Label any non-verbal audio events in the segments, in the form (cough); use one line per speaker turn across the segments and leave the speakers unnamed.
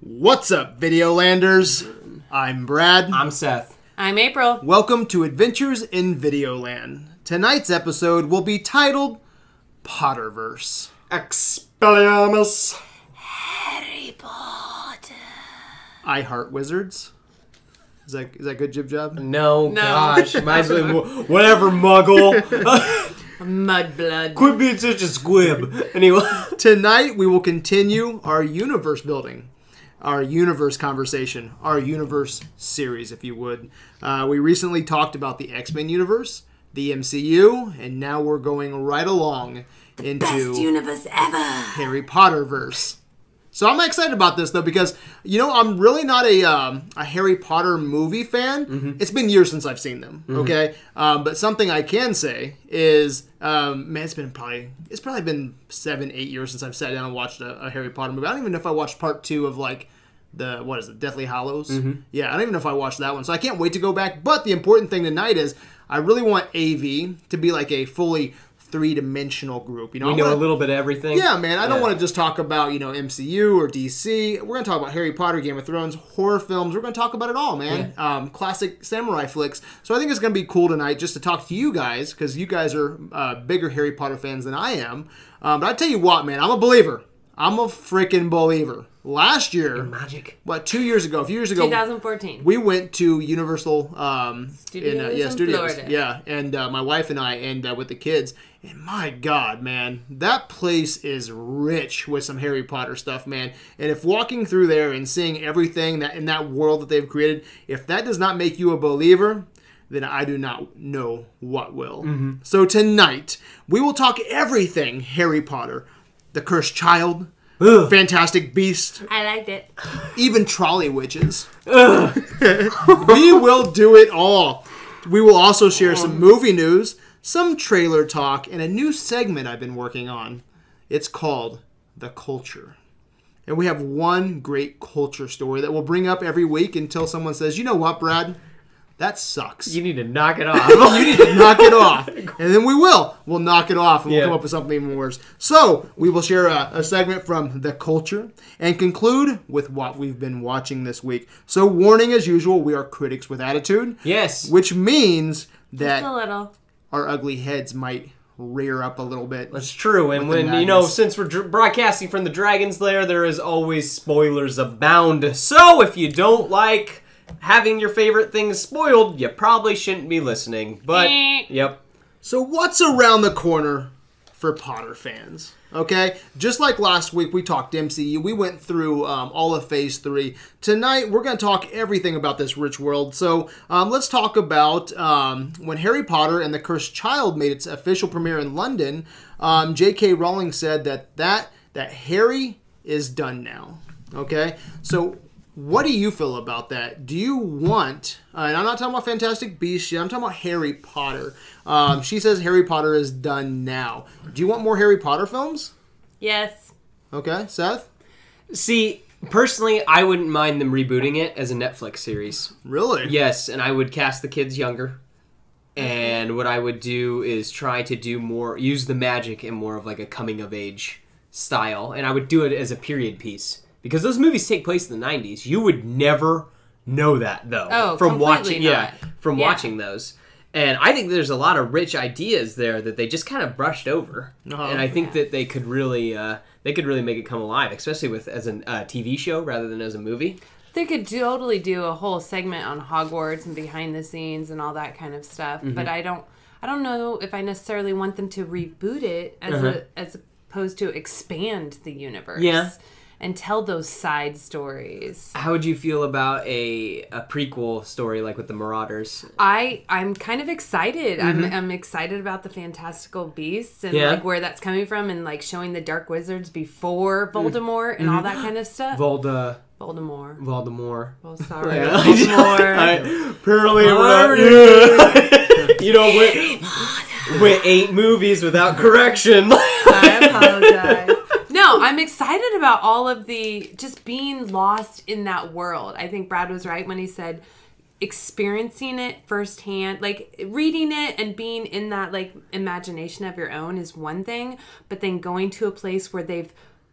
What's up, Videolanders? I'm Brad.
I'm Seth.
I'm April.
Welcome to Adventures in Videoland. Tonight's episode will be titled Potterverse.
Expelliarmus.
I heart wizards. Is that is that good, Jib Job?
No, gosh. Might as
(laughs)
well, whatever, muggle.
Mudblood.
Quit being such a squib. Anyway.
Tonight we will continue our universe building, our universe conversation, our universe series, if you would. Uh, we recently talked about the X Men universe, the MCU, and now we're going right along into
universe ever.
Harry Potter verse. So I'm excited about this though because you know I'm really not a um, a Harry Potter movie fan.
Mm-hmm.
It's been years since I've seen them. Okay, um, but something I can say is, um, man, it's been probably it's probably been seven eight years since I've sat down and watched a, a Harry Potter movie. I don't even know if I watched part two of like the what is it, Deathly Hollows?
Mm-hmm.
Yeah, I don't even know if I watched that one. So I can't wait to go back. But the important thing tonight is I really want AV to be like a fully three dimensional group. You know,
We
I
know a
wanna-
little bit of everything.
yeah, man. I don't
Yeah.
want to just talk about you know MCU or DC. We're gonna talk about Harry Potter, Game of Thrones, horror films. We're gonna talk about it all, man. Um, classic samurai flicks. So I think it's gonna be cool tonight just to talk to you guys because you guys are uh, bigger Harry Potter fans than I am. Um, but I tell you what, man, I'm a believer. I'm a freaking believer. Last year,
Magic.
what two years ago, a few years ago,
2014.
we went to Universal um, in, uh,
Studios
yeah,
in
studios.
Florida.
Yeah, and uh, my wife and I, and uh, with the kids. And my God, man, that place is rich with some Harry Potter stuff, man. And if walking through there and seeing everything that in that world that they've created, if that does not make you a believer, then I do not know what will. So tonight we will talk everything Harry Potter, the Cursed Child,
Ugh.
Fantastic Beast,
I liked it.
even trolley witches. we will do it all. We will also share some movie news, some trailer talk, and a new segment I've been working on. It's called The Culture. And we have one great culture story that we'll bring up every week until someone says, you know what, Brad? That sucks.
You need to knock it
(laughs)
off.
You need to knock it
(laughs)
off. And then we will. We'll knock it off and we'll
Yeah.
come up with something even worse. So we will share a, a segment from the culture and conclude with what we've been watching this week. So, warning as usual, we are critics with attitude,
yes.
which means
Just a
that
little.
our ugly heads might rear up a little bit.
That's true. And
With the
when, you know,
madness.
since we're dr- broadcasting from the Dragon's Lair, there is always spoilers abound. So if you don't like having your favorite things spoiled, you probably shouldn't be listening. But, yep.
So, what's around the corner for Potter fans? Okay, just like last week, we talked MCU. We went through um, all of Phase Three. Tonight, we're going to talk everything about this rich world. So, um, let's talk about um, when Harry Potter and the Cursed Child made its official premiere in London. Um, J.K. Rowling said that that that Harry is done now. Okay, so what do you feel about that? Do you want, uh, and I'm not talking about Fantastic Beasts yet, I'm talking about Harry Potter. Um, she says Harry Potter is done now. Do you want more Harry Potter films?
Yes.
Okay, Seth?
See, personally, I wouldn't mind them rebooting it as a Netflix series.
Really?
Yes, and I would cast the kids younger. And what I would do is try to do more, use the magic in more of like a coming of age style. And I would do it as a period piece. Because those movies take place in the 90s. You would never know that, though.
Oh,
from
completely
watching,
not.
yeah, from
Yeah.
watching those. And I think there's a lot of rich ideas there that they just kind of brushed over. And I think that they could really, uh, they could really make it come alive, especially with as a uh, TV show rather than as a movie.
They could totally do a whole segment on Hogwarts and behind the scenes and all that kind of stuff, but I don't I don't know if I necessarily want them to reboot it as a, as opposed to expand the universe.
Yeah.
And tell those side stories.
How would you feel about a a prequel story like with the Marauders?
I I'm kind of excited. I'm I'm excited about the fantastical beasts and
Yeah.
like where that's coming from and like showing the dark wizards before Voldemort and all that kind of stuff.
Volda Mm. (laughs)
Voldemort.
Voldemort.
Well, sorry,
I-
Voldemort.
apparently,
Voldemort.
we're- (laughs) you know, went, went eight movies without correction. (laughs)
I apologize. No, I'm excited about all of the just being lost in that world. I think Brad was right when he said experiencing it firsthand, like reading it and being in that like imagination of your own is one thing, but then going to a place where they've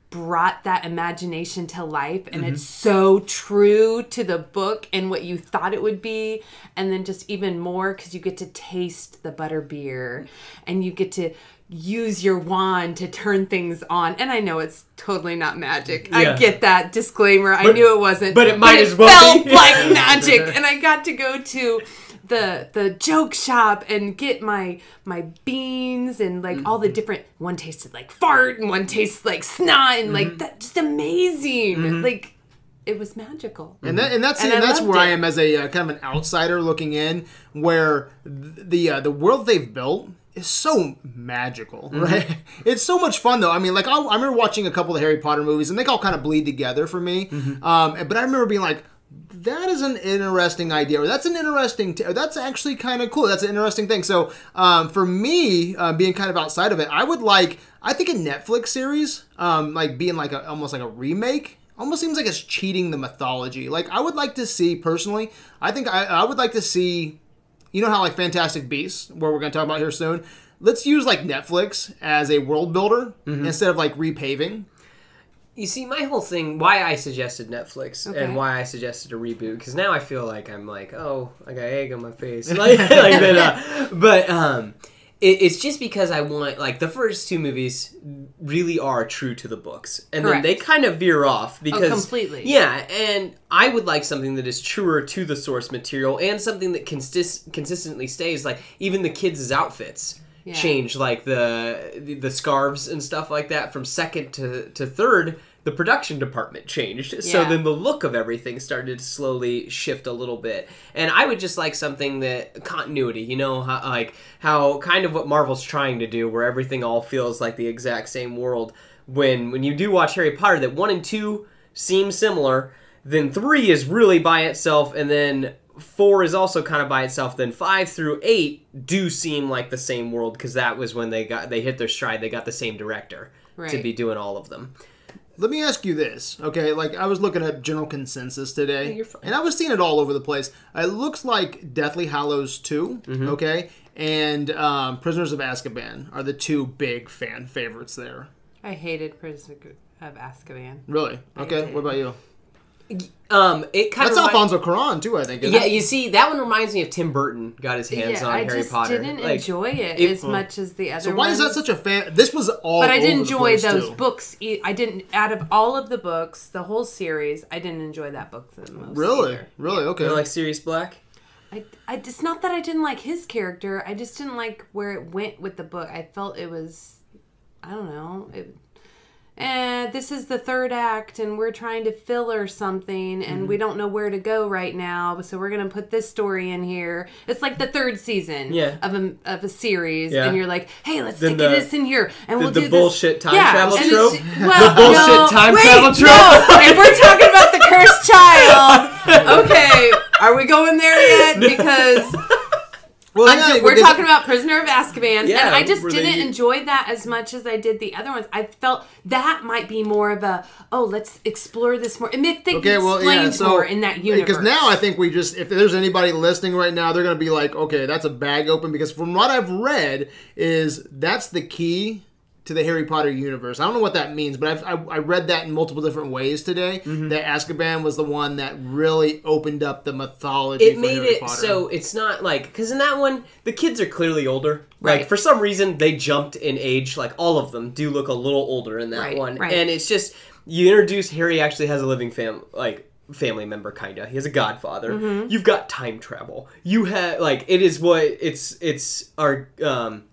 brought that imagination to life and it's
Mm-hmm.
so true to the book and what you thought it would be and then just even more cuz you get to taste the butter beer and you get to use your wand to turn things on and I know it's totally not magic.
Yeah.
I get that disclaimer. I knew it wasn't.
but it might as well
felt
be. (laughs)
like magic and I got to go to the the joke shop and get my my beans and like all
Mm-hmm.
the different one tasted like fart and one tastes like snot and
Mm-hmm.
like that just amazing like it was magical
and that, and that's
And
and
I
that's
loved
where I
it.
am as a uh, kind of an outsider looking in, where th- the uh, the world they've built is so magical,
Mm-hmm.
right? (laughs) It's so much fun though. I mean, like I, I remember watching a couple of Harry Potter movies, and they all kind of bleed together for me.
Mm-hmm.
Um, but I remember being like. That is an interesting idea, or that's an interesting. T- or that's actually kind of cool. That's an interesting thing. So, um, for me, uh, being kind of outside of it, I would like. I think a Netflix series, um, like being like a, almost like a remake almost seems like it's cheating the mythology. Like I would like to see personally. I think I, I would like to see. You know how like Fantastic Beasts, where we're going to talk about here soon. Let's use like Netflix as a world builder instead of like repaving.
You see, my whole thing, why I suggested Netflix
Okay.
and why I suggested a reboot, because now I feel like I'm like, oh, I got egg on my face, (laughs) like, like that.
(laughs)
Uh, but um, it, it's just because I want like the first two movies really are true to the books, and then
Correct. Oh,
they kind of veer off because
completely.
yeah. And I would like something that is truer to the source material and something that consist- consistently stays, like even the kids' outfits change like the the scarves and stuff like that from second to, to third the production department changed so
Yeah.
then the look of everything started to slowly shift a little bit and i would just like something that continuity you know how, like how kind of what marvel's trying to do where everything all feels like the exact same world when when you do watch harry potter that one and two seem similar then three is really by itself and then four is also kind of by itself then five through eight do seem like the same world because that was when they got they hit their stride they got the same director to
Right.
be doing all of them
Let me ask you this, okay? Like I was looking at general consensus today,
you're fine.
and I was seeing it all over the place. It looks like Deathly Hallows 2 okay, and um, Prisoners of Azkaban are the two big fan favorites there.
i hated prison of azkaban
Really? Okay. What about you?
um it kind
That's
of remi-
Alfonso Cuarón too, I think. isn't it?
yeah you see that one reminds me of tim burton got his hands
yeah
on
i
harry
just
potter
didn't
Like,
enjoy it,
it-
as much as the other
So why is that
ones.
such a fan? This was all.
but I did
over the
enjoy
place,
those
too.
books. e- I didn't out of all of the books, the whole series. I didn't enjoy that book the most.
Really,
either.
really okay.
you know, like sirius black
I, I, it's not that I didn't like his character. I just didn't like where it went with the book. I felt it was, I don't know. It, eh, this is the third act, and we're trying to filler something, and
Mm-hmm.
we don't know where to go right now. So we're gonna put this story in here. It's like the third season
Yeah.
of a of a series,
Yeah.
and you're like, hey, let's
Then
stick
the-
this in here, and we'll
the
do this.
bullshit time travel
and
trope?
it's- Well,
The bullshit
no,
time
wait,
travel
no.
trope?
if we're talking about the cursed child, okay, are we going there yet?
(laughs)
Because
Well,
I'm
yeah,
ju- we're
because-
talking about Prisoner of Azkaban,
Yeah,
and I just
where they-
didn't enjoy that as much as I did the other ones. I felt that might be more of a oh, let's explore this more. And if they
Okay, well,
explained
yeah. So
more in that universe,
because now I think we just if there's anybody listening right now, they're gonna be like, okay, that's a bag open because from what I've read is that's the key to the Harry Potter universe. I don't know what that means, but I've, I, I read that in multiple different ways today. That Azkaban was the one that really opened up the mythology.
it
for
made
Harry
it
Potter.
so it's not like because in that one the kids are clearly older like
Right.
for some reason they jumped in age like all of them do look a little older in that
Right,
one
right.
and it's just you introduce harry actually has a living fam like family member kinda he has a godfather
Mm-hmm.
you've got time travel you have like it is what it's it's our um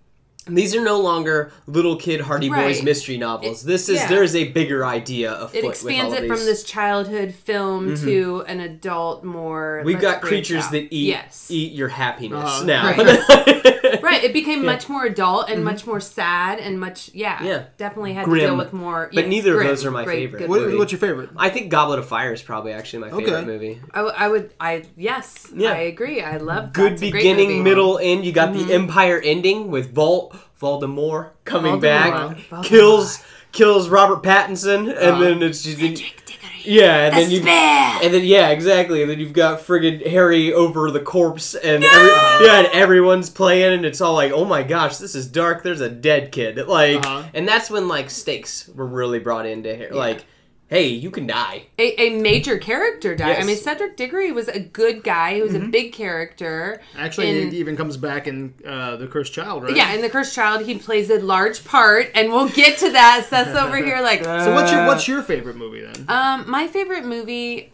these are no longer little kid Hardy Boys
Right.
mystery novels. this is
yeah.
there is a bigger idea of
it expands it from this childhood film to an adult more.
Mm-hmm. We've
let's
got
branch
creatures
out.
that eat
Yes,
eat your happiness
Uh-huh.
now. (laughs)
right. It became much more adult and much more sad and much yeah.
Mm-hmm. Yeah.
definitely had to
Grim.
deal with more.
But
yes,
neither of
grim.
those are my
Great,
favorite.
good
What-
movie.
what's your favorite?
I think Goblet of Fire is probably actually my favorite
Okay.
movie.
I, I would. I yes.
Yeah.
I agree. I love
Good
that's a great movie.
beginning, middle, end. You got
Mm-hmm.
the Empire ending with Vol Voldemort coming back,
Voldemort.
kills kills Robert Pattinson, and then it's just
Dick Diggory.
Yeah, and
Uh-huh. A
then you
spare!
and then yeah, exactly. And then you've got friggin' Harry over the corpse, and every, yeah, and everyone's playing, and it's all like, oh my gosh, this is dark. There's a dead kid, like,
Uh-huh.
and that's when like stakes were really brought into here. Like, hey, you can die.
a, a major character died. I
Yes. Mm-hmm.
mean, Cedric Diggory was a good guy. He was a big character.
Actually,
in-
it even comes back in uh, the Cursed Child, right?
yeah, in the Cursed Child, he plays a large part, and we'll get to that. Seth's over here like.
So what's your
Uh,
what's your favorite movie then?
Um, my favorite movie. (sighs)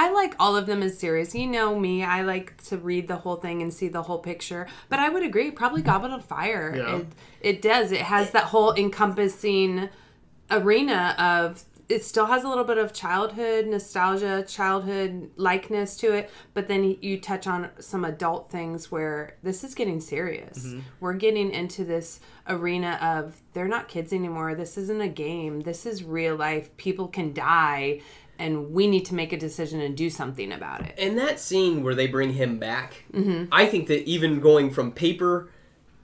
I like all of them as series. You know me. I like to read the whole thing and see the whole picture. But I would agree, probably Goblet of Fire.
Yeah.
It, it does. It has that whole encompassing arena of. It still has a little bit of childhood nostalgia, childhood likeness to it, but then you touch on some adult things where this is getting serious.
Mm-hmm.
We're getting into this arena of they're not kids anymore. This isn't a game. This is real life. People can die and we need to make a decision and do something about it.
And that scene where they bring him back, I think that even going from paper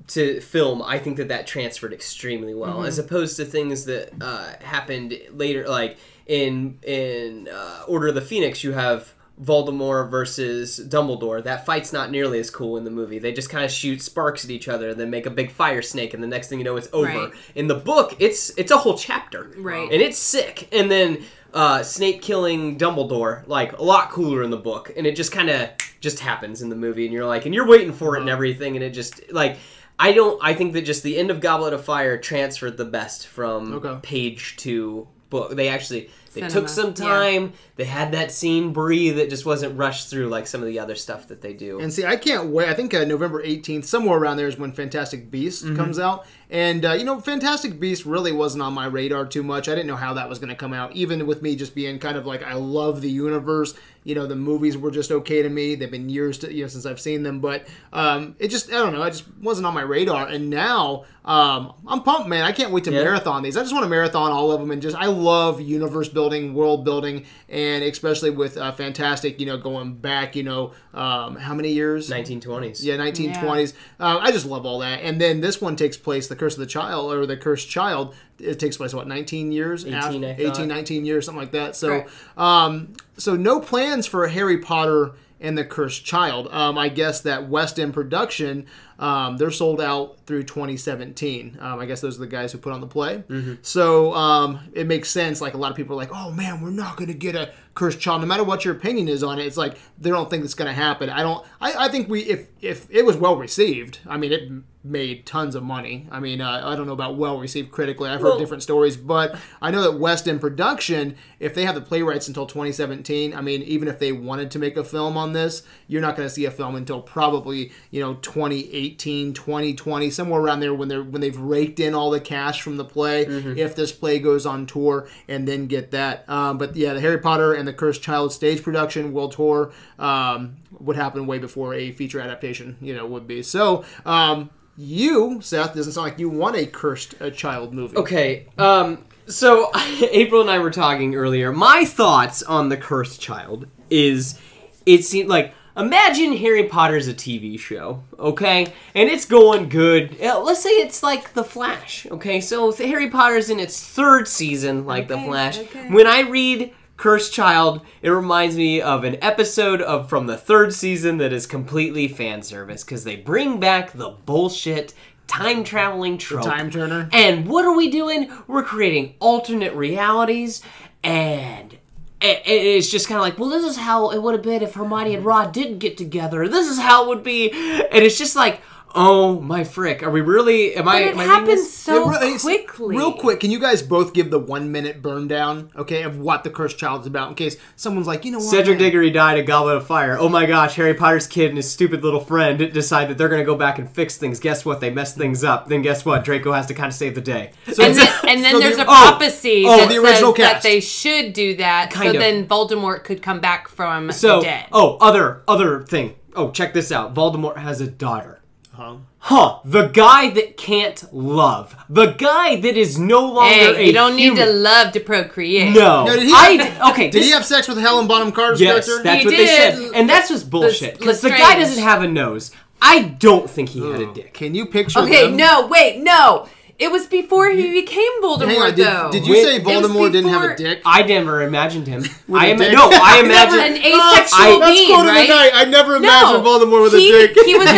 to film, I think that that transferred extremely well, as opposed to things that uh, happened later, like in in uh, Order of the Phoenix, you have. Voldemort versus Dumbledore. That fight's not nearly as cool in the movie. They just kind of shoot sparks at each other and then make a big fire snake and the next thing you know it's over.
Right.
In the book, it's it's a whole chapter.
Right.
And it's sick. And then uh, Snape killing Dumbledore, like a lot cooler in the book, and it just kind of just happens in the movie, and you're like, and you're waiting for it
Uh-huh.
and everything, and it just like. I don't. I think that just the end of Goblet of Fire transferred the best from
Okay.
page to book. They actually they
Cinema,
took some
yeah.
time. They had that scene breathe. It just wasn't rushed through like some of the other stuff that they do.
And see, I can't wait. I think uh, November 18th, somewhere around there, is when Fantastic Beast comes out. And, uh, you know, Fantastic Beast really wasn't on my radar too much. I didn't know how that was going to come out, even with me just being kind of like, I love the universe. You know, the movies were just okay to me. They've been years to, you know, since I've seen them. But um, it just, I don't know, it just wasn't on my radar. And now um, I'm pumped, man. I can't wait to
Yeah.
marathon these. I just want to marathon all of them. And just, I love universe building, world building, and especially with uh, Fantastic, you know, going back, you know, um, how many years?
1920s.
Yeah, 1920s. Uh, I just love all that. And then this one takes place, The Curse of the Child, or The Cursed Child. It takes place, what, 19 years? 18,
18, I thought.
18 19 years, something like that. So,
Right.
um, so no plans for Harry Potter and The Cursed Child. Um, I guess that West End production, um, they're sold out through 2017. Um, I guess those are the guys who put on the play.
Mm-hmm.
So um, it makes sense. Like a lot of people are like, oh man, we're not going to get a Cursed Child. No matter what your opinion is on it, it's like they don't think it's going to happen. I don't. I, I think we if if it was well received. I mean it made tons of money. I mean, uh, I don't know about well received critically. I've heard
Well-
different stories, but I know that West End Production, if they have the playwrights until 2017, I mean, even if they wanted to make a film on this, you're not going to see a film until probably you know 2018, 2020, somewhere around there when they're when they've raked in all the cash from the play. If this play goes on tour and then get that, um, but yeah, the Harry Potter and the Cursed Child stage production will tour. Um, would happen way before a feature adaptation, you know, would be. So, um, you, Seth, doesn't sound like you want a cursed uh, child movie.
Okay. Um. So (laughs) April and I were talking earlier. My thoughts on the Cursed Child is, it seemed like imagine Harry Potter's a TV show, okay, and it's going good. Uh, Let's say it's like The Flash, okay. So if Harry Potter's in its third season, like The
Okay,
Flash.
okay.
When I read Cursed Child, it reminds me of an episode of from the third season that is completely fan service because they bring back the bullshit time traveling trope.
time turner.
And what are we doing? We're creating alternate realities, and it, it's just kind of like, well, this is how it would have been if Hermione and Rod didn't get together. This is how it would be, and it's just like, oh my frick, are we really? Am I?
But it
am I reading
happens
this?
It
so
re- it's-
quickly.
Real quick, can you guys both give the one minute burn down, okay, of what the cursed child is about in case someone's like, you know what? man,
Cedric Diggory died at Goblet of Fire. Oh my gosh, Harry Potter's kid and his stupid little friend decide that they're going to go back and fix things. Guess what? They mess things up. Then guess what? Draco has to kind of save the day.
And then,
(laughs)
and then
so
there's
the-
a
oh,
prophecy
oh,
that
the original
says
cast.
that they should do that, so
Kind of.
then Voldemort could come back from
So,
the dead.
oh, other other thing. Oh, check this out. Voldemort has a daughter.
Huh?
Huh, the guy that can't love. The guy that is no longer
hey,
oh, a
you don't need to
human.
love to procreate.
No.
No, did he-
I okay,
Did
this,
he have sex with Helen Bonham Carter's
Yes,
character?
that's
He
what they
did.
said. And that's just bullshit. Because the guy
Lestrange.
doesn't have a nose. I don't think he had a dick.
can you picture
Okay,
them?
no, wait, no. It was before he became Voldemort,
Hang on,
though.
did, did you
Wait.
say
It
was
Voldemort didn't have a
before-
dick?
I never
(laughs)
imagined him. I
a
am
dick.
no.
(laughs)
I
Never
imagine
an asexual
That's
being,
quote of
right?
the night. I never imagined Voldemort with
he,
a dick.
He
(laughs)
(laughs)
was an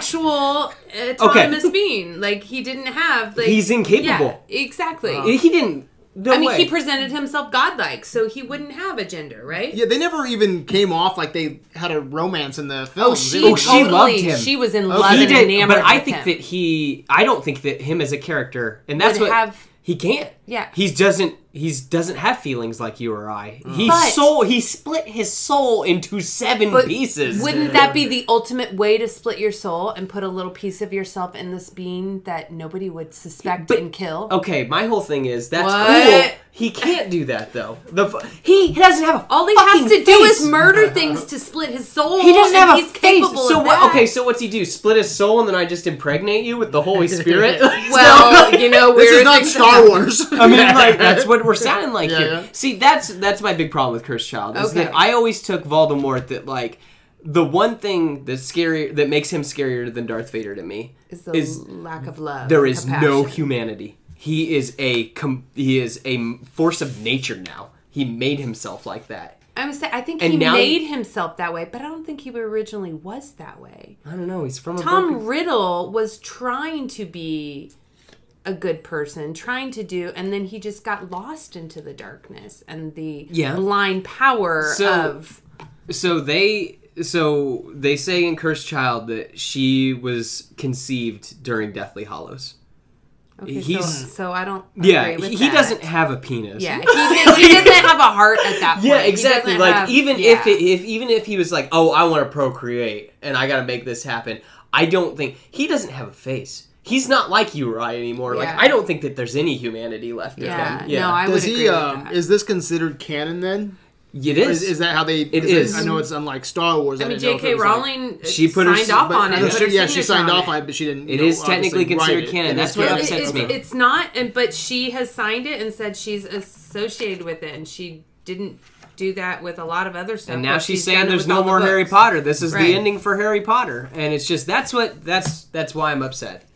asexual autonomous being. Like he didn't have like
He's incapable.
Yeah, exactly.
He didn't. No
I mean,
way.
he presented himself godlike, so he wouldn't have a gender, right?
yeah, they never even came off like they had a romance in the film.
Oh, she
Oh, she
totally,
loved him. Oh,
She was in love
he
and
did,
enamored
but I
with
think
him.
that he. I don't think that him as a character, and that's
Would
what
have-
he can't.
Yeah.
he doesn't. He doesn't have feelings like you or I.
Mm.
He
But-
soul. He split his soul into seven
But
pieces.
Wouldn't that be the ultimate way to split your soul and put a little piece of yourself in this being that nobody would suspect
But-
and kill?
okay, my whole thing is that's
What?
cool. He can't do that though. The fu- he doesn't have a
All he
fucking
has to do
face.
is murder things to split his soul.
He doesn't
and
have a
he's
face.
Capable
So
of
what?
that.
Okay, so what's he do? Split his soul and then I just impregnate you with the Holy Spirit?
Well,
(laughs)
you know,
This
weird
is
(laughs)
not
things
Star
happen.
Wars.
I mean, like that's what we're sounding like
Yeah,
here.
yeah.
See, that's that's my big problem with Cursed Child is
Okay.
that I always took Voldemort that like the one thing that's scary that makes him scarier than Darth Vader to me
Is
is,
the lack of love.
there is no
compassion.
humanity. He is a com- he is a m- force of nature now. He made himself like that.
I was saying, I think
And
he
now-
made himself that way, but I don't think he originally was that way.
I don't know. He's from a
Tom
broken-
Riddle was trying to be a good person, trying to do, and then he just got lost into the darkness and the
Yeah.
blind power
So-
of.
So they so they say in Cursed Child that she was conceived during Deathly Hollows.
Okay, so,
he's-
so I don't.
Yeah,
agree with
he, he
that.
doesn't have a penis. (laughs)
Yeah, he, did, he doesn't have a heart at that point.
Yeah,
He
exactly.
doesn't
Like
have-
even if
yeah.
it, if even if he was like, "Oh, I want to procreate and I got to make this happen." I don't think he doesn't have a face. He's not like you or I anymore. Like
Yeah.
I don't think that there's any humanity left
yeah,
of him. Yeah.
no, I
Does
would
he?
agree
Um,
with that.
is this considered canon then?
it
Or
is.
Is, is that how they? It
is.
I know it's unlike Star Wars.
I mean,
didn't know if
J.K.
it was like-
Rowling
She put her
signed
s-
off
but
on it.
I know
put
she-
her
yeah, she
signature
signed
on
off
it.
on it, but she didn't.
It
you know,
is technically
obviously write
considered
it.
canon.
It
That's
is
what
canon.
upsets
it's,
me.
It's not, and but she has signed it and said she's associated with it, and she didn't do that with a lot of other stuff.
and now
but
she's,
done
saying
it
there's
with
no
all the
more Harry
books.
Potter. This is
Right.
the ending for Harry Potter, and it's just that's what that's that's why I'm upset.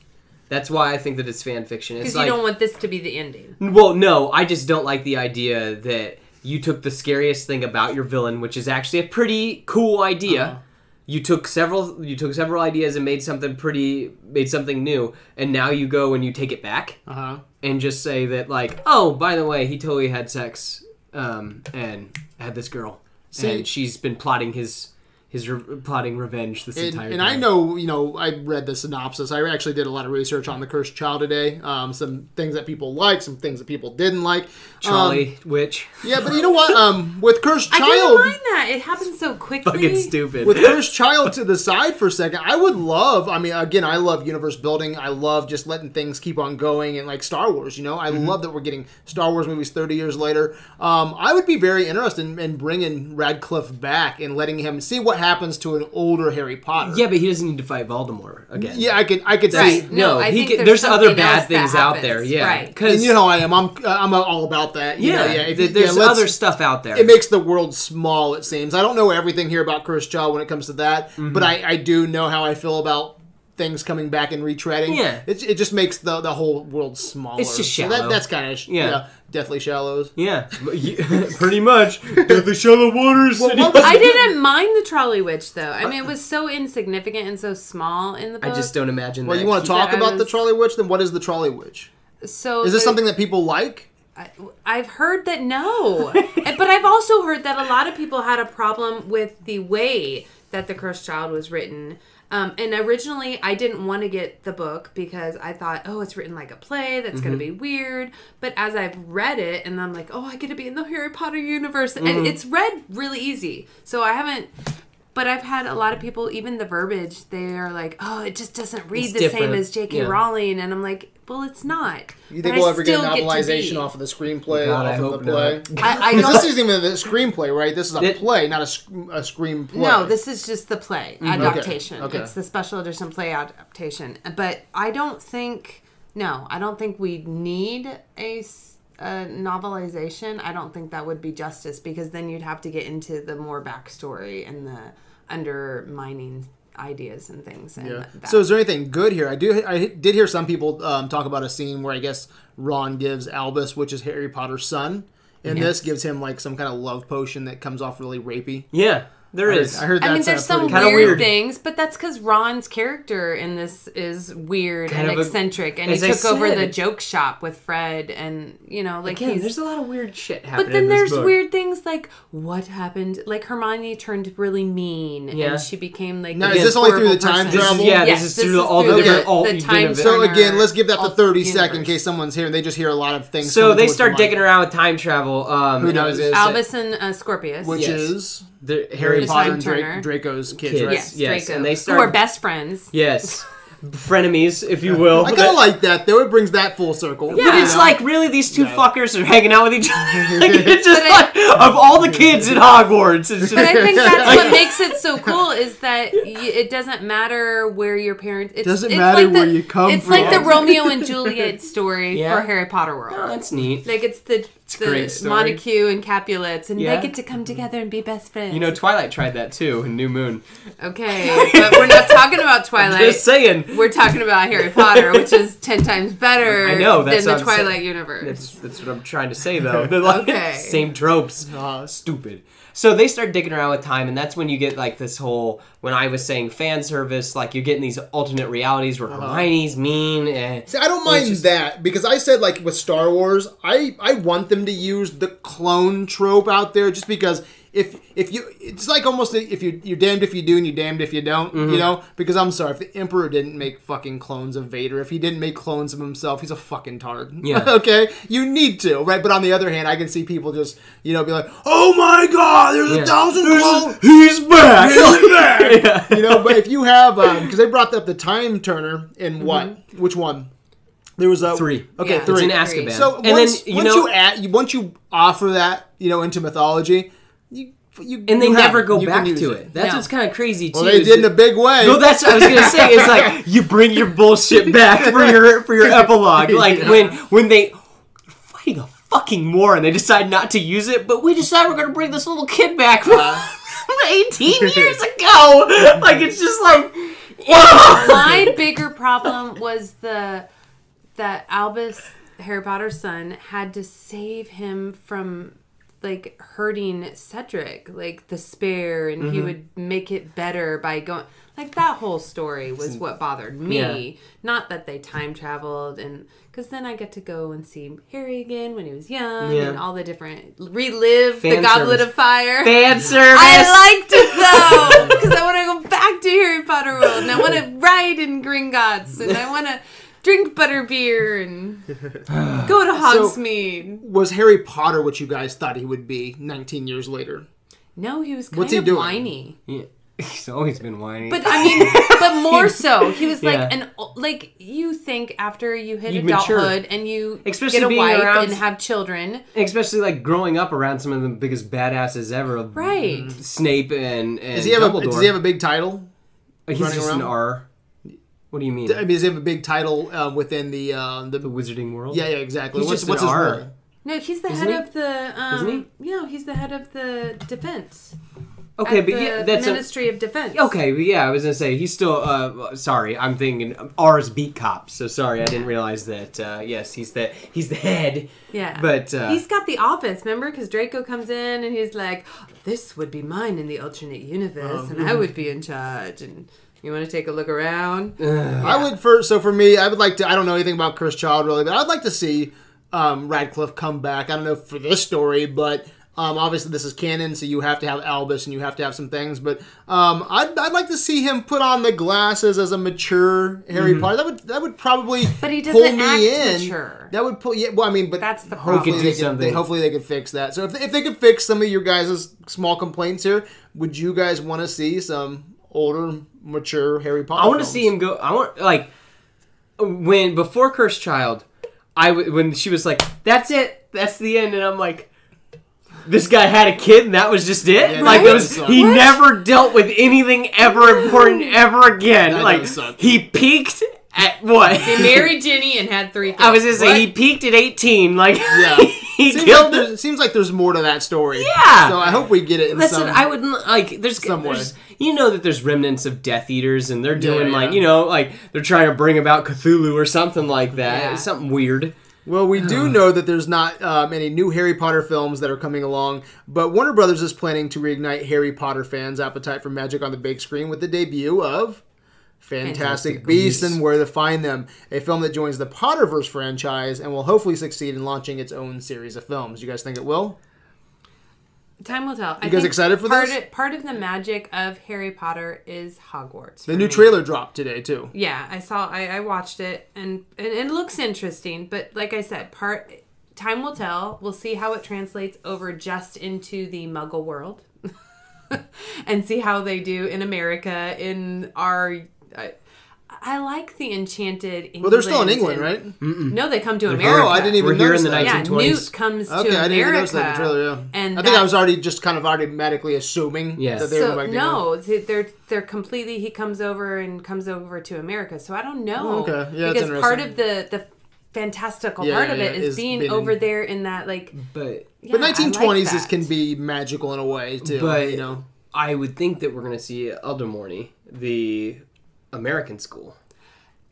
That's why I think that it's fan fiction. It's
Because
like
you don't want this to be the ending.
Well, no, I just don't like the idea that you took the scariest thing about your villain, which is actually a pretty cool idea.
Uh-huh.
You took several you took several ideas and made something pretty made something new, and now you go and you take it back
Uh-huh.
and just say that like, oh, by the way, he totally had sex um, and had this girl,
See-
and she's been plotting his his re- plotting revenge this
And,
entire
and
time.
I know, um, you know, I read the synopsis. I actually did a lot of research on the Cursed Child today. Um, some things that people liked, some things that people didn't like. Um,
Charlie, which (laughs)
yeah, but you know what? Um, with Cursed
I didn't
Child,
mind that. It happened so quickly.
fucking stupid.
with Cursed Child to the side for a second, I would love. I mean, again, I love universe building. I love just letting things keep on going and like Star Wars. You know, I
Mm-hmm.
love that we're getting Star Wars movies thirty years later. Um, I would be very interested in, in bringing Radcliffe back and letting him see what happens to an older Harry Potter.
yeah, but he doesn't need to fight Voldemort again.
yeah, I could, I could see.
Right.
No,
No, I
he
think
can-
there's
there's, other
something else
bad
that
things out there.
happens.
Yeah,
Right.
And
because
you know how I am. I'm uh, I'm all about that. You know,
yeah,
yeah. If,
th-
yeah,
there's
let's-
other stuff out there.
It makes the world small. It seems. I don't know everything here about Cursed Child when it comes to that, but I, I do know how I feel about things coming back and retreading.
Yeah.
it, it just makes the, the whole world smaller.
It's just
So
shallow.
that, that's kind of sh-
Yeah.
yeah. deathly shallows. (laughs)
yeah, pretty much. the shallow waters.
Well, what
(laughs)
was-
I didn't mind the trolley witch though. I mean, it was so insignificant and so small in the
I
book.
just don't imagine.
Well,
that.
you want to talk
I
about the
was-
trolley witch? Then what is the trolley witch?
So
Is this
the-
something that people like?
I, I've heard
(laughs)
that no, And- but I've also heard that a lot of people had a problem with the way that the Cursed Child was written. Um, and originally, I didn't want to get the book because I thought, oh, it's written like a play. That's
Mm-hmm.
going to be weird. But as I've read it, and I'm like, oh, I get to be in the Harry Potter universe,
Mm-hmm.
and it's read really easy. So I haven't. But I've had a lot of people, even the verbiage, they are like, oh, it just doesn't read
It's
the same
different.
as J.K.
Yeah.
Rowling, and I'm like, well, it's not.
You
But
think
I
we'll ever get a
still to
novelization
be-
off of the screenplay?
God,
off
I
of
hope
the play?
not.
I, I
'Cause this
don't.
isn't even a screenplay, right? This is a
It-
play, not a, sc- a screenplay.
No, this is just the play
Mm-hmm.
adaptation.
okay.
It's the special edition play adaptation. But I don't think. No, I don't think we need a, s- a novelization. I don't think that would be justice because then you'd have to get into the more backstory and the undermining ideas and things. And
Yeah.
that.
So is there anything good here? I do. I did hear some people um, talk about a scene where I guess Ron gives Albus, which is Harry Potter's son, and this gives him like some kind of love potion that comes off really rapey.
Yeah, there
I heard-
is.
I heard
I mean,
that's
there's some
Kinda
weird,
weird.
things, but that's because Ron's character in this is weird
Kind
and
of a-
eccentric, and he
as I
took over
said-
the joke shop with Fred, and you know, like
Again,
he's.
there's a lot of weird shit happening.
but then
in this
there's
book.
weird things like what happened, like Hermione turned really mean,
Yeah.
and she became like.
Now,
this
is this only through
horrible
the time
person.
This is,
travel?
yeah,
Yes,
this is through all the
through
different
the-
alt
the
you did
time
of it.
turn-
So again, let's give that the
Alternate
thirty second in
universe.
case someone's here and they just hear a lot of things.
So
coming
they
towards
start
the mic,
dicking around with time travel. Um,
Who
and I was
knows?
gonna say-
Albus and uh, Scorpius,
which
Yes.
is
the
Harry
Harry
It's
Potter
Potter
Time
and
Turner.
Drake, Draco's kids,
Kids.
right?
yes,
yes,
Draco,
and they
who
start-
are
(laughs)
best friends. (laughs)
Yes, frenemies, if you will.
I kind of like that though. It brings that full circle.
But
Yeah.
it's like really these two fuckers are hanging out with each other. (laughs)
(laughs)
like, it's just
But
like of all the
(laughs)
kids at Hogwarts, it's
But I
just,
think that's what makes it so cool
(laughs)
is that y it doesn't matter where your parents. It
Doesn't matter where you come
It's like the
from. (laughs)
Romeo and Juliet story
Yeah.
for Harry Potter world.
(laughs) oh, that's neat.
Like it's the,
great
the
story.
Montague and Capulets, and
Yeah.
they get to come together and be best friends.
You know, Twilight tried that too in New Moon. (laughs)
okay, but we're not talking about Twilight.
Just saying,
We're talking about Harry Potter, which is ten times better
I know, that's
than the
what I'm saying.
Twilight universe.
that's that's what I'm trying to say though. They're like,
Okay.
(laughs) same tropes.
Uh,
stupid. So they start digging around with time, and that's when you get like this whole when I was saying fan service, like you're getting these alternate realities where Hermione's mean. And,
See, I don't mind that because I said like with Star Wars, I I want them to use the clone trope out there just because if if you it's like almost a- if you you're damned if you do and you're damned if you don't, you know? Because I'm sorry, if the Emperor didn't make fucking clones of Vader, if he didn't make clones of himself, he's a fucking tard.
Yeah.
(laughs) okay, you need to right. But on the other hand, I can see people just you know be like, oh my god, there's
Yeah.
a thousand clones.
He's back. He's (laughs) back.
You know, but if you have, because they brought up the time turner in
Mm-hmm.
what? Which one? There was a
Three.
Okay,
Yeah. It's
three.
in Azkaban.
So
and
once,
then you
once
know,
you add, you- once you offer that, you know, into mythology, you, you
and they
you have
never go
You
back
can use
to it. That's
No.
what's kind of crazy too.
Well, they
is
did in
that-
a big way.
No, that's what I was gonna say. It's
(laughs)
like you bring your bullshit back for your for your epilogue. Like when when they fighting a fucking war and they decide not to use it, but we decide we're gonna bring this little kid back from
Uh.
(laughs) 18 years ago. Like it's just like (laughs)
my bigger problem was the that Albus Harry Potter's son had to save him from like hurting Cedric, like the spare, and
Mm-hmm.
he would make it better by going. Like that whole story
Mm.
was what bothered me, not that they time traveled, and because then I get to go and see Harry again when he was young,
Yeah.
and all the different relive the
Fan
Goblet
service.
of Fire.
fan service.
I liked it
(laughs)
though because I want to go back to Harry Potter World and I want to ride in Gringotts and I want to drink
(sighs)
butterbeer and go to Hogsmeade.
Was Harry Potter what you guys thought he would be 19 years later?
no, he was kind
What's he
of
doing?
(laughs)
whiny,
Yeah. He's always been whiny.
but I mean, but more so, he was like
Yeah.
an like you think after you hit
You mature.
adulthood and you
Especially
get a
being
wife
around-
and have children,
especially like growing up around some of the biggest badasses ever. Mm,
right?
Snape and, and
Does he have a
Dumbledore.
Does he have a big title?
He's
running
just an
around?
R. What do you mean?
I mean, does he have a big title uh, within the um, the?
the wizarding world?
Yeah, yeah, exactly.
He's
what's
just
what's
an
his
R.
role?
No, he's the
Isn't
head
he?
of the. Um,
Isn't
No, he's the head of the defense.
Okay,
at
but
the
yeah, that's a,
Ministry of Defense.
Okay, but yeah, I was gonna say he's still. Uh, sorry, I'm thinking R's beat cop. So sorry, I didn't realize that. Uh, yes, he's the he's the head.
Yeah.
But uh,
he's got the office, remember? Because Draco comes in and he's like, "This would be mine in the alternate universe, and I would be in charge." And you want to take a look around?
I would for so for me, I would like to. I don't know anything about Chris Child really, but I'd like to see um, Radcliffe come back. I don't know for this story, but um, obviously this is canon, so you have to have Albus and you have to have some things. But um, I'd, I'd like to see him put on the glasses as a mature Harry
Mm-hmm.
Potter. That would that would probably
But he
pull
doesn't
me
act
in.
mature.
That would pull. Yeah, well, I mean, but
That's the problem.
hopefully
We could do
they could-
something.
they- hopefully they could fix that. So if, if they could fix some of your guys' small complaints here, would you guys want to see some older, mature Harry Potter?
I want to
films?
see him go. I want like when before Cursed Child, I w- when she was like, "That's it, that's the end," and I'm like. This guy had a kid, and that was just it.
Yeah,
like
that
it was,
sucked.
he
What?
never dealt with anything ever important ever again.
That
like
does suck.
he peaked at what?
He married Ginny and had three. Kids.
I was gonna say
What? (laughs)
he peaked at 18. Like
Yeah.
(laughs) he
Seems like
killed
there's-
the
it seems like there's more to that story.
Yeah.
So I hope we get it in
Listen,
some.
I wouldn't like. There's,
some way.
there's, you know, that there's remnants of Death Eaters, and they're doing
yeah.
like, you know, like they're trying to bring about Cthulhu or something like that,
Yeah.
something weird.
Well, we do know that there's not um, any new Harry Potter films that are coming along, but Warner Brothers is planning to reignite Harry Potter fans' appetite for magic on the big screen with the debut of Fantastic,
Fantastic
Beasts
Beasts.
and Where to Find Them, a film that joins the Potterverse franchise and will hopefully succeed in launching its own series of films. You guys think it will?
Time will tell. You I
guys
think
excited for
part
this?
Of, part of the magic of Harry Potter is Hogwarts.
Mm.
The new trailer dropped today too.
Yeah, I saw. I, I watched it, and, and it looks interesting. But like I said, part time will tell. We'll see how it translates over just into the Muggle world, (laughs) and see how they do in America. In our, I, I like the enchanted. England
Well, they're still in England,
and-
right?
No, they come to America.
Oh, I didn't even
We're here
notice
in the
that.
Yeah,
1920s.
Newt comes
Okay,
to America.
I didn't even notice that in the trailer. Yeah,
And
I think I
that-
was already just kind of automatically assuming
Yes.
that they were
so
going to
no, they- they're they're completely. He comes over and comes over to America. So I don't know.
Oh, Okay. Yeah, that's
because part
interesting.
of the the fantastical
Yeah,
part
yeah,
of it
yeah,
is
is
being
being-
over there in that like.
But
But
yeah, I like
1920s
that.
is, can be magical in a way too.
But-
you know,
I would think that we're gonna see Eldermorny, the American school.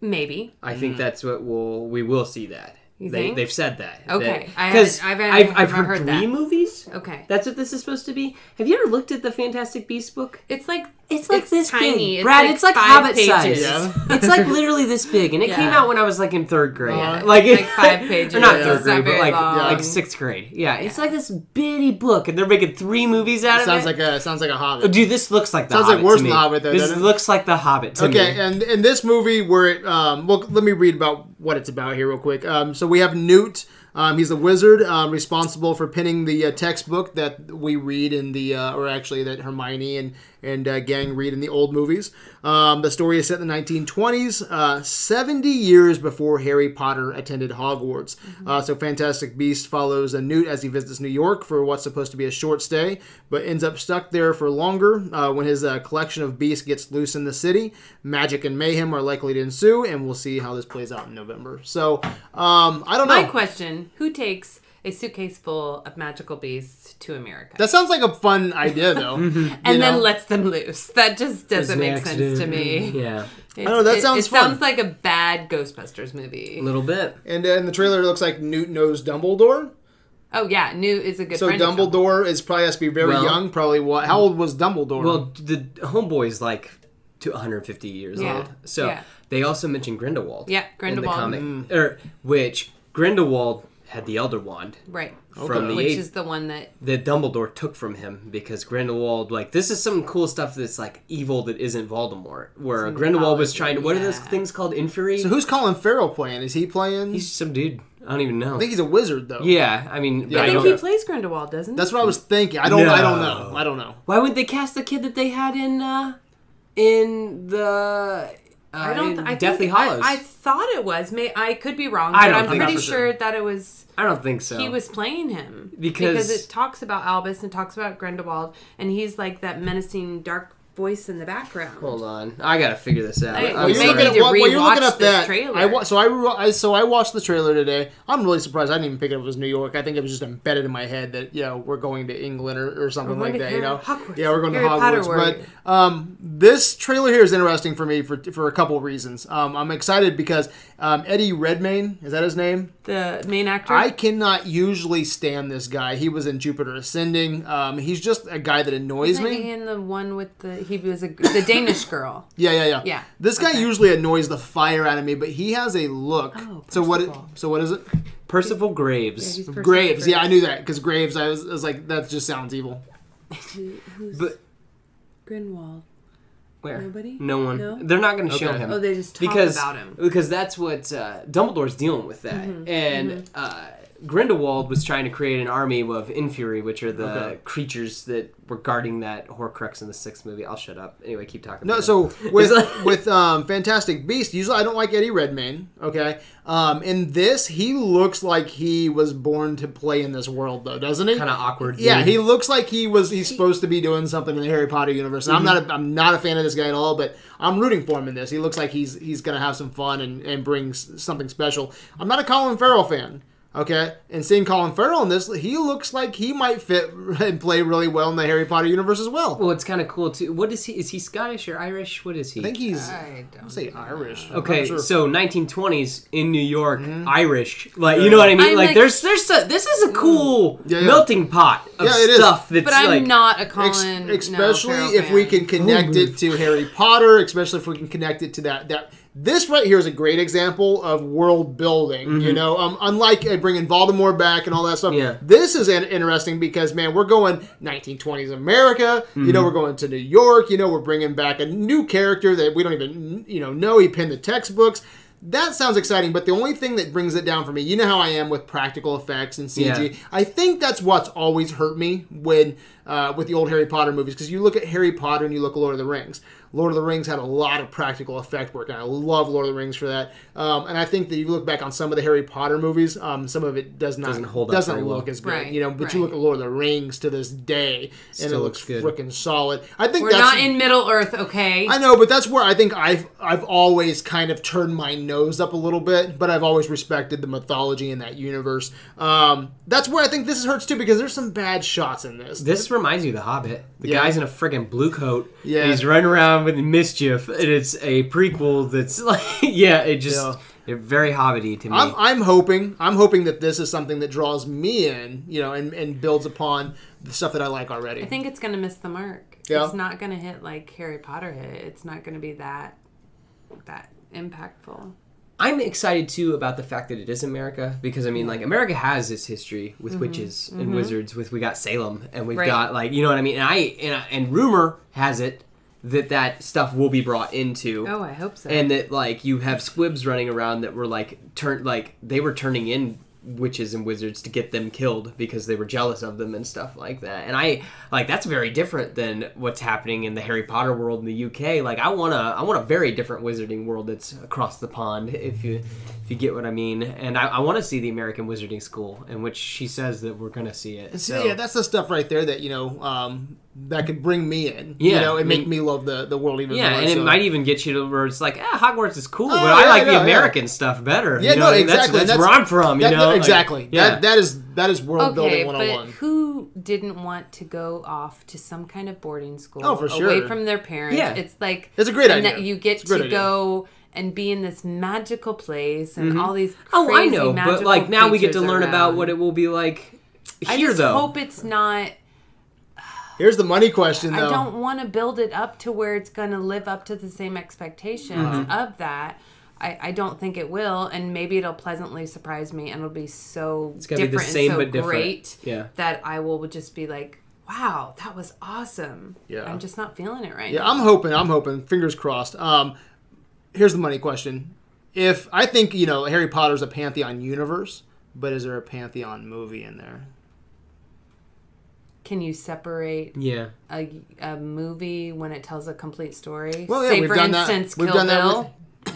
maybe
I
Mm.
think that's what we'll we will see that.
You
they
think?
they've said that.
Okay,
That-
I
'cause
haven't- I
I've,
haven't-
I've
haven't
heard,
heard
Glee
that.
movies.
okay.
That's what this is supposed to be. Have you ever looked at the Fantastic Beast book?
It's like
It's like this
tiny.
big, Brad.
like
It's like,
five
Hobbit
pages.
size.
Yeah.
(laughs) it's like literally this big, and it came
Yeah.
out when I was like in third grade.
Yeah.
Like,
Like five pages.
(laughs) or not
Yeah.
third
It's
not
grade, but
very
like
long.
like sixth grade. Yeah, it's like this bitty book, and they're making three movies out of
sounds
it.
like a sounds like a hobbit.
Dude, this looks like the
Sounds like
Hobbit
worse
to
than
me.
The Hobbit, though,
This
doesn't it?
looks like the Hobbit to
Okay,
me.
and in this movie where it um, well, let me read about what it's about here real quick. Um, so we have Newt. Um, he's a wizard um, responsible for penning the uh, textbook that we read in the, uh, or actually that Hermione and and uh, gang read in the old movies. Um, the story is set in the 1920s, uh, 70 years before Harry Potter attended Hogwarts.
Mm-hmm.
Uh, so Fantastic Beast follows a Newt as he visits New York for what's supposed to be a short stay, but ends up stuck there for longer. Uh, when his uh, collection of beasts gets loose in the city, magic and mayhem are likely to ensue, and we'll see how this plays out in November. So um, I don't
My
know.
question: Who takes a suitcase full of magical beasts to America
that sounds like a fun idea,
(laughs)
though.
and then
know.
lets them loose? That just doesn't make sense to me.
Yeah,
I
know, that sounds
It
fun.
sounds like a bad Ghostbusters
a
movie.
little bit.
And uh, in the trailer, it looks like Newt knows Dumbledore.
Oh yeah, new is a good.
So
friend of Dumbledore.
Dumbledore is probably has to be very
Well-
young. Probably what? How old was Dumbledore?
Well, the homeboy's like to 150 years
Yeah.
old. So
Yeah.
they also mentioned Grindelwald.
Yeah, Grindelwald.
In the comic,
Mm.
er, which Grindelwald had the Elder Wand
right?
from the
Which
eighth
is the one that
that Dumbledore took from him because Grindelwald, like, this is some cool stuff that's like evil that isn't Voldemort. Where Grindelwald was
mythology,
trying to. What are those
yeah.
things called? Inferi?
So who's Colin Farrell playing? Is he playing?
He's some dude. I don't even know.
I think he's a wizard though.
yeah, I mean,
Yeah,
I
I think
don't
he
know.
plays Grindelwald, doesn't he?
That's what I was thinking. I don't. I don't
No.
know. I don't know.
Why would they cast the kid that they had in uh in the uh,
I don't.
in
I
Deathly
think, I-
Hollows?
I, thought it was. May I could be wrong,
I
but
don't
I'm
think
pretty
so.
sure that it was.
I don't think so.
He was playing him
Because-
it talks about Albus and talks about Grindelwald, and he's like that menacing dark voice in the background.
Hold on, I gotta figure this out.
Hey,
I'm
well,
Well, you're
Maybe
looking at
to
well, you're looking
rewatch
up
this
that.
trailer.
I wa- so I, re- I so I watched the trailer today. I'm really surprised. I didn't even pick it up as New York. I think it was just embedded in my head that you know we're going to England or, or something
We're
like
going
that.
to
You know,
Hogwarts.
yeah, we're going
Harry
to
Potter
Hogwarts.
world.
But um, this trailer here is interesting for me for for a couple reasons. Um, I'm excited because um, Eddie Redmayne is that his name?
The main actor.
I cannot usually stand this guy. He was in Jupiter Ascending. Um, he's just a guy that annoys
Isn't
me.
he in the one with the he was a, the Danish girl?
Yeah, yeah, yeah.
Yeah,
This guy usually annoys the fire out of me, but he has a look.
Oh,
so what?
Percival.
So what is it?
Percival Graves.
He's Percy
Graves. Yeah, I knew that because Graves. I was, I was like, that just sounds evil.
Who- who's
But-
Grindelwald?
Where?
Nobody?
No one.
No?
They're not going to show
Okay.
him.
Oh, they just talk
because,
about him. Mm-hmm.
Because that's what uh, Dumbledore's dealing with that. And Uh, Grindelwald was trying to create an army of Infuri, which are the
Okay.
creatures that were guarding that Horcrux in the sixth movie. I'll shut up. Anyway, keep talking.
No,
about
Uh, so
it.
with
It's like-
with um, Fantastic Beast, usually I don't like Eddie Redmayne. Okay, um, in this he looks like he was born to play in this world, though, doesn't he?
kind of awkward.
Yeah,
dude.
he looks like he was he's supposed to be doing something in the Harry Potter universe. And I'm not a, I'm not a fan of this guy at all, but I'm rooting for him in this. He looks like he's he's gonna have some fun and and bring s- something special. I'm not a Colin Farrell fan. Okay, and seeing Colin Farrell in this, he looks like he might fit (laughs) and play really well in the Harry Potter universe as well.
Well, it's kind of cool too. What is he? Is he Scottish or Irish? What is he?
I think he's
I don't
I'd say Irish. I'm
Okay,
not sure. Mm-hmm.
so 1920s in New York, Irish, like you know what I mean.
I'm
like,
like-
there's there's a, this is a cool
Mm. Yeah, yeah.
melting pot of
Yeah, it is.
stuff that's
But I'm
like
not a Colin.
Ex-
no,
especially
Farrell
if we
fan.
can connect it to Harry Potter, especially if we can connect it to that that this right here is a great example of world building. You know, um, unlike uh, bringing Voldemort back and all that stuff.
Yeah.
This is an, interesting because man, we're going 1920s America. You know, we're going to New York. You know, we're bringing back a new character that we don't even you know know he penned the textbooks. That sounds exciting, but the only thing that brings it down for me, you know how I am with practical effects and CG.
Yeah.
I think that's what's always hurt me when uh, with the old Harry Potter movies because you look at Harry Potter and you look at Lord of the Rings. Lord of the Rings had a lot of practical effect work, and I love Lord of the Rings for that. Um, and I think that you look back on some of the Harry Potter movies, um, some of it does not
Doesn't hold up
doesn't
very well.
look as good,
Right,
you know. But you
right.
look at Lord of the Rings to this day, and it
Still
looks
looks good.
freaking solid. I think
We're
that's
not in Middle Earth, okay?
I know, but that's where I think I've I've always kind of turned my nose up a little bit, but I've always respected the mythology in that universe. Um, that's where I think this hurts too because there's some bad shots in this.
This reminds me of The Hobbit. The
Yeah.
guy's in a friggin' blue coat. and
Yeah.
he's running around with mischief, and it's a prequel that's (laughs) like, yeah, it just it very Hobbity to me.
I'm, I'm hoping I'm hoping that this is something that draws me in, you know, and, and builds upon the stuff that I like already.
I think it's gonna miss the mark.
Yeah.
It's not gonna hit like Harry Potter hit. It's not gonna be that that impactful.
I'm excited too about the fact that it is America because I mean, like, America has its history with witches and wizards. With we got Salem, and we've
Mm-hmm. Right.
got like, you know what I mean. And I and, I- and rumor has it that that stuff will be brought into.
Oh, I hope so.
and that like you have squibs running around that were like turn like they were turning in witches and wizards to get them killed because they were jealous of them and stuff like that and i like that's very different than what's happening in the harry potter world in the uk like i want to i want a very different wizarding world that's across the pond if you if you get what i mean and i, I want to see the american wizarding school in which she says that we're gonna see it
See,
so
yeah, that's the stuff right there that you know um, that could bring me in, you
Yeah,
know,
I
and make
mean-
me love the, the world even
yeah
more.
and it
so.
might even get you to where it's like ah hogwarts is cool
Oh,
but i
yeah,
like
no,
the
yeah.
american stuff better
Yeah,
you know?
no,
That's-
exactly.
that's,
That's-
where i'm from you
That-
know
that-
Like,
exactly. That that is that is world
okay,
building
but
101.
who didn't want to go off to some kind of boarding school?
Oh, for
Away
sure.
from their parents.
Yeah.
It's like
It's a great
and
idea.
that You get
It's a
to
great idea.
go and be in this magical place and all these. Crazy
Oh, I know, but
magical
like now we get to
creatures
learn about
around.
what it will be like
I
here,
just
though.
hope it's not.
Here's the money question though.
I don't want to build it up to where it's going to live up to the same expectations
Mm-hmm.
of that. I, I don't think it will, and maybe it'll pleasantly surprise me, and it'll be so
gonna be
different
the same
and so
but different.
great
Yeah.
that I will just be like, "Wow, that was awesome."
Yeah.
I'm just not feeling it right
Yeah,
now.
I'm hoping. I'm hoping. Fingers crossed. Um, here's the money question: If I think you know, Harry Potter's a pantheon universe, but is there a pantheon movie in there?
Can you separate
yeah,
a, a movie when it tells a complete story?
Well, yeah,
Say,
we've
for
done
instance,
that. We've
Kill
done
Bill.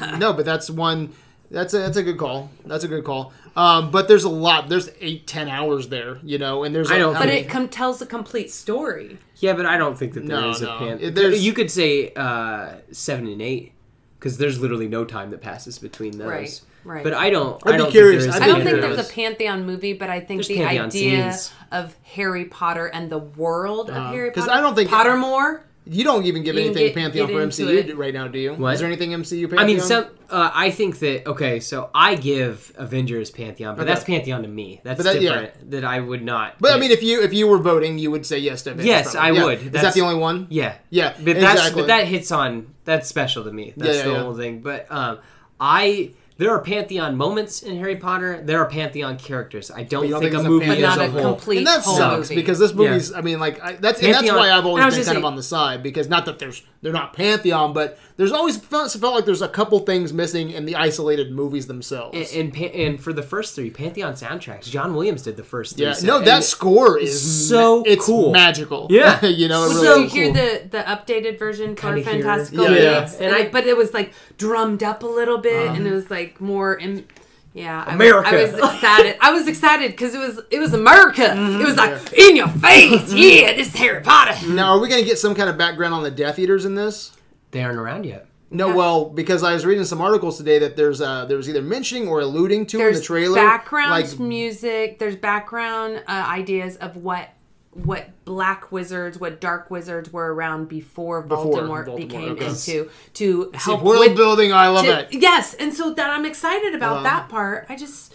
that.
(laughs)
With, no, but that's one. That's a that's a good call. That's a good call. Um, but there's a lot. There's eight, ten hours there. You know, and there's.
I don't
how
but
many-
it com- tells a complete story.
yeah, but I don't think that there
No,
is
no.
a pan.
It- there's-
You could say uh, seven and eight because there's literally no time that passes between those.
Right, right.
But I don't.
I'd
I
be
don't
curious.
Think there
I'd
is
I
be
any
don't think
of
Yeah.
that's
those.
a pantheon movie, but I think
There's
the
pantheon
idea
scenes.
of Harry Potter and the world of Harry
'cause
Potter.
I don't think-
Pottermore.
you don't even give
You can
anything
get-
pantheon
get
for
into
MCU
it.
right now, do you?
What?
Is there anything MCU pantheon?
I mean, some. Uh, I think that okay. So I give Avengers pantheon, but
Okay.
that's pantheon to me. That's
that- yeah.
different. That I would not.
But I mean, if you if you were voting, you would say yes to. Avengers,
Yes,
probably.
I
Yeah.
would.
Is that
That's-
the only one?
Yeah.
Yeah,
But that's
exactly.
but that hits on that's special to me. That's
Yeah,
the
yeah,
whole thing. But um I there are pantheon moments in Harry Potter. There are pantheon characters. I don't,
you don't
think,
think
a
it's a
movie
pantheon
as
But
a
not a
whole.
complete
and that
whole
sucks
movie.
because this movie's. I mean, like I, that's and that's
Pantheon-
why I've always
and I was
been kind
gonna
of
say-
on the side because not that there's they're not pantheon, but there's always felt, felt like there's a couple things missing in the isolated movies themselves.
and, and pa- and for the first three pantheon soundtracks, John Williams did the first three.
yeah,
so-
no,
and-
that score is
so
ma- it's
cool.
magical.
Yeah.
(laughs) you know, it
So
Did
really
you
is.
hear the, the updated version for
Kinda hear-
Fantastical
yeah, yeah.
Beasts?
And
And
I-
I, but it was like drummed up a little bit, and it was like more. In, yeah, I
America.
Was, I was excited. I was excited because it was it was America. It was like in your face. yeah, this is Harry Potter.
Mm-hmm. Now, are we going to get some kind of background on the Death Eaters in this?
they aren't around yet.
No,
No.
well, because I was reading some articles today that there's uh there was either mentioning or alluding to in the trailer
background
like
music. There's background uh, ideas of what what black wizards, what dark wizards were around before,
Before
Voldemort,
Voldemort,
became
okay.
into to help
world
with-
building. I love
to-
it.
yes, and so that I'm excited about that part. I just.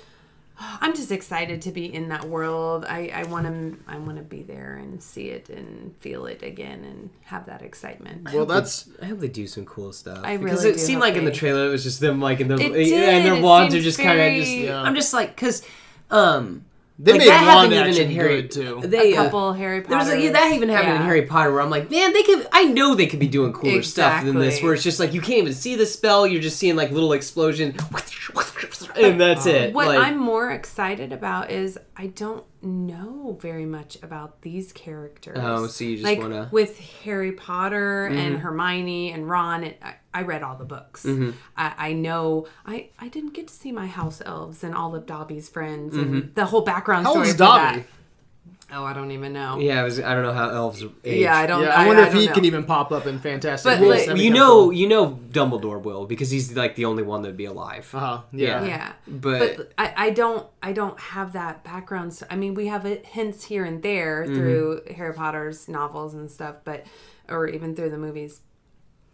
I'm just excited to be in that world. I, I want to I want to be there and see it and feel it again and have that excitement.
Well, that's
I hope they do some cool stuff.
I
because
really
it
do
seemed
hope
like in the
they-
trailer it was just them like in the
It did,
and their
it
wands are
seems
just kind of
very-
just.
Yeah.
I'm just like because um
they
like,
made
that
wand
happened even
action
in Harry
good too.
They
a
uh,
couple Harry
There
Potter.
was like, yeah, that even happened in
yeah.
Harry Potter where I'm like, man, they could I know they could be doing cooler stuff than this
Exactly.
where it's just like you can't even see the spell, you're just seeing like little explosion and that's it.
Uh, What
like,
I'm more excited about is I don't know very much about these characters.
Oh, so you just
like
wanna-
with Harry Potter and Hermione and Ron. It, I, I read all the books. I, I know. I I didn't get to see my house elves and all of Dobby's friends and the whole background
How
story.
old's
for
Dobby?
That. Oh, I don't even know. Yeah,
Yeah, I was I don't know how elves age.
I don't.
Yeah, I wonder if
don't
he
know.
can even pop up in Fantastic.
But,
Beasts.
like-
That'd be
you
kinda
know,
cool.
you know, Dumbledore will because he's like the only one that'd be alive.
uh-huh, yeah.
Yeah,
But-
I, I don't I don't have that background. So, I mean, we have it hints here and there
Mm-hmm.
through Harry Potter's novels and stuff, but or even through the movies.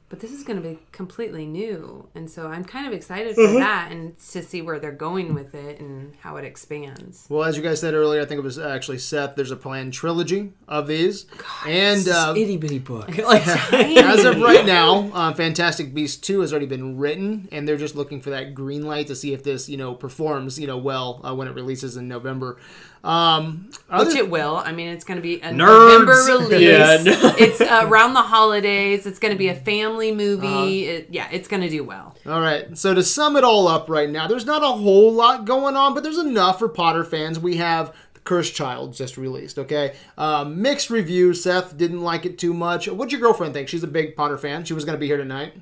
But this is going to be completely new, and so I'm kind of excited for
Mm-hmm.
that and to see where they're going with it and how it expands.
Well, as you guys said earlier, I think it was actually Seth. There's a planned trilogy of these, and uh,
itty bitty book.
(laughs)
Like,
as of right now, um, Fantastic Beasts two has already been written, and they're just looking for that green light to see if this you know performs you know well uh, when it releases in November. Um, other
Which it will. I mean, it's going to be a
Nerds.
November
(laughs)
release.
Yeah, no.
It's uh, around the holidays. It's going to be a family
Uh-huh.
movie. It, yeah, it's going to do well.
All right. So to sum it all up right now, there's not a whole lot going on, but there's enough for Potter fans. We have The Cursed Child just released, okay? Um, mixed review. Seth didn't like it too much. What'd your girlfriend think? She's a big Potter fan. She was going to be here tonight.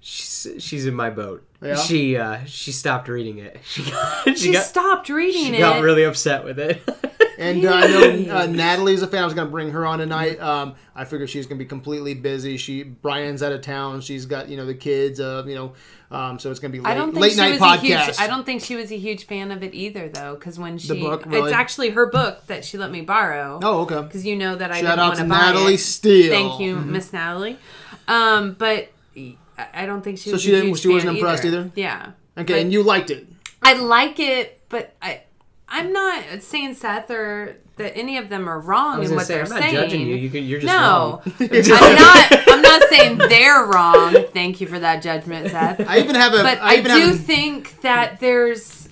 she's, she's in my boat.
Yeah?
She uh, she stopped reading it. (laughs) She got, she
She
got,
stopped reading
she
it.
got really upset with it. (laughs)
And uh, I know uh, Natalie's a fan. I was going to bring her on tonight. Um, I figure she's going to be completely busy. She Brian's out of town. She's got, you know, the kids, uh, you know, um, so it's going to be late,
I don't think
late
she
night
was
podcast.
a huge. I don't think she was a huge fan of it either, though, because when she,
book, really?
it's actually her book that she let me borrow.
Oh, okay.
because you know that I
Shout
didn't
out
want
to
to buy
Natalie
it.
Steele. Mm-hmm.
Thank you, Miss Natalie. Um, but I I don't think she. So was
she
a
didn't-
huge
she wasn't
fan
impressed either?
Yeah.
Okay,
But
and you liked it.
I like it, but I, I'm not saying Seth or that any of them are wrong
was gonna
in what
say,
they're
I'm not
saying.
judging you. You could- you're just
no.
wrong.
(laughs)
I'm not. I'm not saying they're wrong. Thank you for that judgment, Seth.
I even have a.
but
I
I,
even
do
have a,
think that there's.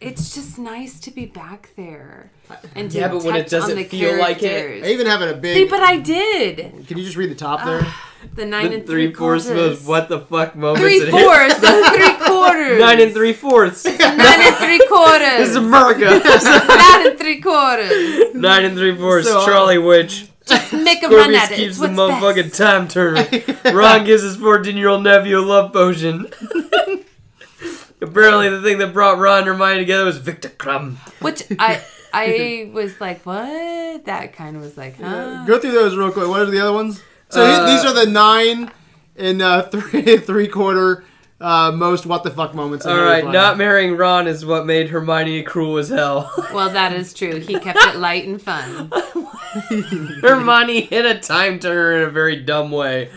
It's just nice to be back there and to
Yeah, but when it
touch
doesn't
on the
feel like it-
characters.
I even have a big.
See, but Ah, I did
Can you just read the top there?
the nine and three
three fourths
quarters.
was what the fuck moments.
Three
(laughs) it-
fourths. That's three quarters.
Nine and three fourths. this
(laughs) Nine and three quarters.
is America.
Nine and three
(laughs)
quarters.
Nine and three fourths.
So, uh,
Charlie Witch.
(laughs)
Make a run
Corby's
at it.
keeps
It's
the
what's
motherfucking
best.
time
(laughs)
turner. Ron gives his 14 year old nephew a love potion. Apparently, the thing that brought Ron and Hermione together was Victor Crumb.
Which
(laughs)
I I was like, what? That kind of was like, huh?
Go through those real quick. What are the other ones? So he-
Uh,
these are the nine and uh, (laughs) three three quarter uh, most what the fuck moments. in
All
Harry
right,
Potter.
not marrying Ron is what made Hermione cruel as hell. (laughs)
Well, that is true. He kept it light and fun.
Hermione hit a time turner in a very dumb way.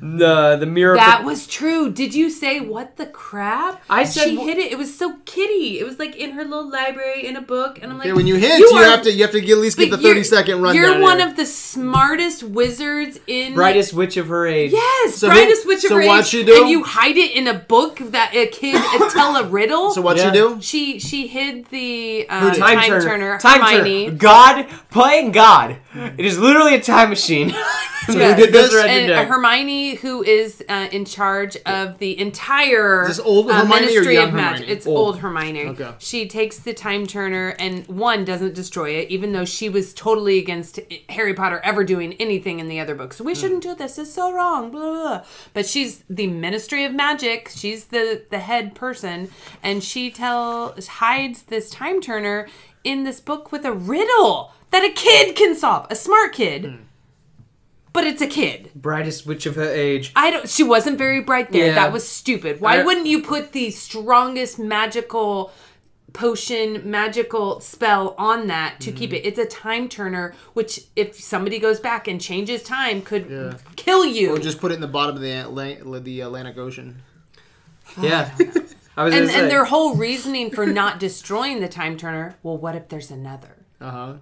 The the mirror.
That was true. Did you say what the crap?
I said-
she hid it. It was so kitty. It was like in her little library in a book, and I'm like,
Okay, when you hint, you,
You are-
have to you have to get, at least get the
but
thirty
you're-
second run.
You're one of the smartest wizards in
brightest witch of her age.
Yes,
So
brightest
who-
witch of
so
her
what'd
age,
she do?
and you hide it in a book that a
(laughs)
kid uh, tell a riddle.
So what
Yeah.
you do?
She she hid the uh,
did?
time, turner,
Time
Hermione.
(laughs)
turner.
Hmm.
God playing God. It is literally a time
(laughs)
machine.
Yes.
did this?
Those are at the
and uh,
deck.
Hermione, who is uh, in charge of the entire
Is this old
uh,
Hermione or
Ministry
young
of Magic.
Hermione?
It's
Old.
old, Hermione.
Okay.
She takes the time turner and one doesn't destroy it, even though she was totally against eh, Harry Potter ever doing anything in the other books.
Hmm.
We shouldn't do this. It's so wrong. Blah, blah, blah. But she's the Ministry of Magic. She's the the head person, and she tells hides this time turner
Hmm.
in this book with a riddle that a kid can solve. A smart kid. but it's a kid.
brightest witch of her age.
I don't. She wasn't very bright there.
Yeah.
That was stupid. Why
I-
wouldn't you put the strongest magical potion, magical spell on that to keep it? It's a time turner, which if somebody goes back and changes time, could kill you.
Or just put it in the bottom of the Atlantic, the Atlantic Ocean.
(laughs)
Yeah. I was
and
gonna say.
and their whole reasoning for not (laughs) destroying the time turner. Well, what if there's another?
Uh huh.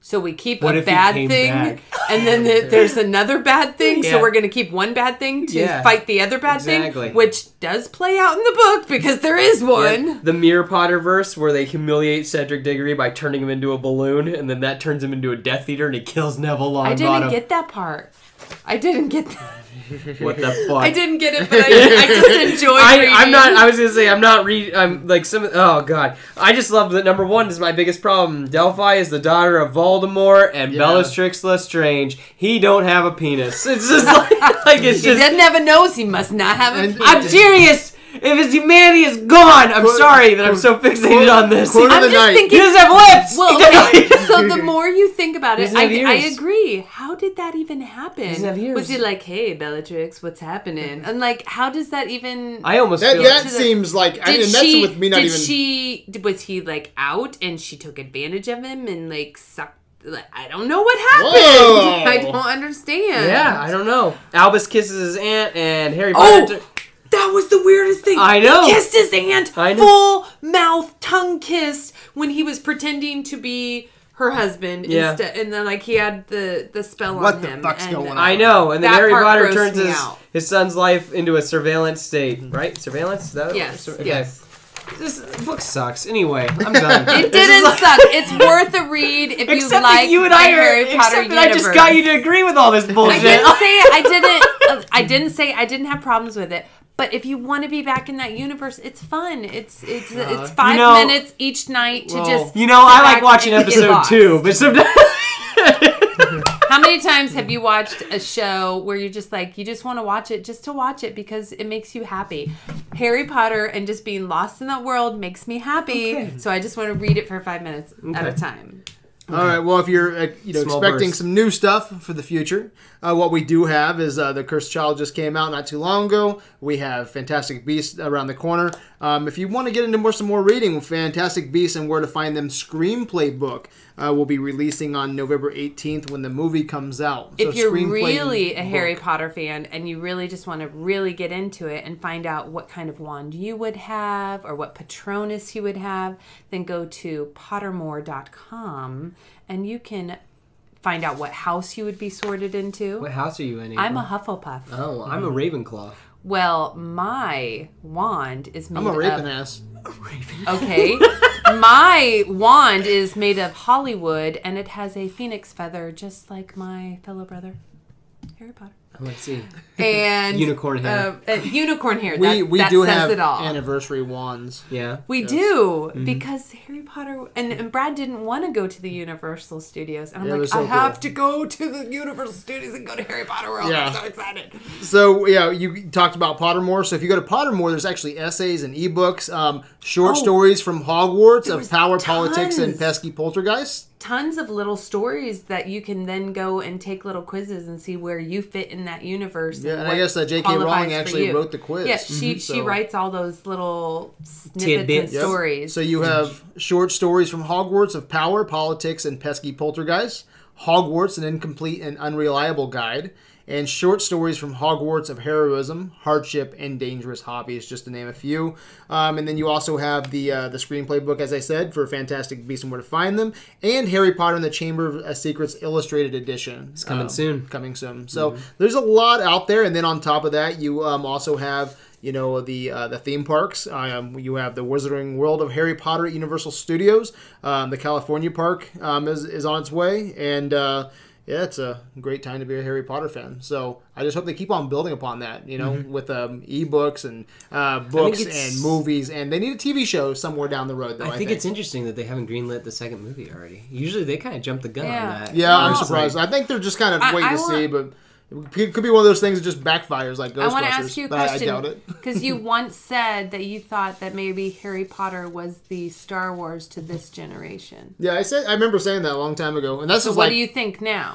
So we keep
What
a
if he
bad
came
thing,
back?
and
(laughs)
then the, there's another bad thing.
Yeah.
So we're going to keep one bad thing to
Yeah.
fight the other bad
Exactly.
thing, which does play out in the book because there is one.
The Mirror Potterverse, where they humiliate Cedric Diggory by turning him into a balloon, and then that turns him into a Death Eater, and he kills Neville Longbottom.
I didn't get that part. I didn't get that.
what the fuck?
(laughs) I didn't get it, but I, I just enjoyed
I,
reading.
I'm not. I was gonna say I'm not read. I'm like some. Oh god. I just love that. Number one is my biggest problem. Delphi is the daughter of Voldemort and
Yeah.
Bellatrix Lestrange. He don't have a penis. (laughs) It's just like, like it's
If he
just.
doesn't have a nose. He must not have a.
And-
I'm serious. If his humanity is gone, I'm
Quote-
sorry that I'm so fixated on this. He
quote of
I'm
the
just
night.
he
thinking.
doesn't have lips. He (laughs)
Well,
doesn't-
okay, so the more you think about it,
doesn't
I,
have
I
ears.
agree. How did that even happen?
doesn't have ears.
Was he like, "Hey, Bellatrix, what's happening?" And like, how does that even?
I almost
That,
feel
that
To the-
seems like I
did
mean, that's
she?
with me not
did
even.
she? Was he like out, and she took advantage of him and like sucked? Like, I don't know what happened. (laughs)
Whoa.
I don't understand.
Yeah, I don't know. Albus kisses his aunt, and Harry
Oh!
Potter.
That was the weirdest thing.
I know.
He kissed his aunt,
I know.
full mouth, tongue kissed when he was pretending to be her husband.
Yeah.
instead- and then like he had the the spell
What
on
the
him.
fuck's
and-
going on?
I know, and then
That
Harry
part
Potter
grossed
turns
me
his,
out.
his son's life into a surveillance state,
Mm-hmm.
right? Surveillance? Is that
Yes,
sur-
yes.
This book sucks. Anyway, I'm done.
(laughs) It didn't suck. It's worth a read if you
Except that
like
you and I
the
are.
Harry
except
Potter
that I just
universe.
got you to agree with all this
I
bullshit. (laughs)
didn't say it. I didn't. uh, I didn't say I didn't have problems with it. But if you want to be back in that universe, it's fun. It's it's it's five
Uh-huh. know-
minutes each night to just.
you know, I
sit
like
back
watching
and get
episode
lost.
two, but sometimes.
How many times have you watched a show where you're just like, you just want to watch it just to watch it because it makes you happy? Harry Potter and just being lost in that world makes me happy. So I just want to read it for five minutes at a
Okay.
time.
All right. Well, if you're uh, you know
Small
expecting
burst.
some new stuff for the future, uh, what we do have is uh, the Cursed Child just came out not too long ago. We have Fantastic Beasts around the corner. Um, if you want to get into more some more reading, Fantastic Beasts and Where to Find Them screenplay book uh, will be releasing on November 18th when the movie comes out. So
if you're
screenplay
really a
book.
Harry Potter fan and you really just want to really get into it and find out what kind of wand you would have or what Patronus you would have, then go to Pottermore.com and you can find out what house you would be sorted
(laughs)
into.
what house are you in?
I'm a Mm-hmm. Hufflepuff.
Oh, I'm a Ravenclaw.
Well, my wand is made
I'm a raping
of
ass.
okay. my wand is made of Hollywood, and it has a phoenix feather, just like my fellow brother,
(laughs)
Harry Potter,
Let's see.
and
Unicorn hair.
Uh, uh, unicorn hair.
(laughs) We
that,
we
that
do
says
have
it all.
anniversary wands.
Yeah.
we do
Mm-hmm.
because Harry Potter and, and Brad didn't want to go to the Universal Studios, and I'm
Yeah, it
like,
was so
I have
cool.
to go to the Universal Studios and go to Harry Potter World.
Yeah.
I'm so excited.
So yeah, you talked about Pottermore. So if you go to Pottermore, there's actually essays and ebooks, um, short
Oh.
stories from Hogwarts of
was
power, politics, and
tons.
pesky poltergeists.
tons of little stories that you can then go and take little quizzes and see where you fit in that universe.
Yeah, and I
what
guess that J.K. Rowling
qualifies for
actually
you.
wrote the quiz.
Yeah, she
Mhm.
she
So-
writes all those little snippets
Tidbits.
and
Yep.
stories.
So you have short stories from Hogwarts of power, politics, and pesky poltergeists. Hogwarts: An Incomplete and Unreliable Guide, and short stories from Hogwarts of heroism, hardship, and dangerous hobbies, just to name a few. Um, and then you also have the uh, the screenplay book, as I said, for Fantastic Beasts and Where to Find Them, and Harry Potter and the Chamber of uh, Secrets Illustrated Edition. Um, It's
coming soon.
Coming soon. So
Mm-hmm.
there's a lot out there, and then on top of that, you um, also have. You know the uh, the theme parks. Um, you have the Wizarding World of Harry Potter, at Universal Studios. Um, the California park um, is, is on its way, and uh, yeah, it's a great time to be a Harry Potter fan. So I just hope they keep on building upon that, you know, with um, ebooks and uh, books
Mm-hmm. it's-
and movies, and they need a TV show somewhere down the road. Though I,
Oh, I think it's interesting that they haven't greenlit the second movie already. Usually they kind of jump the gun
Yeah.
on that.
yeah, I'm
It's like-
surprised. I think they're just kind of
I-
waiting
I
to
want-
see, but it could- could be one of those things that just backfires like Ghostbusters.
I want to ask you a
but I-
question
I, doubt it. (laughs)
because you once said that you thought that maybe Harry Potter was the Star Wars to this generation.
Yeah, I said I remember saying that a long time ago, and that's just
what
like
do you think now?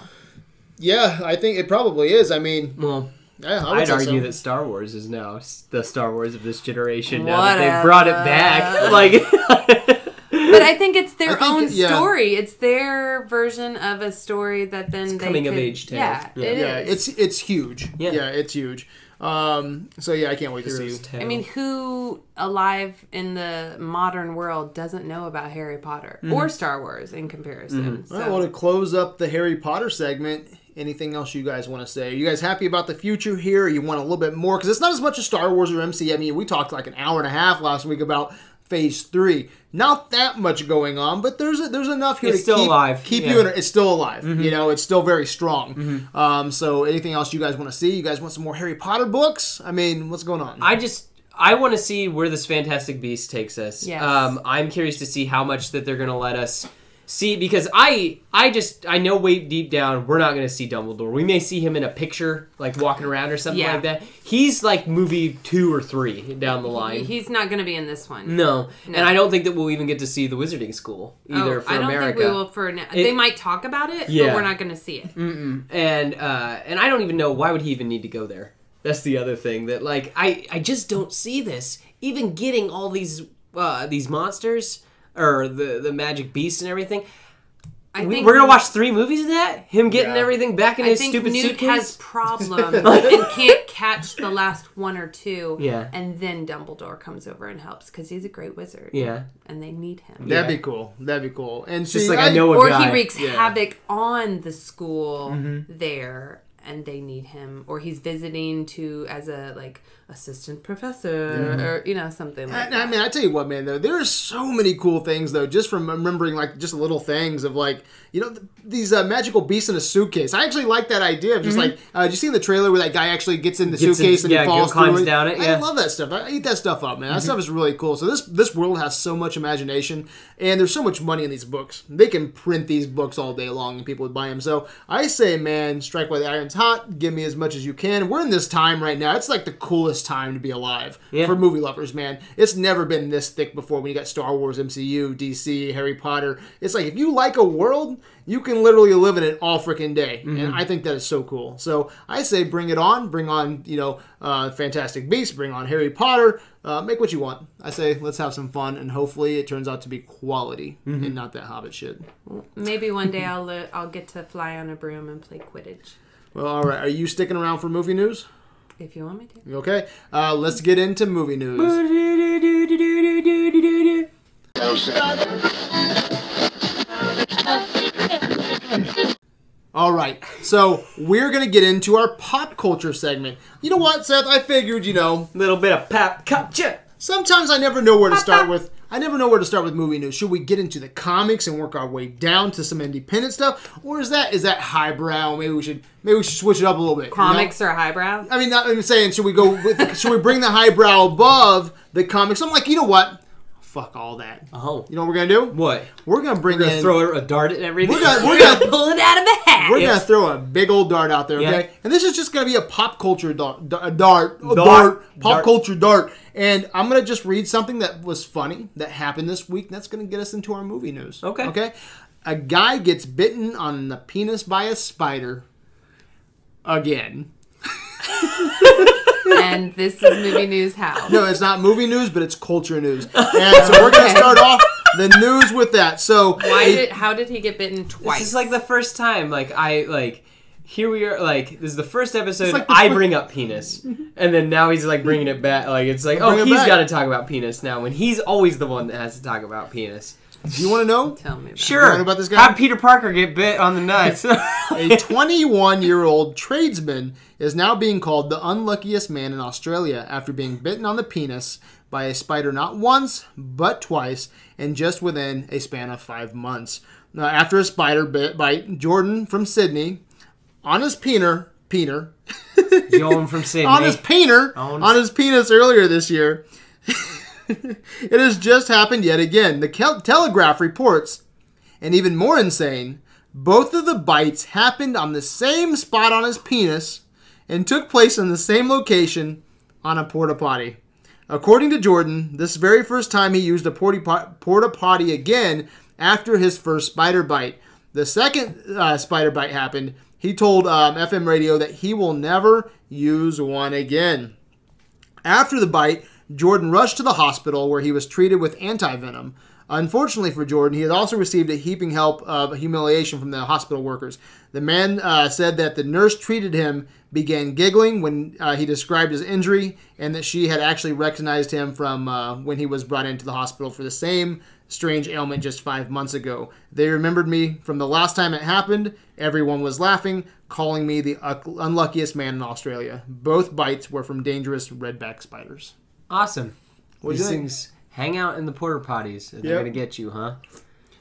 Yeah, I think it probably is. I mean,
Well,
yeah, I would
I'd
say
argue
so.
that Star Wars is now s- the Star Wars of this generation. Now that they brought it back, (laughs) like
But I think it's their
I think
own
it- yeah.
story. It's their version of a story that then they
coming of
could-
age tale.
Yeah,
Yeah.
it
yeah,
is.
it's it's huge.
Yeah.
Yeah, it's huge. Um, so yeah, I can't wait to see.
I mean, who alive in the modern world doesn't know about Harry Potter
Mm-hmm.
or Star Wars in comparison? So.
Well, well, to close up the Harry Potter segment, anything else you guys want to say? Are you guys happy about the future here? Or you want a little bit more? Because it's not as much as Star Wars or MC. I mean, E. we talked like an hour and a half last week about Phase Three. Not that much going on, but there's a, there's enough here
It's
to
still
keep,
alive,
keep
yeah. Mm-hmm.
you in. It's still alive. You know, it's still very strong. Um, so anything else you guys want to see? You guys want some more Harry Potter books? I mean, what's going on?
I just I want to see where this Fantastic Beast takes us.
Yes.
Um, I'm curious to see how much that they're going to let us see because I I just I know way deep down we're not going to see Dumbledore. We may see him in a picture like walking around or something
Yeah.
like that. He's like movie 2 or 3 down the line.
He's not going to be in this one.
no. And I don't think that we'll even get to see the Wizarding School either
Oh,
for
I don't
America.
think we will for now.
It-
they might talk about it,
Yeah. Mm-hmm.
but we're not going to see it.
and uh, and I don't even know why would he even need to go there. That's the other thing that like I I just don't see this even getting all these uh, these monsters or the the magic beasts and everything.
I
We,
think
we're gonna watch three movies of that. Him getting
Yeah.
everything back in
I
his
think
stupid
Nuke
suitcase. (laughs)
has problems and can't catch the last one or two.
Yeah.
And then Dumbledore comes over and helps because he's a great wizard.
(laughs)
yeah,
And they need him.
That'd be
Yeah.
cool. That'd be cool. And
just
see,
like I, know a
or
guy. Mm-hmm.
he wreaks
Yeah.
havoc on the school there and they need him or he's visiting to as a like assistant professor
Mm-hmm.
or you know something like
uh,
I, I
that
mean, I tell you what, man. Though there are so many cool things, though, just from remembering like just little things of like you know th- these uh, magical beasts in a suitcase. I actually like that idea of just like uh, did you see in the trailer where that guy actually gets in the
Mm-hmm. Gets in-
suitcase and
yeah,
he falls
climbs
through
down it,
I
yeah. Mm-hmm.
love that stuff. I eat that stuff up, man. That stuff is really cool. So this this world has so much imagination, and there's so much money in these books. They can print these books all day long, and people would buy them. So I say, man, strike while the iron's hot. Give me as much as you can. We're in this time right now. It's like the coolest time to be alive
Yeah.
for movie lovers, man. It's never been this thick before. When you got Star Wars, MCU, DC, Harry Potter, it's like if you like a world, you can literally live in it all freaking day, and I think that is so cool. So I say, bring it on, bring on, you know, uh, Fantastic Beasts, bring on Harry Potter, uh, make what you want. I say, let's have some fun, and hopefully it turns out to be quality and not that Hobbit shit.
maybe one day i'll li- i'll get to fly on a broom and play quidditch
Well, all right, are you sticking around for movie news?
if you want me to
Okay, uh, let's get into movie news. All right, so we're gonna get into our pop culture segment. You know what, Seth? I figured, you know,
Little bit of pop culture.
sometimes I never know where to start with. I never know where to start with movie news. Should we get into the comics and work our way down to some independent stuff, or is that is that highbrow? Maybe we should maybe we should switch it up a little bit. you know?
comics or highbrow
Uh,
(laughs)
I mean, not, I'm saying, should we go with, should we bring the highbrow above the comics? I'm like, you know what? Fuck all that.
Oh,
You know what we're gonna do?
what?
We're gonna bring
We're gonna
in.
throw a dart at everything.
we're gonna, we're
(laughs)
gonna
pull it out of a hat
we're
Yeah.
gonna throw a big old dart out there, okay?
Yeah.
And this is just gonna be a pop culture dart, a dart, a dart, pop
Dart.
culture dart. And I'm gonna just read something that was funny that happened this week. That's gonna get us into our movie news.
Okay.
Okay. A guy gets bitten on the penis by a spider. Again.
and this is movie
(laughs)
news how
No, it's not movie news, but it's culture news. And so we're gonna
Okay.
start off the news with that. So
why
a-
did how did he get bitten twice
This is like the first time, like I like. Here we are, like this is the first episode.
like the
I
fir-
bring up penis, and then now he's like bringing it back. Like it's like,
Bring
oh,
it
he's
back.
got to talk about penis now. When he's always the one that has to talk about penis.
you wanna know?
tell me about it.
Sure.
know about this guy?
How'd Peter Parker get bit on the (laughs) nuts?
A 21 year old tradesman is now being called the unluckiest man in Australia after being bitten on the penis by a spider not once, but twice, and just within a span of five months. Now, after a spider bit by Jordan from Sydney on his peener, peener,
Joan from Sydney.
on his peener,
Owned.
on his penis earlier this year. (laughs) it has just happened yet again. The Kel- Telegraph reports, and even more insane, both of the bites happened on the same spot on his penis and took place in the same location on a porta potty. According to Jordan, this very first time he used a porta pot- porta potty again after his first spider bite. The second uh, spider bite happened. He told um, FM radio that he will never use one again. After the bite, Jordan rushed to the hospital where he was treated with antivenom. Unfortunately for Jordan, he had also received a heaping help of humiliation from the hospital workers. The man uh, said that the nurse treated him began giggling when uh, he described his injury, and that she had actually recognized him from uh, when he was brought into the hospital for the same strange ailment just five months ago. They remembered me from the last time it happened. Everyone was laughing, calling me the uck- unluckiest man in Australia. Both bites were from dangerous redback spiders.
Awesome.
What'd
These
you think?
things hang out in the porter potties. And They're
Yep.
gonna get you, huh?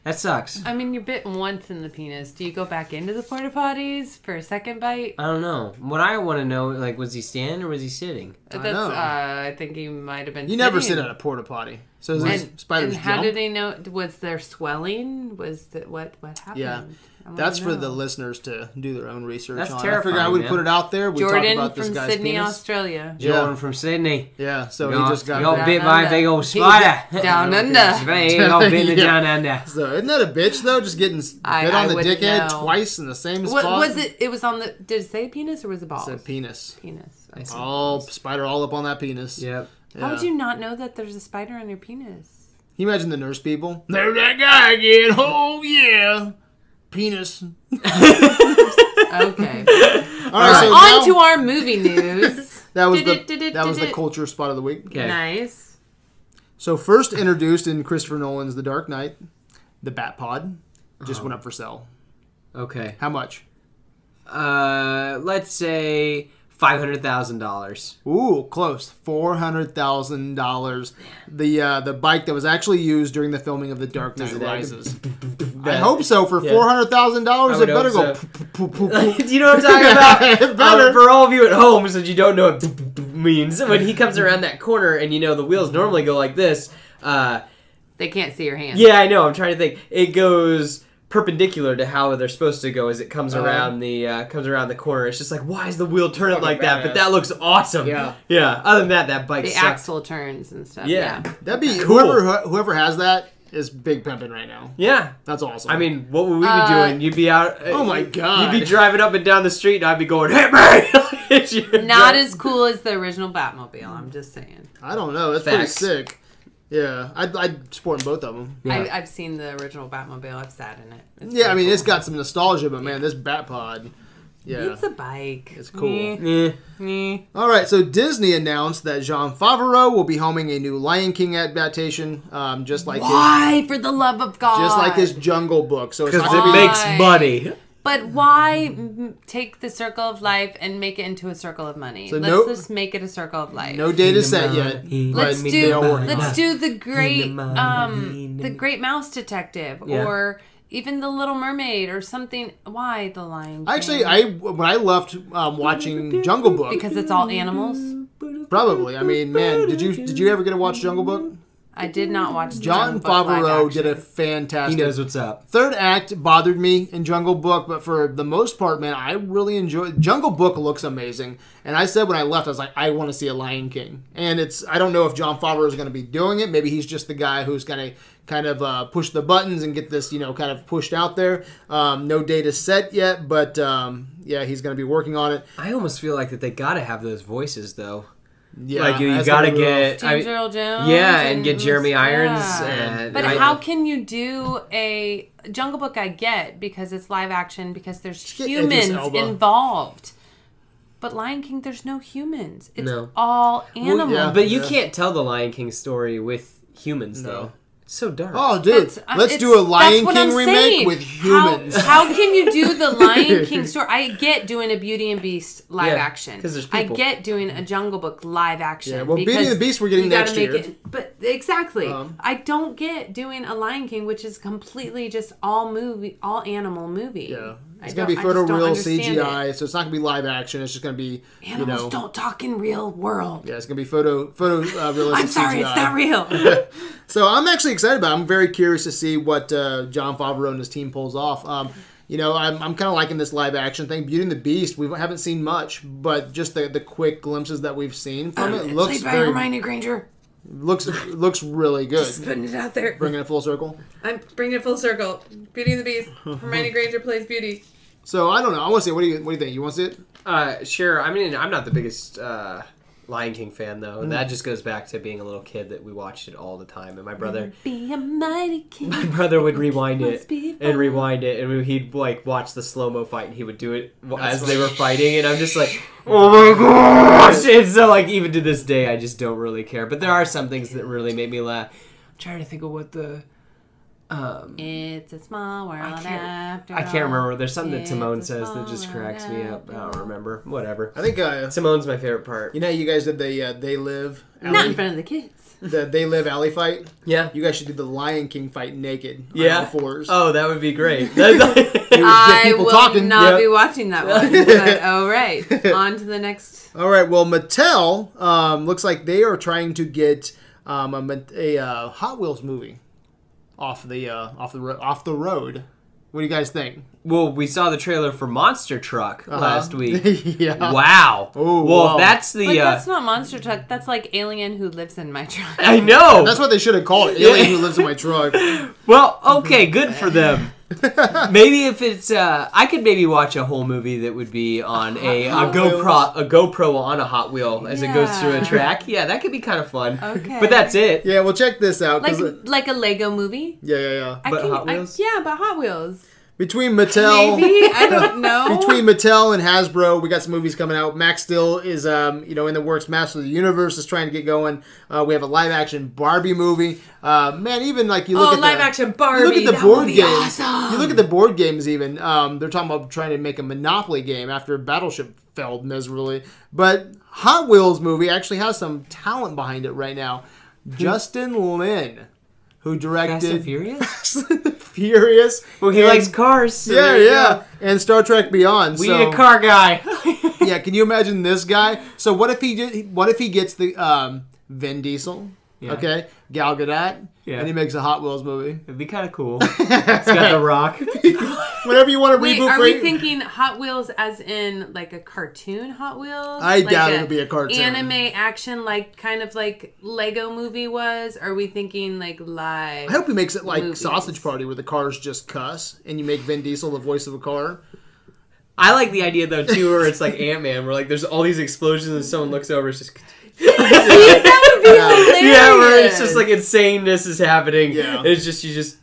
That sucks.
I mean, you're bit once in the penis. Do you go back into the porta potties for a second bite?
I don't know. What I want to know, like, was he standing or was he sitting?
That's.
know.
Uh, I think he might have been.
You never sit
sitting.
at a porta potty, so is
And,
these spiders
and how
jump?
did they know? Was there swelling? Was that what? What happened?
Yeah.
I wanna
That's for the
know.
listeners to do their own research.
That's
on. I
terrifying,
figured I would
man.
put it out there. We talked
Jordan
about this
from
guy's
Sydney,
penis.
Australia.
Yeah.
Jordan from Sydney.
Yeah, so
Got-
he just got.
got
bit.
bit by a big old
He-
spider.
(laughs)
down
It's
under.
very old bit
Yeah.
of down under.
So isn't that a bitch though? Just getting s-
I-
bit on
I
the
wouldn't
dickhead
know.
twice in the same
What
spot.
was it? It was on the. Did it say penis or was it balls?
It's a penis.
penis.
I see.
All spider all up on that penis.
Yep.
Yeah.
How would you not know that there's a spider on your penis?
Can you imagine the nurse people? There that guy again. Oh yeah, penis.
(laughs) Okay.
All right, so
on
now-
to our
(laughs)
movie news.
that was
Did it,
the
did it,
that was
did
the
it.
culture spot of the week.
Okay.
Nice.
So first introduced in Christopher Nolan's The Dark Knight, the Bat Pod just went up for sale.
Okay.
How much?
Uh, let's say five hundred thousand dollars.
Ooh, close four hundred thousand dollars. The uh, the bike that was actually used during the filming of The Dark Knight
it
(laughs)
always-
Rises.
(laughs)
I hope so. For four hundred thousand
I
dollars, it
would
better go.
hope
poo, poo, poo, poo, poo.
you know what I'm talking
It
about?
(laughs)
Uh,
better.
for all of you at home, since you don't know what (laughs) means, when he comes around that corner and you know the wheels normally go like this. Uh,
They can't see your hands.
yeah, I know. I'm trying to think. It goes perpendicular to how they're supposed to go as it comes
Uh-huh.
around the uh, comes around the corner. It's just like why is the wheel turning like that? But
badass.
that looks awesome.
Yeah.
Yeah. Other than that, that bike
The
sucks.
axle turns and stuff.
Yeah.
That'd (laughs) be
Cool.
whoever whoever has that is big pimping right now.
Yeah.
That's awesome.
I mean, what would we
Uh,
be doing? You'd be out.
oh my god.
You'd be driving up and down the street, and I'd be going, "Hit me!" (laughs)
Not as cool as the original Batmobile. I'm just saying.
I don't know. That's
Facts.
pretty sick. Yeah, I'd, I'd sport in both of them.
Yeah.
I, I've seen the original Batmobile. I've sat in it. It's
Yeah, I
pretty
mean,
cool.
it's got some nostalgia, but man, this Bat Pod. Yeah.
It's a bike.
It's cool.
Meh,
Eh.
meh.
All right, so Disney announced that Jean Favreau will be homing a new Lion King adaptation, um, just like his,
Why, for the love of God?
just like his Jungle Book. So it's not
Because
gonna
it
be
makes
Why?
money.
But why m- take the circle of life and make it into a circle of money?
So
let's
no-
just make it a circle of life.
no date is set yet.
Let's
but
let's
uh, me
do
they are working on
let's
it.
do the great
money,
um
in
the
the-
great mouse detective
Yeah.
or even the Little Mermaid or something. Why the Lion? King?
Actually, I when I left um, watching Jungle Book,
because it's all animals.
probably. I mean, man, did you did you ever get to watch Jungle Book?
I did not watch the
John
Jungle Book live
Favreau did a
action.
fantastic.
He knows what's up.
Third act bothered me in Jungle Book, but for the most part, man, I really enjoyed. Jungle Book looks amazing, and I said when I left, I was like, I want to see a Lion King, and it's I don't know if John Favreau is going to be doing it. Maybe he's just the guy who's going to kind of uh, push the buttons and get this, you know, kind of pushed out there. Um, no date is set yet, but um, yeah, he's going to be working on it.
I almost feel like that they gotta have those voices though.
Yeah,
like you, you
that's gonna
gotta
be rough.
get. I
James Earl Jones.
yeah, and get Jeremy Irons.
yeah.
And
But
I-
how can you do a Jungle Book? I get because it's live action because there's
get Idris
humans
Elba.
involved. But Lion King, there's no humans. It's
No.
all animals.
yeah.
But you
Yeah.
can't tell the Lion King story with humans though. It's so dark.
Oh, dude,
That's- uh,
let's
it's-
do a Lion
that's what
King
I'm
remake
saying.
with
How- (laughs)
humans.
How, can you do the
(laughs)
Lion King story? I get doing a Beauty and Beast live
Yeah,
action
'cause there's
I
people.
get doing a Jungle Book live action.
Yeah, well, Beauty and
because
the Beast we're getting
you gotta
next
make
year.
it- but exactly,
Um,
I don't get doing a Lion King, which is completely just all movie, all animal movie.
Yeah.
I
It's gonna
don't-
be
I just don't
photoreal
understand
CGI, so it's not gonna be live action. It's just gonna be
it. Animals
you know,
don't talk in real world.
yeah, it's gonna be photo photo
(laughs)
uh, realistic
I'm sorry,
CGI.
it's not real.
So I'm actually excited about. It. I'm very curious to see what uh, John Favreau and his team pulls off. Um, you know, I'm, I'm kind of liking this live action thing. Beauty and the Beast, we haven't seen much, but just the, the quick glimpses that we've seen from (laughs) it looks
Played Um, by
very,
Hermione Granger.
looks looks really good.
Just putting it out there.
Bringing it full circle.
(laughs)
I'm bringing it full circle. Beauty and the Beast. Hermione Granger plays Beauty.
So I don't know. I want to see. it. What do you What do you think? You want to see it?
Uh, sure. I mean, I'm not the biggest uh, Lion King fan though, and that just goes back to being a little kid that we watched it all the time. And my brother,
Be a mighty king.
(laughs) my brother would rewind it
Must be
and rewind it, and we- he'd like watch the slow mo fight, and he would do it w- as they were fighting, and I'm just like, (laughs) oh my gosh! And so like even to this day, I just don't really care. But there are some things that really make me laugh. I'm trying to think of what the um.
It's a small world
I can't-
after
I can't
all.
remember. There's something that
It's
Timon
a
says that just
small
cracks me up. I don't remember. Whatever.
I think. Uh,
Timon's my favorite part.
you know, how you guys did the uh, They Live
Not in
alley,
front of the kids.
the They Live alley fight.
Yeah.
You guys should do the Lion King fight naked. on
Yeah.
all fours.
Oh, that would
(laughs)
be great. That's-
I
people
will
talking.
not
Yep.
be watching
(laughs)
that one. But, all right, on to the next.
All right. Well, Mattel um, looks like they are trying to get um, a, Mat- a uh, Hot Wheels movie off the uh, off the ro- off the road. What do you guys think?
well, we saw the trailer for Monster Truck last week.
Uh-huh. (laughs) yeah.
Wow.
Oh,
well,
wow.
if that's the.
But
uh,
that's not monster truck. That's like alien who lives in my truck.
(laughs) I know.
That's what they should have called it. Alien who lives in my
(laughs)
truck.
well, okay, good for them.
(laughs)
maybe if it's, uh, I could maybe watch a whole movie that would be
(laughs)
on a, a
Hot
GoPro, a GoPro on a Hot Wheel as it goes through a
Yeah.
track. Yeah, that could be kind of fun.
Okay.
But that's it.
Yeah. Well, check this out.
(laughs) Like
'cause it-
like a Lego movie.
yeah, yeah, yeah.
I
But
can,
Hot
I-
Wheels?
yeah, but Hot Wheels.
Between Mattel.
Maybe Oh, I
(laughs)
don't know.
Between Mattel and Hasbro, we got some movies coming out. Max Still is, um, you know, in the works. Master of the Universe is trying to get going. Uh, we have a live-action Barbie movie. Uh, man, even like you look
oh,
at
live
the,
action Barbie.
you look at the
that would
board
be
games.
Awesome.
You look at the board games. Even um, they're talking about trying to make a Monopoly game after Battleship failed miserably. But Hot Wheels movie actually has some talent behind it right now. Justin Lin, who
Fast and
directed
Furious?
Fast and the (laughs) Furious.
Well, he
and-
likes cars. so
Yeah,
there you go.
yeah, and Star Trek Beyond.
We
so.
need a car guy.
(laughs)
(laughs)
Yeah, can you imagine this guy? So what if he did, what if he gets the um, Vin Diesel?
Yeah.
Okay, Gal Gadot,
Yeah.
and he makes a Hot Wheels
(laughs)
movie.
It'd be kind
(laughs)
of cool. It's got the rock.
Whenever you want to
Wait,
reboot,
are
for
we
it-
thinking Hot Wheels as in like a cartoon Hot Wheels?
I
Like
doubt it'll be a cartoon.
Anime action, like kind of like Lego Movie was. Are we thinking like live?
I hope he makes it like
Movies.
Sausage Party, where the cars just cuss, and you make Vin Diesel the voice of a
(laughs)
car.
I like the idea though too, where it's like Ant Man, where like there's all these explosions and someone looks over, it's just
(laughs) that would
(laughs)
be hilarious.
yeah, where it's just like insaneness is happening.
Yeah.
and it's just you
(laughs)
just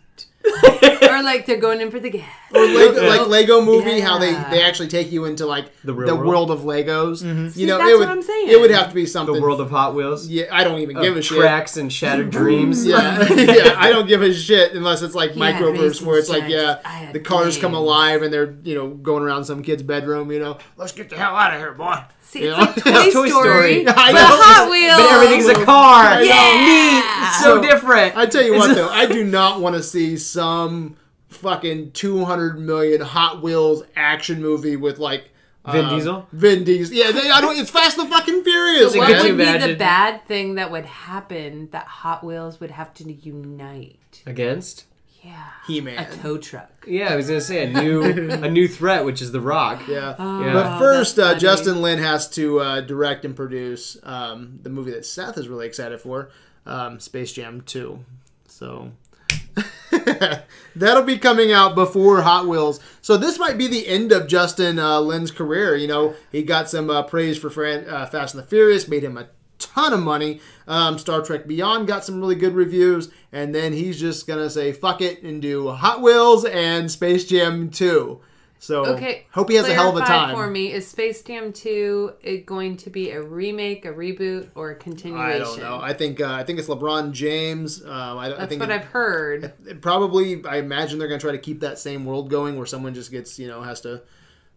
or like they're going in for the gas.
Or Lego, like Lego Movie, how they
Yeah.
they actually take you into like the,
The real
world.
world. Mm-hmm.
of Legos. You
See,
know,
that's
it
what
would
I'm saying.
it would have to be something.
the world of Hot Wheels,
yeah, I don't even give a shit.
tracks and shattered dreams. (laughs)
(laughs)
Yeah, (laughs) yeah. I don't give a shit unless it's like
had
microverse
raisins
where it's like,
stripes. I
yeah,
had
the cars come
planes.
alive and they're you know going around some kid's bedroom. You know, let's get the hell out of here, boy.
See,
You
it's
know? (laughs)
like Toy,
Toy
Story,
Story.
but
I know.
Hot Wheels.
but everything's a car.
Yeah.
neat. It's so
So,
different.
I tell you what though, I do not want to see some fucking two hundred million Hot Wheels action movie with like
Vin
um,
Diesel?
Vin Diesel. Yeah, they, I don't. It's Fast and Fucking Furious.
So
man.
could
What
you
would be the
imagine?
bad thing that would happen that Hot Wheels would have to unite?
(laughs) Against.
Yeah.
He-Man.
A tow truck.
Yeah, I was gonna say a new
(laughs)
a new threat, which is the Rock.
Yeah.
Yeah.
But
Oh,
first,
that's
uh,
funny.
Justin Lin has to uh, direct and produce um, the movie that Seth is really excited for, um, Space Jam 2. So (laughs) that'll be coming out before Hot Wheels. So this might be the end of Justin uh, Lin's career. You know, he got some uh, praise for Fran- uh, Fast and the Furious, made him a ton of money. Um, Star Trek Beyond got some really good reviews, and then he's just gonna say fuck it and do Hot Wheels and Space Jam 2. So
Okay.
hope he has a hell of a
clarify
time.
for me. Is Space Jam 2 it going to be a remake, a reboot, or a continuation?
I don't know. I think uh, I think it's LeBron James. Um, I, I
That's
think
what I've heard.
it probably. I imagine they're going to try to keep that same world going, where someone just gets you know has to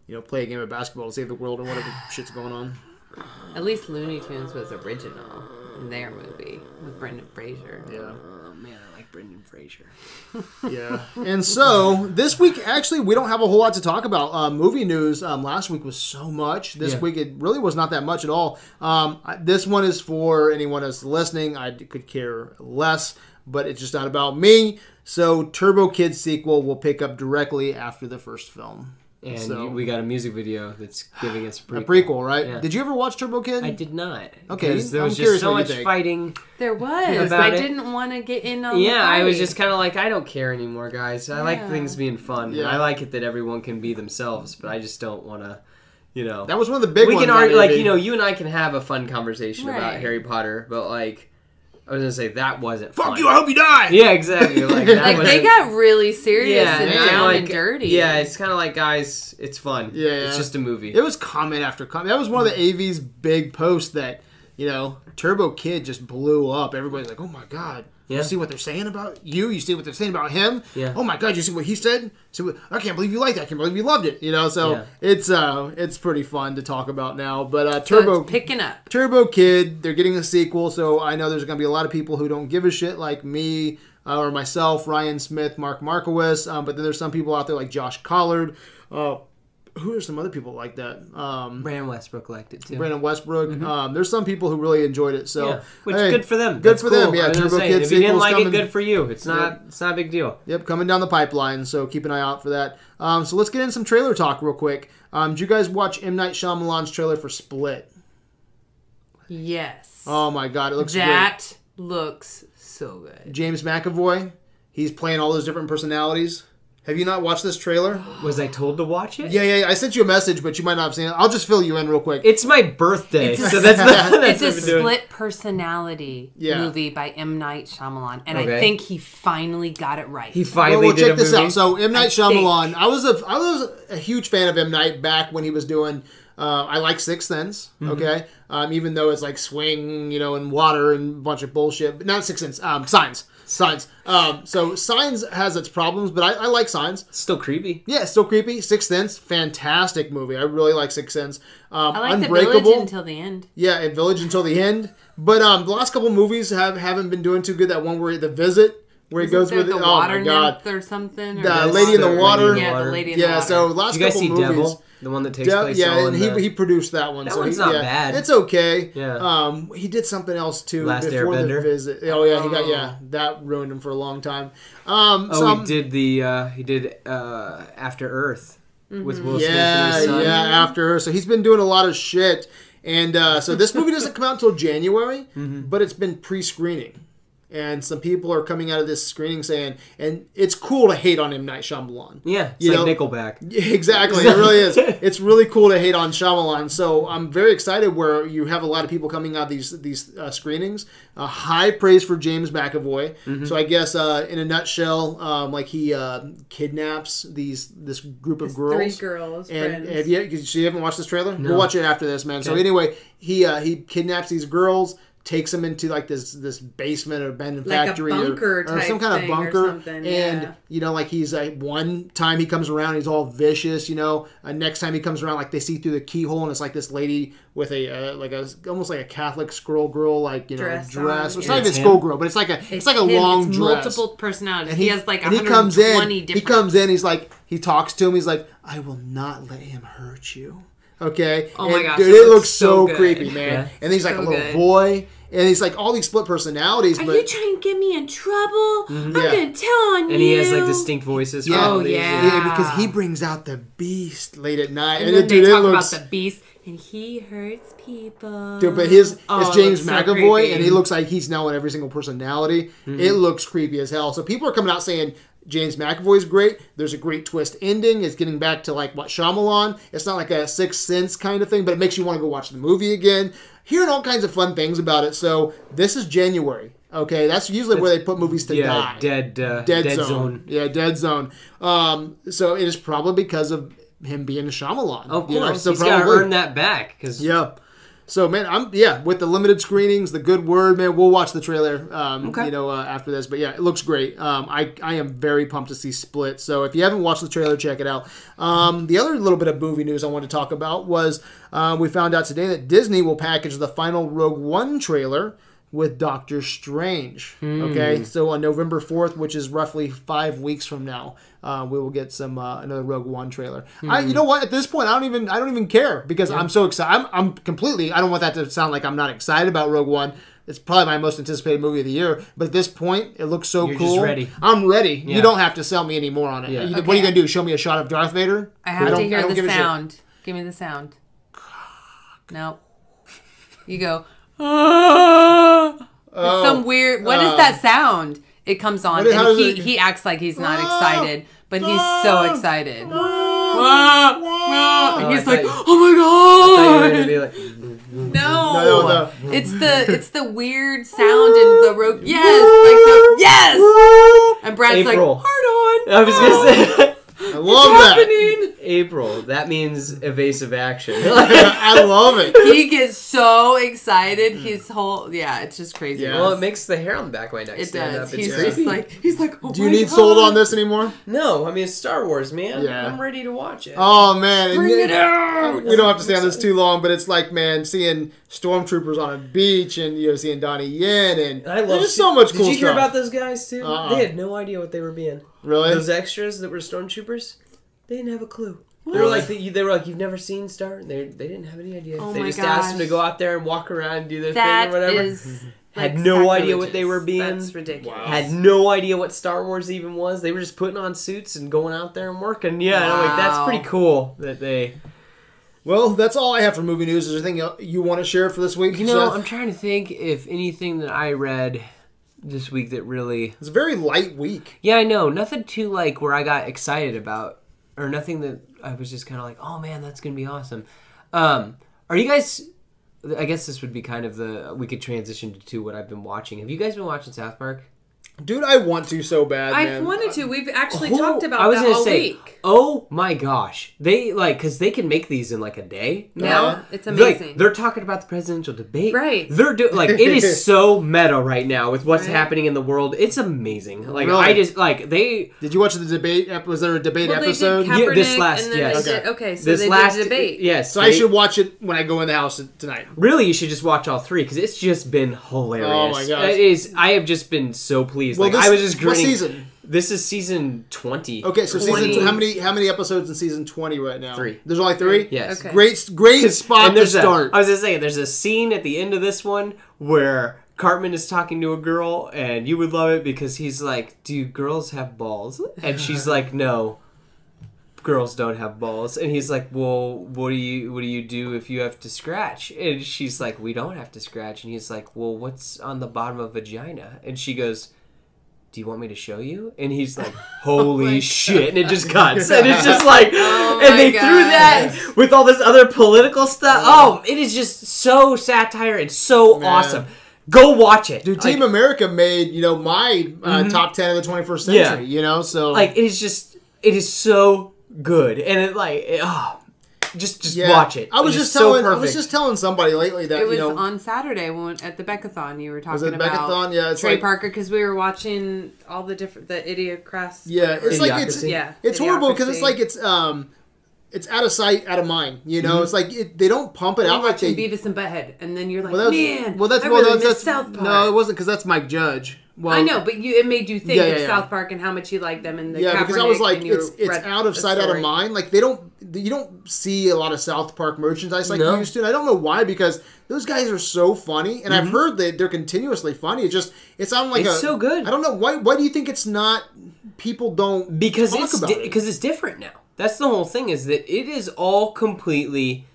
you know play a game of basketball to save the world or whatever
(sighs)
shit's going on.
(laughs) At least Looney Tunes was original in their movie with Brendan Fraser.
Yeah,
Oh man, I like Brendan Fraser.
(laughs) yeah. and so this week, actually, we don't have a whole lot to talk about. Uh, movie news um, last week was so much. This
Yeah.
week it really was not that much at all. Um, I, this one is for anyone that's listening. I d- could care less, but it's just not about me. So Turbo Kid sequel will pick up directly after the first film.
and
So-
we got a music video that's giving us a
A
prequel.
prequel, right?
Yeah.
Did you ever watch Turbo Kid?
I
Mm.
did not.
Okay,
because there
I'm
was just
curious
so
what you
much
think.
fighting.
There was.
About
I
it.
didn't want to get in on. the
Yeah, I was
party.
just kind of like, I don't care anymore, guys. I like
Yeah.
things being fun. And
Yeah.
I like it that everyone can be themselves, but I just don't want to, you know.
That was one of the big
we
ones.
can
that
argue, like
movie.
you know, you and I can have a fun conversation about
Right.
Harry Potter, but like, I was gonna say that wasn't.
Fuck
fun.
you! I hope you die.
(laughs) Yeah, exactly. Like, that
(laughs) like they
wasn't-
got really serious and
yeah,
down
like,
and dirty.
Yeah, it's kind of like guys, it's fun.
Yeah,
it's
yeah.
just a movie.
It was comment after comment. That was one of the AV's big posts that, you know, Turbo Kid just blew up. Everybody's like, oh my God.
Yeah.
You see what they're saying about you? You see what they're saying about him?
Yeah.
Oh my God, you see what he said? See what, I can't believe you liked that. I can't believe you loved it. You know, so
Yeah.
it's uh it's pretty fun to talk about now. But uh
So it's
Turbo
picking up.
Turbo Kid, they're getting a sequel, so I know there's going to be a lot of people who don't give a shit like me uh, or myself, Ryan Smith, Mark Markowitz. Um, but then there's some people out there like Josh Collard. Uh, who are some other people like that? Um,
Brandon Westbrook liked it too.
Brandon Westbrook. Um, there's some people who really enjoyed it. So,
Mm-hmm. yeah, which
hey,
good for them.
Good
That's
for
cool.
them.
I
Yeah,
was gonna
Turbo
say,
Kid
If you didn't
sequel's
like
coming.
it, good for you. It's not. It's not a big deal.
Yep, coming down the pipeline. So keep an eye out for that. Um, so let's get in some trailer talk real quick. Um, did you guys watch M Night Shyamalan's trailer for Split?
Yes.
Oh my God, it looks great.
that looks so good.
James McAvoy. He's playing all those different personalities. Have you not watched this trailer?
Was I told to watch it?
Yeah, yeah, yeah. I sent you a message, but you might not have seen it. I'll just fill you in real quick.
It's my birthday,
It's a-
(laughs) so that's
(laughs)
the, that's
It's a
what we're doing.
split personality
Yeah.
movie by M. Night Shyamalan, and
Okay.
I think he finally got it right.
He
Well,
finally
well,
did
check
a
this
movie.
out. So M Night
I think.
Shyamalan. I was a I was a huge fan of M Night back when he was doing. Uh, I like Sixth Sense.
Mm-hmm.
Okay, um, even though it's like swing, you know, and water and a bunch of bullshit. But not Sixth Sense. Um, signs. Signs. Um, so Signs has its problems, but I, I like Signs.
Still creepy.
Yeah, it's still creepy. Sixth Sense, fantastic movie. I really like Sixth Sense. Um,
I like the
Unbreakable.
village until the end.
Yeah, and Village until the end. But um, the last couple movies have haven't been doing too good. That one where the visit, where he goes
Isn't there
with it.
the
Oh
water
my god,
nymph or something? Or
the
there's-
Lady in the
Lady in
Water.
the
Yeah,
Water.
the lady in the
Yeah,
water.
so last
Did you guys
couple
see
movies.
Devil? The one that takes
Dev-
place
yeah,
all
and
in
he,
the
he produced that one. That so
one's
he-
not
yeah,
bad.
It's okay.
Yeah.
Um, he did something else too
Last
before the
Airbender?
visit. Oh yeah, he got yeah that ruined him for a long time. Um,
Oh,
so I'm-
he did the uh, he did uh, After Earth with Will
yeah,
Smith and his son.
yeah, after her. So he's been doing a lot of shit. And uh, so this movie doesn't come out until January,
Mm-hmm.
but it's been pre screening. And some people are coming out of this screening saying, and it's cool to hate on him, Night Shyamalan.
Yeah, it's
You
like
know-
Nickelback.
Yeah, (laughs) Exactly, it really is. It's really cool to hate on Shyamalan. So I'm very excited where you have a lot of people coming out of these these uh, screenings. Uh, high praise for James McAvoy.
Mm-hmm.
So I guess uh, in a nutshell, um, like he uh, kidnaps these this group of girls,
Three girls,
and
friends.
have you, so you haven't watched this trailer? We'll watch it after this, man. So anyway, he uh, he kidnaps these girls, takes them into like this this basement or abandoned
Like a
factory or-
bunker
or,
type
some kind of
thing or
bunker,
something,
and
yeah.
you know like he's like one time he comes around, he's all vicious, you know. And next time he comes around, like they see through the keyhole, and it's like this lady with a uh, like a almost like a Catholic scroll girl like you know dress.
Dress on,
It's
yeah.
not even
It's him.
scroll girl, but it's like a it's, like a
him,
long
it's
dress.
multiple personalities.
And
he, has like
and
120
comes in,
different.
He comes in. He's like he talks to him. He's like, I will not let him hurt you. Okay.
Oh my
And,
gosh,
dude,
it
it
looks
looks so
so good.
creepy, man.
Yeah.
And he's like
So
a little
good.
boy, and he's like all these split personalities.
Are
but
you trying to get me in trouble? I'm
Mm-hmm. Yeah.
gonna tell on you.
And he has like distinct voices. for
Yeah.
all
Oh,
these. uh,
yeah.
yeah, because he brings out the beast late at night,
And,
and,
then
it, dude,
they
it
talk
looks.
about the beast, and he hurts people.
Dude, but his
Oh,
it's
it
James
looks so
McAvoy,
creepy.
and he looks like he's now in every single personality. It looks creepy as hell. So people are coming out saying James McAvoy's great. There's a great twist ending. It's getting back to like what Shyamalan. It's not like a Sixth Sense kind of thing, but it makes you want to go watch the movie again. Hearing all kinds of fun things about it. So this is January. Okay, that's usually where they put movies to
yeah,
die.
dead, uh,
Dead,
dead, zone.
Yeah, Dead Zone. Um, so it is probably because of him being a Shyamalan.
Of
you know,
course,
so
he's got to
probably-
earn that back because (laughs)
Yep. So man, I'm yeah with the limited screenings, the good word, man. We'll watch the trailer, um,
Okay.
you know, uh, after this. But yeah, it looks great. Um, I I am very pumped to see Split. So if you haven't watched the trailer, check it out. Um, the other little bit of movie news I wanted to talk about was uh, we found out today that Disney will package the final Rogue One trailer with Doctor Strange. Okay, so on November fourth, which is roughly five weeks from now, uh, we will get some uh, another Rogue One trailer. I, you know what? At this point, I don't even I don't even care because I'm so excited. I'm, I'm completely. I don't want that to sound like I'm not excited about Rogue One. It's probably my most anticipated movie of the year. But at this point, it looks so
You're just
cool.
ready.
I'm ready.
Yeah.
You don't have to sell me any more on it.
Yeah.
You- What are
Okay.
you gonna do? Show me a shot of Darth Vader?
I have to
don't-
hear
don't
the
give a shit.
sound. Give me the sound. Nope.
(laughs)
You go. It's some weird. What is that sound? It comes on,
Oh, What is- how
and
does
he,
it-
he acts like he's not
Ah!
excited, but he's so
Ah!
excited.
Ah!
And he's
I
like,
thought you-
"Oh my god!"
Be like,
No,
No,
no.
it's the it's the weird sound and the
(laughs)
rope. Yes, like the, yes. And Brad's
April.
like, "Hard on."
I was gonna say
I love that.
happening.
(laughs) April. That means evasive (laughs) action.
(laughs) I love it. (laughs)
He gets so excited.
Mm-hmm.
His whole yeah, it's just crazy.
Yeah.
well, it makes the hair on the back of my neck
It
stand up.
does.
It's
He's
creepy.
just like he's like. Oh
Do you
my
need
God.
sold on this anymore?
no, I mean it's Star Wars, man.
Yeah.
I'm ready to watch it.
Oh man, And
Bring it
then-
out.
We don't have to stay on this too long, but it's like man, seeing stormtroopers on a beach and you know seeing Donnie Yen and
And I love.
there's so much
Did
cool
you hear
stuff.
about those guys too?
Uh-uh.
They had no idea what they were being.
really?
Those extras that were stormtroopers, they didn't have a clue. They were like, they, they were like, you've never seen Star. and They they didn't have any idea.
Oh
they
my
just asked them
gosh.
to go out there and walk around and do their
That
thing or whatever.
is,
Had
like,
no idea what
sacrilegious.
they were being.
That's ridiculous.
Wow.
Had no idea what Star Wars even was. They were just putting on suits and going out there and working. Yeah, and I'm like that's
Wow.
pretty cool that they.
Well, that's all I have for movie news. Is there anything el- you want to share for this week?
You know,
Seth?
I'm trying to think if anything that I read this week that really.
it's a very light week.
Yeah, I know nothing too like where I got excited about, or nothing that I was just kind of like, oh man, that's gonna be awesome. Um, are you guys? I guess this would be kind of the we could transition to what I've been watching. Have you guys been watching South Park?
Dude, I want to so bad.
I
man.
wanted to. We've actually
Who-
talked about
I was
that
gonna
all
say,
week.
Oh my gosh, they like because they can make these in like a day.
Now
Yeah.
it's
uh, Like,
amazing.
they're talking about the presidential debate.
Right.
They're doing like it
(laughs)
is so meta right now with what's
Right.
happening in the world. It's amazing. Like
Really?
I just like they
Did you watch the debate? ep- Was there a debate
well,
episode?
they did Kaepernick,
Yeah, this last-
and then
yes.
they did,
Okay.
okay, so
this
they
last
did a debate.
Yes.
so I
they-
should watch it when I go in the house tonight.
Really, you should just watch all three because it's just been hilarious.
Oh my gosh.
It is. I have just been so pleased.
Well,
like
this-
I was just
what
grinning.
season?
This is season twenty.
Okay, so season
20.
two, how many how many episodes in season twenty right now?
Three.
There's only three.
Yes.
Okay.
Great, great spot
And
to
there's a-
start.
I was gonna say there's a scene at the end of this one where Cartman is talking to a girl, and you would love it because he's like, "Do girls have balls?" And she's like, "No." Girls don't have balls, and he's like, "Well, what do you what do you do if you have to scratch?" And she's like, "We don't have to scratch." And he's like, "Well, what's on the bottom of vagina?" And she goes, "Do you want me to show you?" And
(laughs)
he's like,
Oh
"Holy shit!" And it just cuts, and it's just like, and
my
they threw that (laughs)
gosh.
with all this other political stuff. Oh, it is just so satire and so
Man.
awesome. Go watch it.
Dude,
like, Mm-hmm.
Team America made you know my uh, top ten of the 21st century.
Yeah.
You know, so
like it is just it is so good and it like it- oh, just just
yeah.
watch it.
I was
It is
just
so
telling I was
perfect.
just telling somebody lately that
It
you
was
know
on Saturday when at the Beckathon you were talking
it
about
Beckathon? Yeah, it's
Trey
like-
Parker because we were watching all the different the idiocrats.
yeah it's like it's
Idiocracy.
Yeah,
it's horrible because
Idiocracy.
it's like it's um it's out of sight out of mind. You
Mm-hmm.
know, it's like it, they don't pump it
I'm
out like
watching
they
Beavis and Butthead, and then you're like,
well that's
man,
well that's
I
well
really
that's, that's
miss South Park.
no it wasn't because that's Mike Judge. Well,
I know, but you it made you think
Yeah, yeah,
of
yeah.
South Park and how much you liked them and the
yeah, because I was
Kaepernick
like,
and you
it's it's
read
out of
the
sight, out of
story.
mind. Like they don't, you don't see a lot of South Park merchandise like
No.
you used to. And I don't know why, because those guys are so funny, and I've heard that they're continuously funny. It just it sounds like
Mm-hmm. It's
a-
so good.
I don't know why. Why do you think it's not? People don't
because
talk
it's
about
di-
it.
because it's different now. That's the whole thing is that it is all completely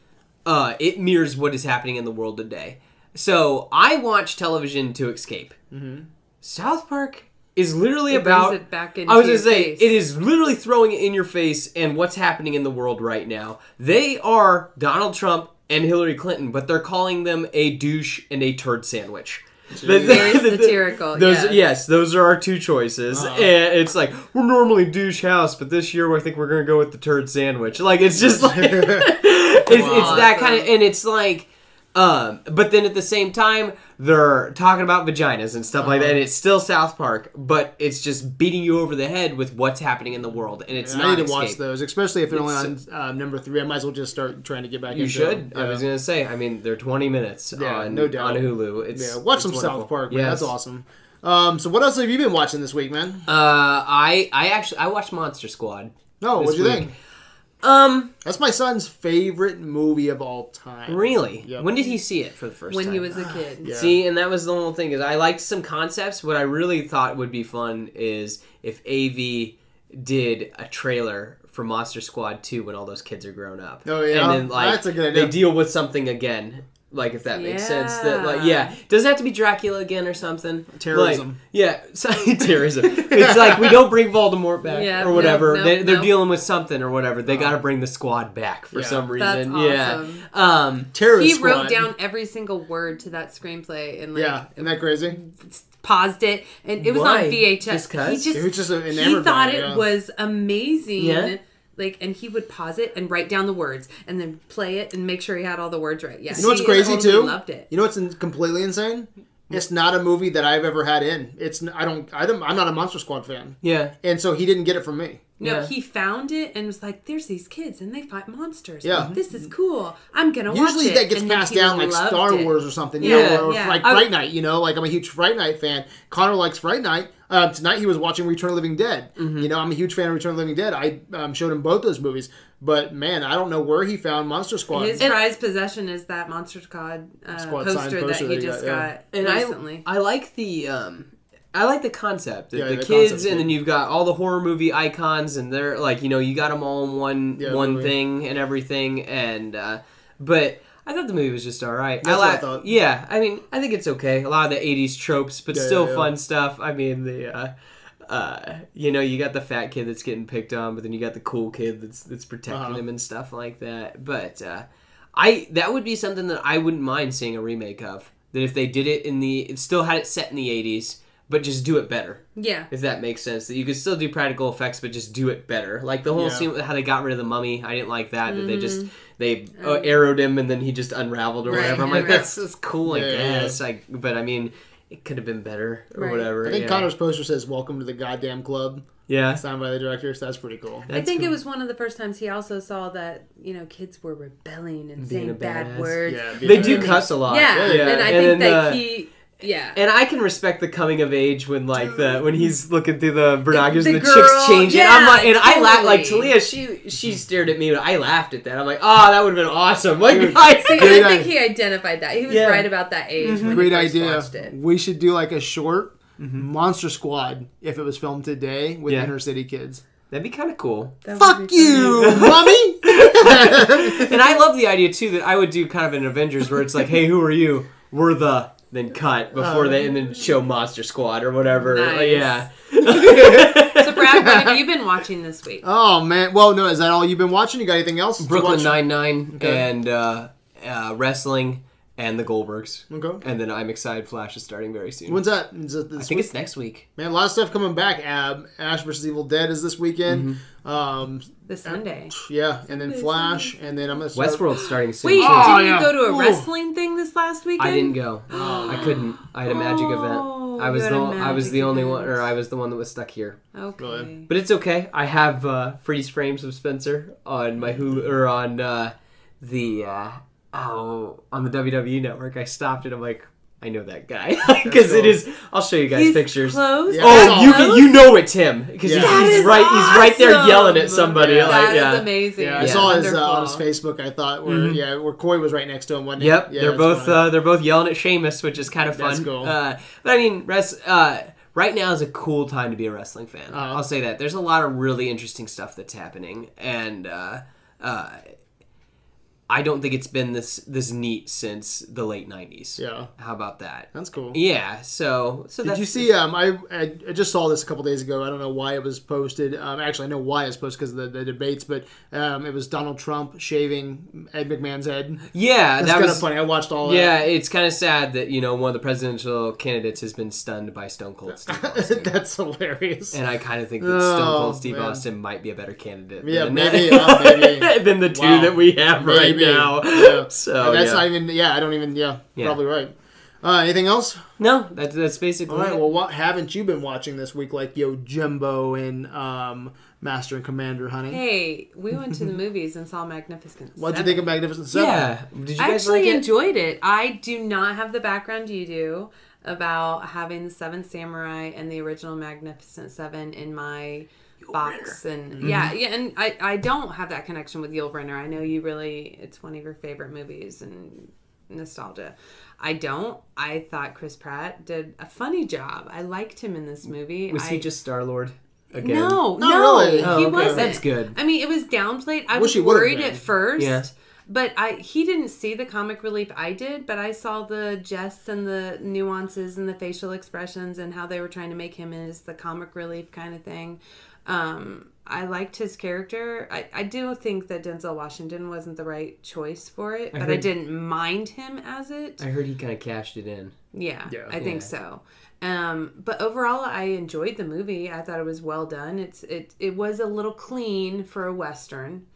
uh it mirrors what is happening in the world today. So I watch television to escape. Mm-hmm. South Park is literally
It brings
about
it back into
I was gonna
your
say
face.
it is literally throwing it in your face and what's happening in the world right now. They are Donald Trump and Hillary Clinton, but they're calling them a douche and a turd sandwich. (laughs)
Very satirical,
Those,
yes.
Yes, those are our two choices. And it's like, we're normally douche house, but this year I think we're going to go with the turd sandwich. Like, it's just like, it's, it's that kind of, and it's like, um, but then at the same time, they're talking about vaginas and stuff
Uh-huh.
like that. And it's still South Park, but it's just beating you over the head with what's happening in the world. And it's
I
not
need to watch
escape.
those, especially if they're only on
It's-
um, number three. I might as well just start trying to get back.
You
into
should.
Them.
I was
Yeah.
gonna say. I mean, they're twenty minutes
Yeah,
on
no doubt.
on Hulu. It's
yeah, watch
it's
some
wonderful.
South Park, man. That's
Yes.
awesome. Um, so what else have you been watching this week, man?
Uh, I I actually I watched Monster Squad.
No,
this
Oh, what'd you
week.
think?
Um,
That's my son's favorite movie of all time.
really?
Yep.
When did he see it for the first
when
time?
he was a
(sighs)
kid.
Yeah.
See, and that was the whole thing is I liked some concepts. What I really thought would be fun is if AV did a trailer for Monster Squad 2 when all those kids are grown up.
Oh, yeah.
And then like
That's a good idea.
they deal with something again. Like if that makes sense. That like
Yeah.
yeah. Does it have to be Dracula again or something?
Terrorism.
Like, yeah. (laughs) So, terrorism. It's like we don't bring Voldemort back
Yeah,
or whatever.
no, no,
they, they're
no.
dealing with something or whatever. They gotta bring the squad back for
Uh-huh. Yeah.
some
That's
reason.
awesome.
Yeah. Um
Terrorist
He
Squad.
wrote down every single word to that screenplay and like
Yeah, isn't that crazy?
paused it, and it was
Why?
on VHS.
Just 'cause?
He
He was
just
just enamored
he thought
by
it
yeah.
was amazing.
Yeah.
Like, and he would pause it and write down the words, and then play it and make sure he had all the words right. Yeah,
You know what's
he
crazy
totally
too?
Loved it.
You know what's in- completely insane? It's not a movie that I've ever had in. It's n- I don't I don't I'm not a Monster Squad fan,
yeah.
and so he didn't get it from me.
No,
Yeah.
he found it and was like, "There's these kids and they fight monsters.
Yeah.
this is cool. I'm gonna watch
Usually
it."
that gets
And then
passed
he
down like
loved
Star
it.
Wars or something, you
Yeah,
know, or, or
yeah.
like
I-
Fright Night. You know, like I'm a huge Fright Night fan. Connor likes Fright Night. Uh, tonight he was watching Return of the Living Dead.
Mm-hmm.
You know, I'm a huge fan of Return of the Living Dead. I um, showed him both those movies, but man, I don't know where he found Monster Squad.
His prized possession is that Monster Squad, uh,
Squad signed
poster,
poster that
that
he
you just
got, yeah.
got
and
recently.
I, I like the um I like the concept. The,
Yeah,
the
the
kids
concept,
and then
yeah.
you've got all the horror movie icons and they're like, you know, you got them all in one
Yeah,
one
movie.
thing and everything and uh but I thought the movie was just all right.
That's
I
what I
like-
thought.
Yeah, I mean, I think it's okay. A lot of the '80s tropes, but
Yeah,
still
yeah, yeah.
fun stuff. I mean, the uh, uh, you know, you got the fat kid that's getting picked on, but then you got the cool kid that's that's protecting
Uh-huh.
him and stuff like that. But uh, I that would be something that I wouldn't mind seeing a remake of. That if they did it in the, it still had it set in the '80s, but just do it better.
yeah,
If that makes sense, that you could still do practical effects, but just do it better. Like the whole
Yeah.
scene with how they got rid of the mummy, I didn't like that. That they just they uh, arrowed him and then he just unraveled or
Mm-hmm. Right,
whatever. I'm like,
unraveled.
that's, that's cool, I
Yeah, yeah, yeah.
guess. Like, but I mean, it could have been better or
Right.
whatever.
I think
yeah.
Connor's poster says "Welcome to the goddamn club,"
yeah,
signed by the director. So that's pretty cool.
I
That's
think it
cool.
was one of the first times he also saw that you know kids were rebelling and
Being a
saying bad
badass.
words.
Yeah,
Yeah,
be-
They do cuss a lot.
and I think that
uh,
he,
(laughs)
yeah,
And I can respect the coming of age when like the when he's looking through the binoculars
The
and the
girl,
chicks changing. I'm
yeah,
like, and I laughed like
totally.
Talia. She she stared at me, and I laughed at that. I'm like, oh, that would have been awesome. (laughs) Like, I,
See,
Great
I think
idea.
he identified that. He was
Yeah.
right about that age. When
Great
he first
idea.
Watched it. Mm-hmm.
We should do like a short Monster Squad if it was filmed today with
Yeah.
inner city kids.
that'd be kind of cool.
That would
Fuck
be funny.
you, mommy. (laughs)
(laughs)
And I love the idea too that I would do kind of an Avengers where it's like, hey, who are you? We're the then cut before they and then show Monster Squad or whatever.
Nice.
Yeah.
(laughs) So, Brad,
(laughs)
what have you been watching this week?
oh man. Well, no, is that all you've been watching? You got anything else? to
Brooklyn
watch?
Nine Nine
Okay.
and uh, uh, wrestling and the Goldbergs.
Okay.
And then I'm excited. Flash is starting very soon.
When's that? Is it this
I think
week?
it's next week.
Man, a lot of stuff coming back. Ab, Ash versus Evil Dead is this weekend.
Mm-hmm.
Um,
This Sunday.
yeah, and then Flash, and then I'm gonna start.
Westworld's starting soon.
Wait,
too.
Oh,
didn't
yeah.
you go to a
Ooh.
wrestling thing this last weekend?
I didn't go. I couldn't. I had a magic event. I
Oh, you
was
had
the
a
I was
magic
the only
event.
one, or I was the one that was stuck here.
Okay.
Really?
But it's okay. I have uh, freeze frames of Spencer on my Hulu or on uh, the uh, oh on the WWE network. I stopped it. I'm like, I know that guy (laughs) because it
cool.
is. I'll show you guys
He's
pictures.
Close.
Yeah.
Oh, you
Close?
can, you know it's him because
Yeah.
he's,
That
he's
is
right. He's right there
awesome.
yelling at somebody.
Yeah.
like,
That is
yeah.
amazing.
yeah, I
Yeah.
saw his uh, on his
Wonderful.
Facebook. I thought where yeah, where Coy was right next to him. Wasn't he?
Mm-hmm. Yep,
Yeah,
they're
that's
both
funny.
uh, they're both yelling at Sheamus, which is kind of fun.
That's cool.
Uh, but I mean, res- uh, right now is a cool time to be a wrestling fan.
Uh-huh.
I'll say that. There's a lot of really interesting stuff that's happening, and uh, uh, I don't think it's been this this neat since the late '90s.
yeah,
How about that?
that's cool.
Yeah. So, so
Did
that's,
you see? Um, I, I I just saw this a couple days ago. I don't know why it was posted. Um, actually, I know why it's posted because of the, the debates. But um, it was Donald Trump shaving Ed McMahon's head.
Yeah,
That's
that
kind
was
of funny. I watched all.
Yeah, it's kind of sad that you know one of the presidential candidates has been stunned by
(laughs)
Stone Cold Steve Austin.
that. that's hilarious.
And I kind of think that Stone
Oh,
Cold Steve
man.
Austin might be a better candidate.
Yeah,
than, (laughs)
maybe, uh, maybe.
than the two
Wow.
that we have
Maybe.
right
(laughs)
now.
Yeah.
So
And that's
yeah.
not even. Yeah, I don't even. Yeah,
Yeah.
probably right. Uh, anything else?
no, that's that's basically
All right.
it.
Well, what haven't you been watching this week? Like Yo Jimbo and um, Master and Commander, honey.
Hey, we
(laughs)
went to the movies and saw Magnificent.
What'd you
Seven.
think of Magnificent Seven?
yeah. Did you
I
guys
actually
like it?
enjoyed it. I do not have the background you do about having the Seven Samurai and the original Magnificent Seven in my box and
Mm-hmm.
yeah, yeah, and I I don't have that connection with Yul Brynner. I know you really it's one of your favorite movies and nostalgia. I don't. I thought Chris Pratt did a funny job. I liked him in this movie.
Was
I,
he just Star Lord again?
No,
Not
no,
really.
he
Oh,
okay.
wasn't.
That's good.
I mean, it was downplayed. I
Wish
was
he would've
worried
been.
at first,
Yeah.
but I he didn't see the comic relief I did. But I saw the jests and the nuances and the facial expressions and how they were trying to make him as the comic relief kind of thing. Um, I liked his character. I, I do think that Denzel Washington wasn't the right choice for it, but I
heard-
didn't mind him as it.
I heard he kind of cashed it in.
Yeah,
Yeah.
I think
Yeah.
so. Um, but overall, I enjoyed the movie. I thought it was well done. It's it it was a little clean for a western.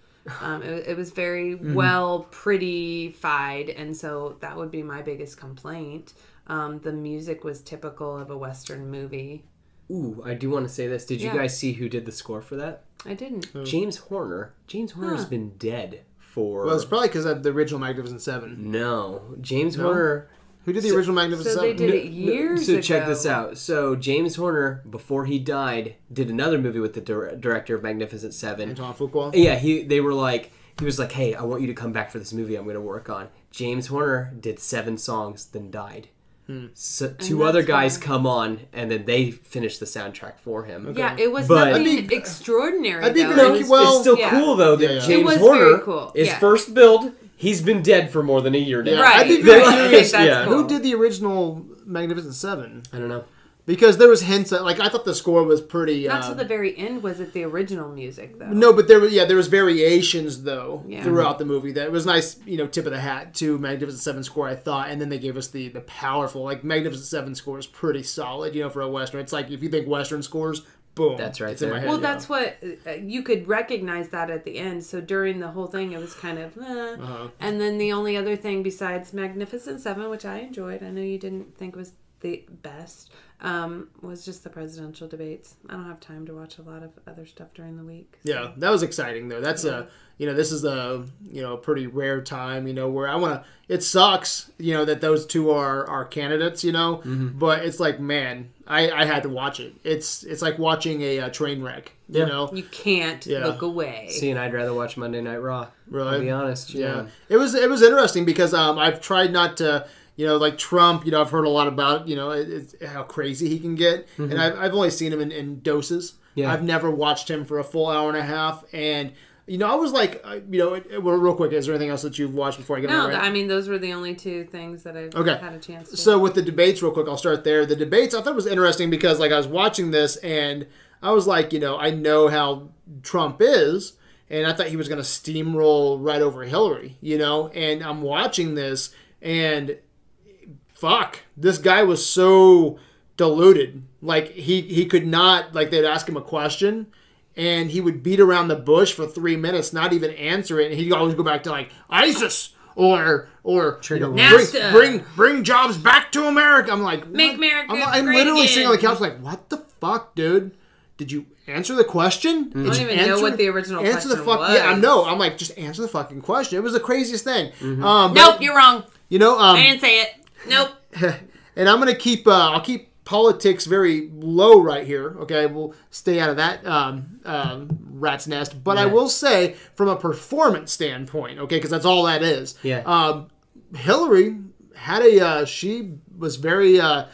Um, it, it
(laughs)
was very
Mm-hmm.
well prettyfied, and so that would be my biggest complaint. Um, the music was typical of a western movie.
Ooh, I do want to say this. Did
Yeah.
you guys see who did the score for that?
I didn't.
James Horner. James Horner's been dead for
Well, it's probably because of the original Magnificent Seven.
no. James Horner.
Who did the original Magnificent
So they
Seven?
did it
No,
years
so
ago.
check this out. So James Horner, before he died, did another movie with the dir- director of Magnificent Seven.
Antoine Fuqua.
Yeah, he they were like he was like, "Hey, I want you to come back for this movie. I'm going to work on." James Horner did seven songs, then died.
Hmm.
So two
that's
other guys
why-
come on, and then they finish the soundtrack for him.
Yeah, it was
But-
nothing
That'd be-
extraordinary.
that'd be
though.
great.
It was-
Well,
it's still
yeah.
cool though that
Yeah, yeah. It
James
was very
Horner
cool,
is
yeah.
first build. He's been dead for more than a year now.
Yeah,
Right.
I'd be
(laughs) right,
very
I think
curious,
that's
(laughs) yeah.
cool.
Who did the original Magnificent Seven?
I don't know.
Because there was hints that, like, I thought the score was pretty.
Not
uh,
till the very end was it the original music though.
no, but there was yeah, there was variations though
Yeah.
throughout the movie. That it was nice, you know, tip of the hat to Magnificent Seven score. I thought, and then they gave us the the powerful like Magnificent Seven score is pretty solid, you know, for a western. It's like if you think western scores, boom,
That's right
It's in my
there.
head,
Well,
yeah.
that's what uh, you could recognize that at the end. So during the whole thing, it was kind of, eh. and then the only other thing besides Magnificent Seven, which I enjoyed, I know you didn't think was the best, um, was just the presidential debates. I don't have time to watch a lot of other stuff during the week.
Yeah, that was exciting though. That's a you know this is a you know a pretty rare time you know where I want to. It sucks you know that those two are are candidates you know,
Mm-hmm.
but it's like man, I I had to watch it. It's it's like watching a, uh train wreck you
Yeah.
know.
You can't
Yeah.
look away.
See, and I'd rather watch Monday Night Raw.
Really?
I'll be honest.
Yeah.
Yeah.
it was it was interesting because um, I've tried not to you know like Trump you know I've heard a lot about you know it, it's how crazy he can get and I've, I've only seen him in, in doses.
Yeah.
I've never watched him for a full hour and a half and. You know, I was like, uh, you know, it, it- well, real quick. Is there anything else that you've watched before I get
No,
on? the
th-
rant?
I mean those were the only two things that I've
Okay.
had a chance. to
So with the debates, real quick, I'll start there. The debates I thought was interesting because like I was watching this and I was like, you know, I know how Trump is, and I thought he was going to steamroll right over Hillary, you know. And I'm watching this, and fuck, this guy was so deluded. Like he he could not like they'd ask him a question. And he would beat around the bush for three minutes, not even answer it. And he'd always go back to like ISIS or or you know,
NAFTA.
bring, bring bring jobs back to America. I'm like,
Make
what?
America
I'm, I'm
great
literally sitting on the
again.
couch like, what the fuck, dude? Did you answer the question? Did
don't
you
even know what the original
answer the
question
fuck,
was.
Yeah, I know. I'm like, just answer the fucking question. It was the craziest thing. Um,
Nope,
but,
you're wrong.
You know, um,
I didn't say it. Nope.
and I'm gonna keep uh, I'll keep politics very low right here. Okay, we'll stay out of that um, um, rat's nest. But I will say, from a performance standpoint, okay, because that's all that is.
Yeah. Uh,
Um, Hillary had a uh, she was very uh,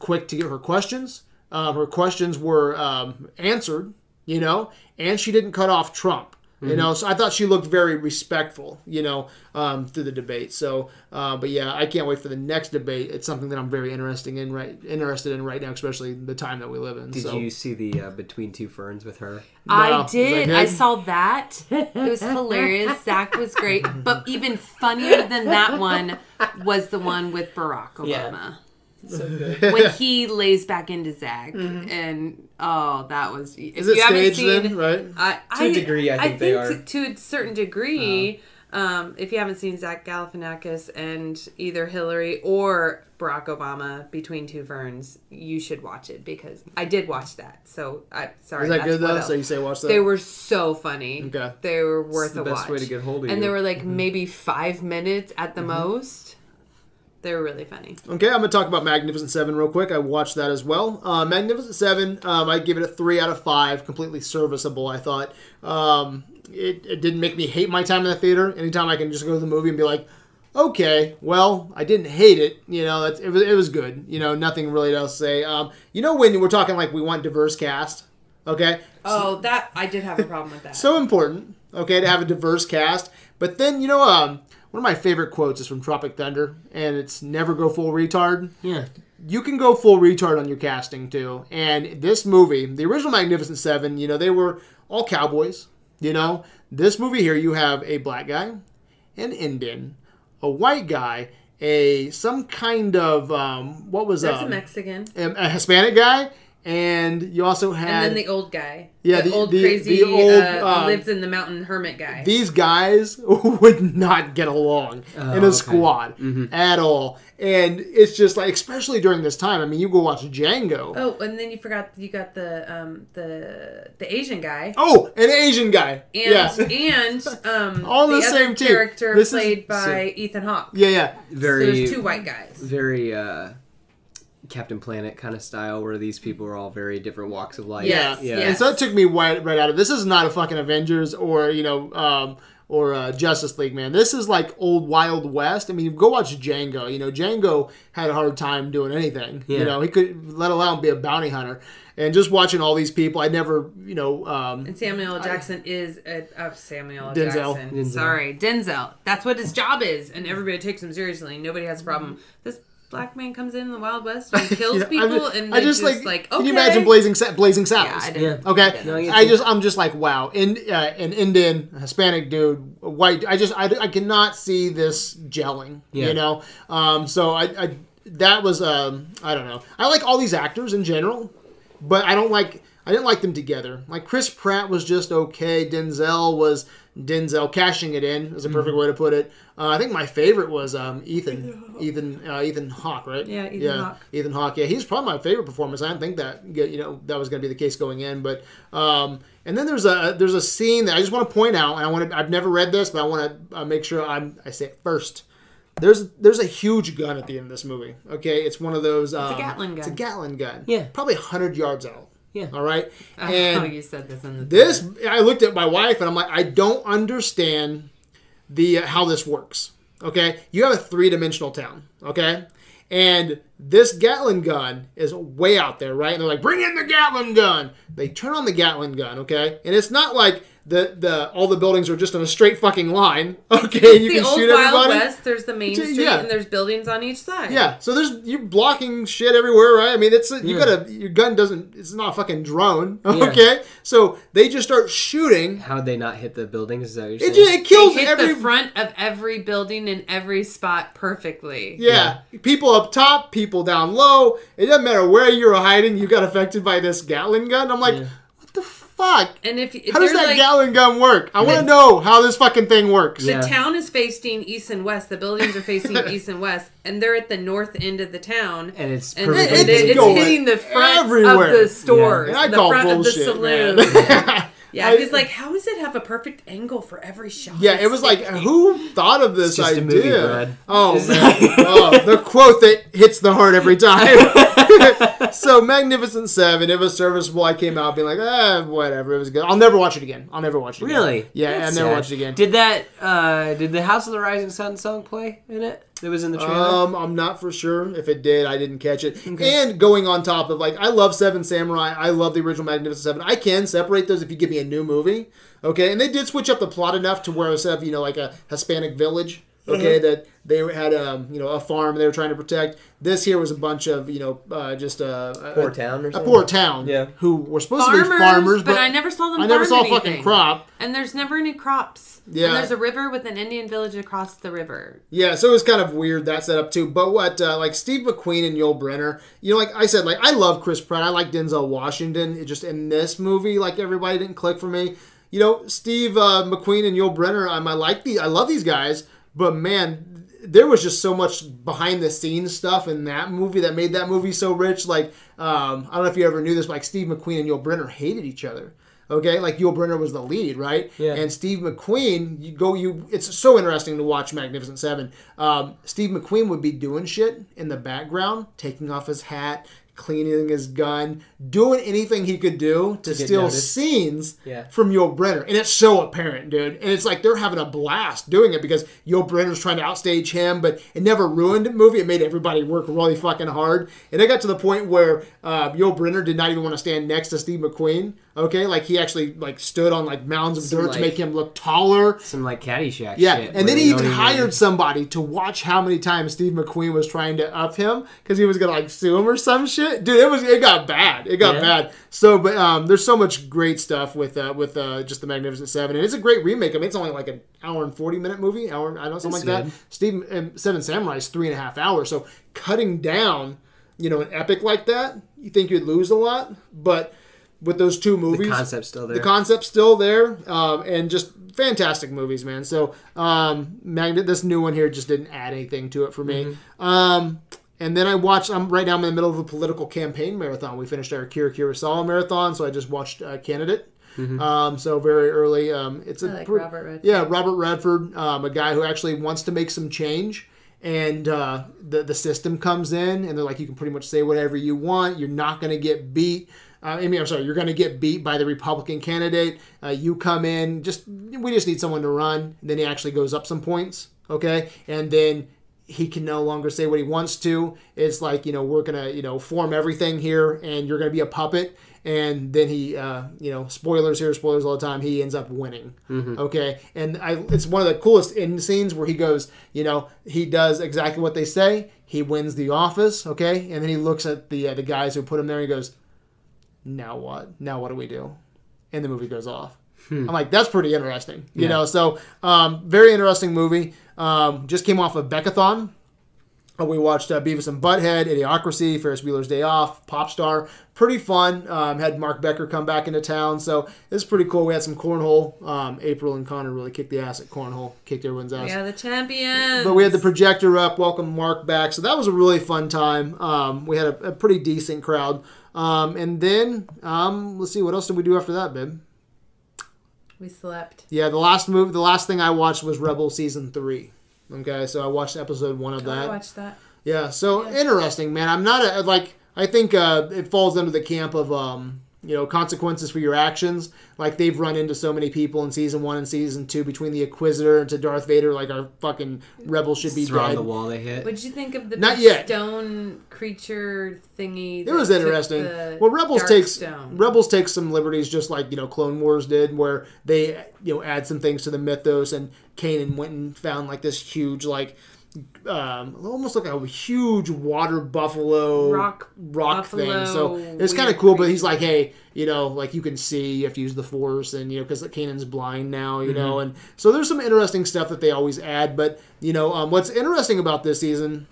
quick to get her questions. Um, her questions were um, answered, you know, and she didn't cut off Trump.
Mm-hmm.
You know, so I thought she looked very respectful, you know, um, through the debate. So, uh, but yeah, I can't wait for the next debate. It's something that I'm very interesting in right interested in right now, especially the time that we live in.
Did
so.
you see the uh, Between Two Ferns with her?
Wow.
I
Was that
did. I
good?
saw that. It was hilarious. Zach
(laughs)
was great. But even funnier than that one was the one with Barack Obama. when he lays back into Zach, and oh, that was. If
Mm-hmm. Is it
you haven't
staged
seen-
then, right?
I,
To a degree, I think they
To, to a certain degree,
Uh-huh.
um, if you haven't seen Zach Galifianakis and either Hillary or Barack Obama between two ferns, you should watch it because I did watch that. So I sorry.
Is that
that's
good
what
though?
else.
So you say watch that?
They were so funny.
Okay.
They were worth
the
a
best
watch.
Mm-hmm.
way to get hold of
and
you.
they were like maybe five minutes at the most. They're really funny.
Okay, I'm going to talk about Magnificent Seven real quick. I watched that as well. Uh, Magnificent Seven, um, I give it a three out of five. Completely serviceable, I thought. Um, it, it didn't make me hate my time in the theater. Anytime I can just go to the movie and be like, okay, well, I didn't hate it. You know, that's, it, was, it was good. You know, nothing really else to say. Um, you know, when we're talking like we want diverse cast, okay?
Oh, that I did have a problem with that.
so important, okay, to have a diverse cast. But then, you know, um, one of my favorite quotes is from Tropic Thunder, and it's never go full retard.
Yeah.
You can go full retard on your casting too. And this movie, the original Magnificent Seven, you know, they were all cowboys. You know, this movie here, you have a black guy, an Indian, a white guy, a some kind of um, what was
There's
um,
a Mexican,
a, a Hispanic guy, and you also had
and then the old guy.
Yeah,
the,
the-
old
the-
crazy
the old,
uh,
um,
lives in the mountain hermit guy.
these guys (laughs) would not get along in a
Oh, okay. Mm-hmm.
squad at all. And it's just like, especially during this time. I mean, you go watch Django.
oh, and then you forgot you got the um the the Asian guy.
Oh, an Asian guy.
And, (laughs)
yes.
and
(laughs)
um,
All the
other
same team.
character
This is-
played by
so-
Ethan Hawke.
yeah, yeah.
so
Very
there's two white guys.
very uh Captain Planet kind of style where these people are all very different walks of life.
Yes,
Yeah.
yes.
And so that took me right, right out of this. Is not a fucking Avengers or you know um, or uh, Justice League, man. This is like old Wild West. I mean, go watch Django. You know, Django had a hard time doing anything.
Yeah.
You know, he could let alone be a bounty hunter. And just watching all these people, I never, you know, um,
And Samuel L. Jackson is a, oh, Samuel L.
Denzel.
Jackson.
Denzel.
Sorry, Denzel. That's what his job is, and everybody takes him seriously. Nobody has a problem. This black man comes in, the Wild West and kills
Mm-hmm. (laughs) Yeah, I
people,
ju-
and
I
they just, like, okay.
Can you imagine blazing Sa- blazing
Yeah,
saddles?
I
Yeah.
didn't.
Okay,
No, you
I
can-
just I'm just like wow, in uh, an Indian, a Hispanic dude, a white. I just I, I cannot see this gelling.
Yeah.
You know, um, so I, I that was um, I don't know. I like all these actors in general, but I don't like I didn't like them together. Like Chris Pratt was just okay. Denzel was Denzel cashing it in is a
Mm-hmm.
perfect way to put it. Uh, I think my favorite was um,
(laughs)
Ethan Ethan uh, Ethan Hawke, right?
Yeah, Ethan Hawke.
Ethan Hawke. Yeah, he's probably my favorite performance. I didn't think that you know that was going to be the case going in, but um, and then there's a there's a scene that I just want to point out, and I want to I've never read this, but I want to uh, make sure I'm I say it first. There's there's a huge gun at the end of this movie. Okay, it's one of those. Um,
Gatling
It's a
gun.
Gatling gun.
Yeah.
probably hundred yards out.
Yeah.
All right.
oh,
and
you said this in the
this, I looked at my wife and I'm like, I don't understand the uh, how this works. Okay, you have a three dimensional town. Okay, and this Gatlin gun is way out there, right? And they're like, bring in the Gatlin gun. They turn on the Gatlin gun. Okay, and it's not like the the all the buildings are just on a straight fucking line. (laughs) Okay, you
the
can
old
shoot
Wild
everybody.
West. There's the main
Yeah.
street, and there's buildings on each side.
Yeah, so there's you're blocking shit everywhere, right? I mean, it's you
Yeah.
gotta your gun doesn't it's not a fucking drone, (laughs) okay? So they just start shooting.
How'd they not hit the buildings? Is that what you're
It,
saying?
just, it
They
kills
hit
every
the front of every building in every spot perfectly.
yeah. People up top, people down low. It doesn't matter where you're hiding. You got affected by this Gatling gun. I'm like,
Yeah.
what the fuck?
And if, if
How does
they're
that
like,
Gatling gun work? I want to know how this fucking thing works.
the
Yeah.
town is facing east and west, the buildings are
(laughs)
facing east and west, and they're at the north end of the town.
and it's
And
perfect.
It's
it's, it's,
going
hitting the front
everywhere.
of the stores,
And I
the
call
front
bullshit.
of the
(laughs) man.
saloon. yeah,
I-
he's like, how does it have a perfect angle for every shot?
Yeah, it was like who thought of this
just a
idea?
movie, Brad.
Oh, man. (laughs) oh, the quote that hits the heart every
(laughs)
time. so Magnificent Seven, it was serviceable. I came out being like, eh, whatever, it was good. I'll never watch it again. I'll never watch it. again.
Really?
Yeah, I'll
That's
never
sad.
watch it again.
Did that? uh Did the House of the Rising Sun song play in it? That was in the trailer.
Um, I'm not for sure. If it did, I didn't catch it. And going on top of like, I love Seven Samurai. I love the original Magnificent Seven. I can separate those if you give me a new movie. Okay, and they did switch up the plot enough to where instead of you know like a Hispanic village, okay,
Mm-hmm.
that they had um you know a farm they were trying to protect. This here was a bunch of you know uh, just a, a
Poor town or
a
something.
poor town,
Yeah.
who were supposed
farmers,
to be farmers,
but, I never saw them.
I never saw
farm
a fucking
anything.
crop.
And there's never any crops.
Yeah.
And there's a river with an Indian village across the river.
Yeah, so it was kind of weird that setup too. But what uh, like Steve McQueen and Yul Brenner, you know, like I said, like I love Chris Pratt, I like Denzel Washington. It just in this movie, like everybody didn't click for me. You know, Steve uh, McQueen and Yul Brenner, um, I like the, I love these guys, but man, there was just so much behind the scenes stuff in that movie that made that movie so rich. Like, um, I don't know if you ever knew this, but like Steve McQueen and Yul Brenner hated each other. Okay, like Yul Brynner was the lead, right?
Yeah.
And Steve McQueen, you go, you. It's so interesting to watch Magnificent Seven. Um, Steve McQueen would be doing shit in the background, taking off his hat, cleaning his gun, doing anything he could do to, steal
noticed.
scenes
Yeah.
from Yul Brynner, and it's so apparent, dude. And it's like they're having a blast doing it because Yul Brynner's trying to outstage him, but it never ruined the movie. It made everybody work really fucking hard, and it got to the point where uh, Yul Brynner did not even want to stand next to Steve McQueen. Okay, like he actually like stood on like mounds of dirt
like-
to make him look taller.
Some like Caddyshack
Yeah,
shit.
and
where
then
you
he
don't
even hired somebody to watch how many times Steve McQueen was trying to up him because he was gonna like sue him or some shit. Dude, it was it got bad. It got
Yeah.
bad. So, but um, there's so much great stuff with uh, with uh, just the Magnificent Seven, and it's a great remake. I mean, it's only like an hour and forty minute movie, hour I don't know something like
good.
that. Steve um, Seven Samurai is three and a half hours, so cutting down, you know, an epic like that, you think you'd lose a lot, but with those two movies,
concept's still there.
the concept's still there, um, and just fantastic movies, man. So, um, Magnet, this new one here just didn't add anything to it for me.
Mm-hmm.
Um, and then I watched. I'm right now. I'm in the middle of a political campaign marathon. We finished our Kira Kurosawa marathon, so I just watched uh, Candidate.
Mm-hmm.
Um, so very early. Um, it's a
I like
pre-
Robert Redford.
yeah, Robert Redford, um, a guy who actually wants to make some change. And uh, the the system comes in, and they're like, you can pretty much say whatever you want. You're not going to get beat. Uh, I mean, I'm sorry, you're going to get beat by the Republican candidate. Uh, you come in, just we just need someone to run. And then he actually goes up some points, okay, and then he can no longer say what he wants to. It's like you know we're gonna you know form everything here, and you're gonna be a puppet. And then he, uh, you know, spoilers here, spoilers all the time. He ends up winning. Okay, and I, it's one of the coolest end scenes where he goes, you know, he does exactly what they say. He wins the office. Okay, and then he looks at the uh, the guys who put him there. and He goes, now what? Now what do we do? And the movie goes off. I'm like, that's pretty interesting, you know. So, um, very interesting movie. Um, just came off of Beckathon. Uh, We watched uh, Beavis and Butthead, Idiocracy, Ferris Bueller's Day Off, Popstar. Pretty fun. Um, had Mark Becker come back into town, so it's pretty cool. We had some cornhole. Um, April and Connor really kicked the ass at cornhole, kicked everyone's ass.
We are the champions.
But we had the projector up, welcome Mark back. So that was a really fun time. Um, we had a, a pretty decent crowd. Um, and then, um, let's see, what else did we do after that, babe?
we slept.
Yeah, the last move, the last thing I watched was Rebel season three. Okay, so I watched episode one of
Oh, I
that.
watched that.
Yeah, so interesting, man. I'm not a, like I think uh, it falls under the camp of um, you know consequences for your actions. Like they've run into so many people in season one and season two between the Inquisitor to Darth Vader. Like our fucking rebel should be
Throw on
dead.
the wall they hit.
What'd you think of the
Not
big
yet.
stone creature thingy?
It was interesting. Well, Rebels takes Rebels takes some liberties, just like you know Clone Wars did, where they you know add some things to the mythos. And Kane and went and found like this huge, like um, almost like a huge water buffalo
Rock
rock thing. So
buffalo
it's kind of
weird
cool. But he's like, hey, you know, like you can see, you have to use the force, and you know, because Kanan's blind now, you know,
Mm-hmm.
and so there's some interesting stuff that they always add. But you know, um, what's interesting about this season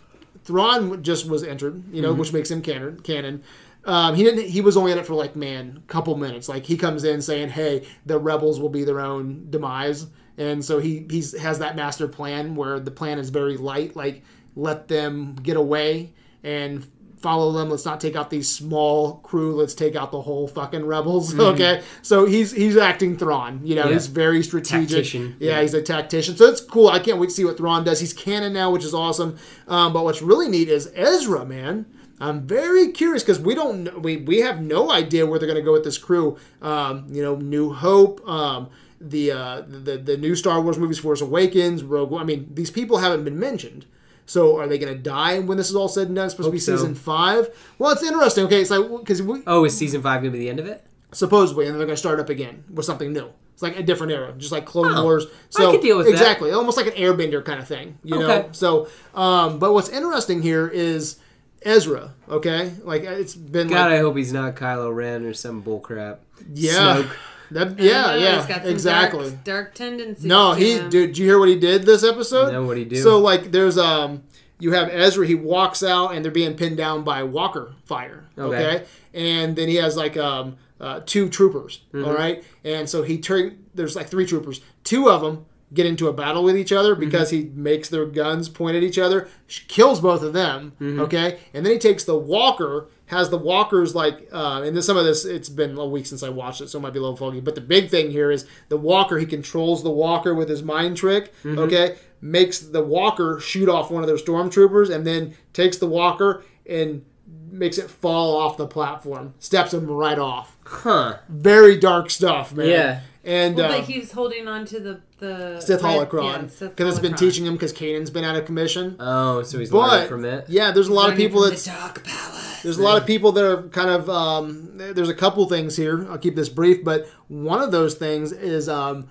Thrawn just was entered, you know,
Mm-hmm.
which makes him canon. Canon. Um, he didn't. He was only in it for like man, couple minutes. Like he comes in saying, "Hey, the rebels will be their own demise," and so he he's has that master plan where the plan is very light. Like let them get away and follow them. Let's not take out these small crew. Let's take out the whole fucking rebels. (laughs) Okay, so he's he's acting Thrawn. You know,
Mm-hmm. Yeah.
he's very strategic.
Tactician.
Yeah, he's a tactician. So it's cool. I can't wait to see what Thrawn does. He's canon now, which is awesome. Um, but what's really neat is Ezra, man. I'm very curious because we don't kn- we we have no idea where they're going to go with this crew. Um, you know, New Hope, um, the uh, the the new Star Wars movies, Force Awakens, Rogue. One. I mean, these people haven't been mentioned. So are they going to die when this is all said and done? It's supposed to be
so.
season five. Well, it's interesting. Okay, it's like because we
Oh, is season five gonna be the end of it?
supposedly, and they're going to start up again with something new. It's like a different era, just like Clone Wars. So
Oh, could deal with that.
exactly, almost like an Airbender kind of thing, you know.
Okay.
So, um, but what's interesting here is Ezra. Okay, like it's been
God,
like
I hope he's not Kylo Ren or some bullcrap.
yeah,
Snoke.
that, yeah,
He's
yeah,
got some
exactly.
Dark, dark tendencies.
No,
to
he
him.
dude. Did you hear what he did this episode?
No, what'd he do?
So like, there's um, you have Ezra. He walks out, and they're being pinned down by Walker fire. Okay,
Okay.
and then he has like um, uh, two troopers. all right, and so he turn. There's like three troopers. Two of them get into a battle with each other because he makes their guns point at each other, sh- kills both of them. Okay, and then he takes the Walker. has the walkers like, uh, and this, some of this it's been a week since I watched it, so it might be a little foggy. But the big thing here is the walker. He controls the walker with his mind trick. Okay, makes the walker shoot off one of their stormtroopers, and then takes the walker and makes it fall off the platform, steps him right off.
Huh.
Very dark stuff, man.
Yeah.
and
Well,
uh,
but he was holding on to the the
Sith
red-
Holocron
yeah,
because
Sith
it's been
holocron.
teaching him because Kanan's been out of commission.
Oh, so he's learning
but
from it.
yeah, there's a lot of
Learning
people
from
that's
the dark power.
there's a lot of people that are kind of um, there's a couple things here. I'll keep this brief, but one of those things is ah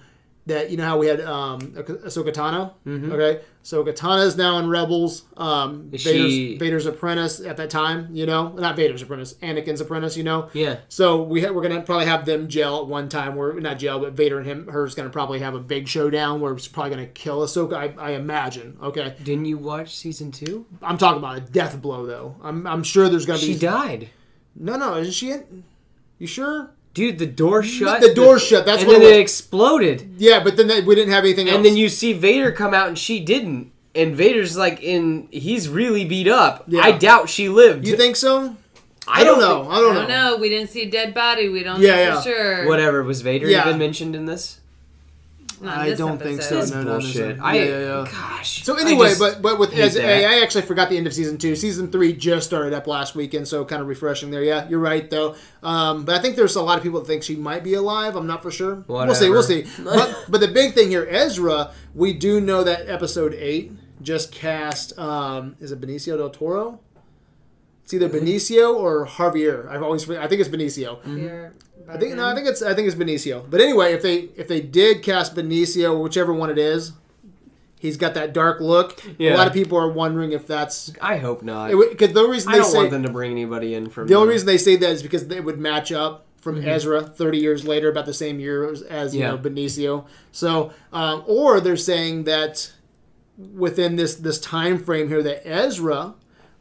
that you know how we had um, Ahsoka Tano. Okay, so Katana is now in Rebels. Um, Vader's,
Mm-hmm. Is she-
Vader's apprentice at that time, you know, not Vader's apprentice, Anakin's apprentice, you know.
Yeah.
So we ha- we're gonna probably have them gel at one time. We're not gel, but Vader and him, her's gonna probably have a big showdown where it's probably gonna kill Ahsoka. I, I imagine. Okay,
Didn't you watch season two?
I'm talking about a death blow though. I'm I'm sure there's gonna
She
be
died.
no no isn't she in? You sure?
Dude, the door shut.
the door shut, that's
and
what
then
it
it
was.
exploded.
Yeah, but then they, we didn't have anything else.
And then you see Vader come out, and she didn't. And Vader's like in. He's really beat up.
Yeah.
I doubt she lived.
you think so?
I
don't
don't
know.
think-
I don't
I
know.
don't know. We didn't see a dead body. We don't
Yeah,
know
yeah.
for sure.
Whatever was Vader
Yeah.
even mentioned in this?
Not in
I
this
don't think so.
episode.
No, no, no,
Bullshit.
no.
I
Yeah, yeah, yeah.
gosh.
So
I
anyway,
just-
but but with
hate
as
that.
I actually forgot the end of season two. Season three just started up last weekend, so kind of refreshing there. Yeah, you're right though. Um, but I think there's a lot of people that think she might be alive. I'm not for sure. We'll see. We'll see.
Whatever.
But but the big thing here, Ezra, we do know that episode eight just cast um, is it Benicio del Toro? It's either
Mm-hmm.
Benicio or Javier. I've always I think it's Benicio.
Here,
Mm-hmm. I think
Mm-hmm.
no, I think it's I think it's Benicio. But anyway, if they if they did cast Benicio, whichever one it is, he's got that dark look. A
Yeah.
lot of people are wondering if that's
I hope not.
because the reason
I
they
don't
say
want them to bring anybody in from
the only reason they say that is because it would match up from Ezra 30 years later, about the same year as, as you
Yeah.
know Benicio. So, um, or they're saying that within this this time frame here, that Ezra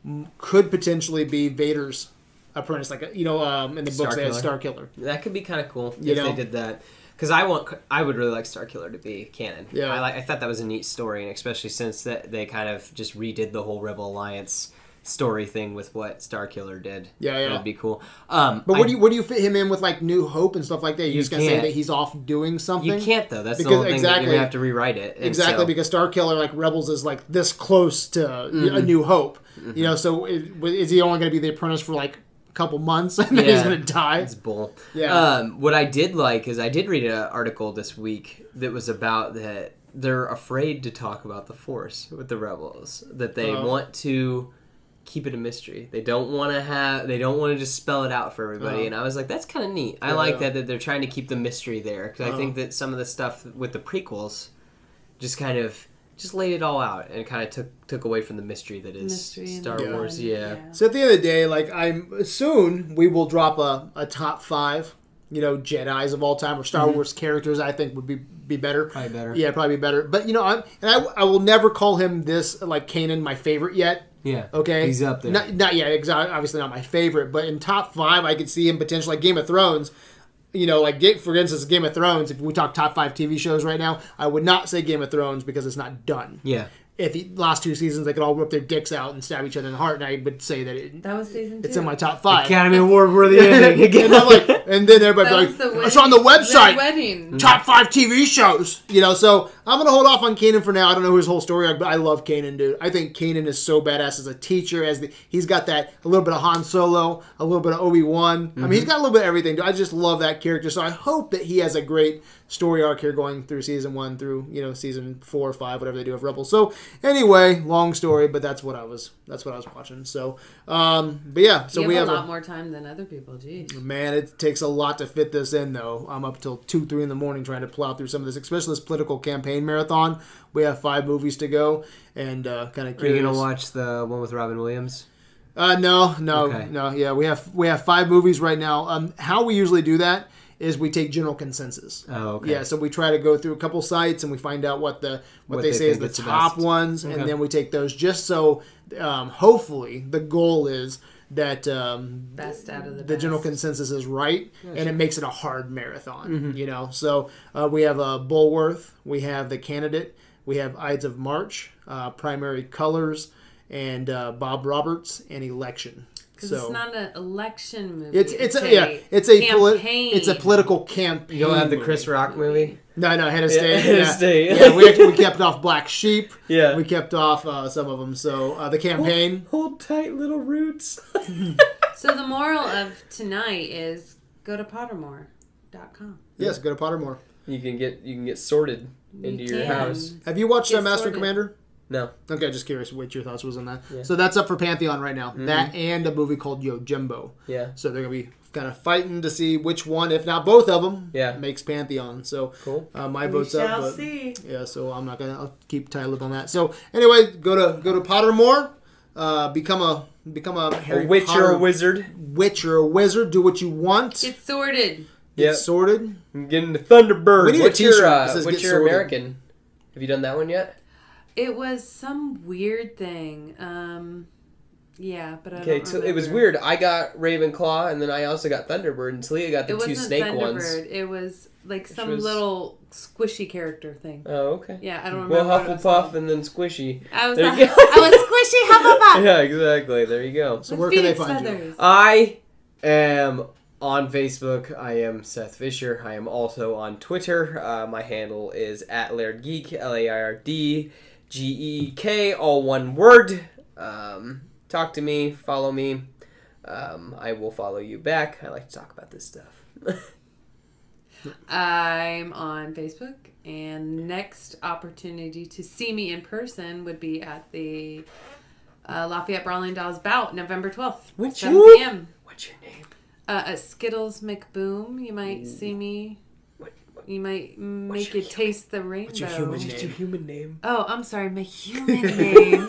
m- could potentially be Vader's apprentice, like you know, um, in the books they had Star
Star
Killer.
That could be kind of cool
You
if
know?
they did that. Because I want, I would really like Star Killer to be canon.
Yeah.
I, like, I thought that was a neat story, and especially since that they kind of just redid the whole Rebel Alliance story thing with what Star Killer did.
Yeah, yeah.
That'd be cool. Um,
But where
I-
do you where do you fit him in with like New Hope and stuff like that? You're just gonna say
can't.
that he's off doing something.
You can't though. That's
Because-
the whole
exactly.
thing. Exactly. You're gonna have to rewrite it. And
exactly
so-
because Star Killer like Rebels is like this close to
Mm-hmm.
a New Hope. You know, so it, is he only gonna be the apprentice for like a couple months (laughs) and then he's
Yeah.
gonna die?
It's bull.
Yeah.
Um, what I did like is I did read an article this week that was about that they're afraid to talk about the Force with the rebels. That they
Oh.
want to keep it a mystery. They don't want to have. They don't want to just spell it out for everybody.
Uh-huh.
And I was like, that's kind of neat. I like
yeah. Oh.
that that they're trying to keep the mystery there because I think that some of the stuff with the prequels just kind of. Just laid it all out and kind of took took away from the mystery that is
Mystery and
Star
the
Wars.
fun,
Yeah.
So at the end of the day, like I'm soon we will drop a, a top five, you know, Jedi's of all time or Star Wars characters. I think would be be better.
Mm-hmm. Probably better.
Yeah, probably better. But you know, I'm and I, I will never call him this like Kanan my favorite yet.
Yeah.
Okay,
He's up there.
Not, not yet. Exactly. Obviously not my favorite, but in top five, I could see him potentially like Game of Thrones. You know, like Ga- for instance, Game of Thrones. If we talk top five TV shows right now, I would not say Game of Thrones because it's not done.
yeah.
If the last two seasons they could all rip their dicks out and stab each other in the heart, and I would say that it,
that was season two.
it's in my top five.
Academy Award (laughs) worthy ending
(laughs) and, I'm like, and then everybody
That
like,
was the wedding.
it's on the
Their
website.
Wedding.
Mm-hmm.
Top five TV shows, you know. So I'm gonna hold off on Kanan for now. I don't know his whole story, but I love Kanan, dude. I think Kanan is so badass as a teacher. As the, he's got that a little bit of Han Solo, a little bit of Obi Wan. I mean, he's
Mm-hmm.
got a little bit of everything. Dude. I just love that character. So I hope that he has a great story arc here going through season one through you know season four or five, whatever they do of Rebels. So anyway, long story, but that's what I was that's what I was watching. So, um, but yeah, so
you
we
have,
have Mm-hmm.
a lot more time than other people. Geez.
Man, it takes a lot to fit this in, though. I'm up till 2, 3 in the morning trying to plow through some of this, especially this political campaign marathon. We have five movies to go, and uh, kind of
Are you
curious.
gonna watch the one with Robin Williams?
Uh, no, no,
Okay.
no. Yeah, we have we have five movies right now. Um, how we usually do that is we take general consensus.
Oh, okay.
Yeah, so we try to go through a couple sites and we find out what the what,
What
they,
they
say is
think
the
is the
top
best.
ones, and then we take those just so um, hopefully the goal is that um,
Best out of the,
the
best.
general consensus is right, and it makes it a hard marathon.
Mm-hmm.
You know, so uh, we have uh, Bullworth, we have the candidate, we have Ides of March, uh, primary colors, and uh, Bob Roberts, and election.
Because
So-
it's not an election movie.
It's it's a, yeah it's a
campaign.
poli- it's a political campaign.
You don't have the Chris Rock movie.
No, no, Head of
Yeah,
State.
Head
Yeah,
of State.
yeah
(laughs)
we, we kept off Black Sheep.
Yeah.
we kept off uh, some of them. So uh, the campaign.
Hold tight, little roots. (laughs)
So the moral of tonight is go to Pottermore.com.
Yes, go to Pottermore.
You can get you can get sorted into your
can.
house.
Have you watched
Get
uh, Master and
sorted.
Commander?
No,
Okay, just curious what your thoughts was on that. So that's up for Pantheon right
Mm-hmm.
now. That and a movie called Yo Jimbo.
yeah,
So they're gonna be kind of fighting to see which one, if not both of them,
Yeah.
makes Pantheon. So
cool.
uh, my vote's up. but-
see.
Yeah, so I'm not gonna I'll keep tight lip on that. So anyway, go to go to Pottermore, uh, become a become a Harry
a witch or
Potter
a wizard.
witch or a wizard. Do what you want.
It's sorted.
Yeah,
Get sorted.
I'm getting the Thunderbird.
We need a
what's
t-shirt
your
that
uh,
says
what's
get
your
sorted.
American? Have you done that one yet?
It was some weird thing. Um, yeah, but I
Okay,
don't
so it was
remember.
weird. I got Ravenclaw, and then I also got Thunderbird, and Talia got the
It
two
wasn't
snake
Thunderbird.
ones.
It was like some
was-
little squishy character thing.
Oh, okay.
Yeah, I don't remember.
Well,
what it was
Hufflepuff
called.
and then Squishy.
I was,
There
like,
you go.
I
(laughs)
was squishy Hufflepuff.
Yeah, exactly. There you go.
So
with
where can they
phoenix
find you?
feathers.
I am on Facebook. I am Seth Fisher. I am also on Twitter. Uh, my handle is at Laird Geek, L A I R D G E K, all one word. Um, talk to me, follow me. Um, I will follow you back. I like to talk about this stuff. (laughs)
I'm on Facebook, and next opportunity to see me in person would be at the uh, Lafayette Brawling Dolls bout November 12th,
Would
7
you?
p.m.
What's your name?
Uh, at Skittles McBoom, you might see me.
What, what,
You might make
your
you taste the rainbow.
what's your human, what's your human name?
Oh, I'm
(laughs)
sorry. My human name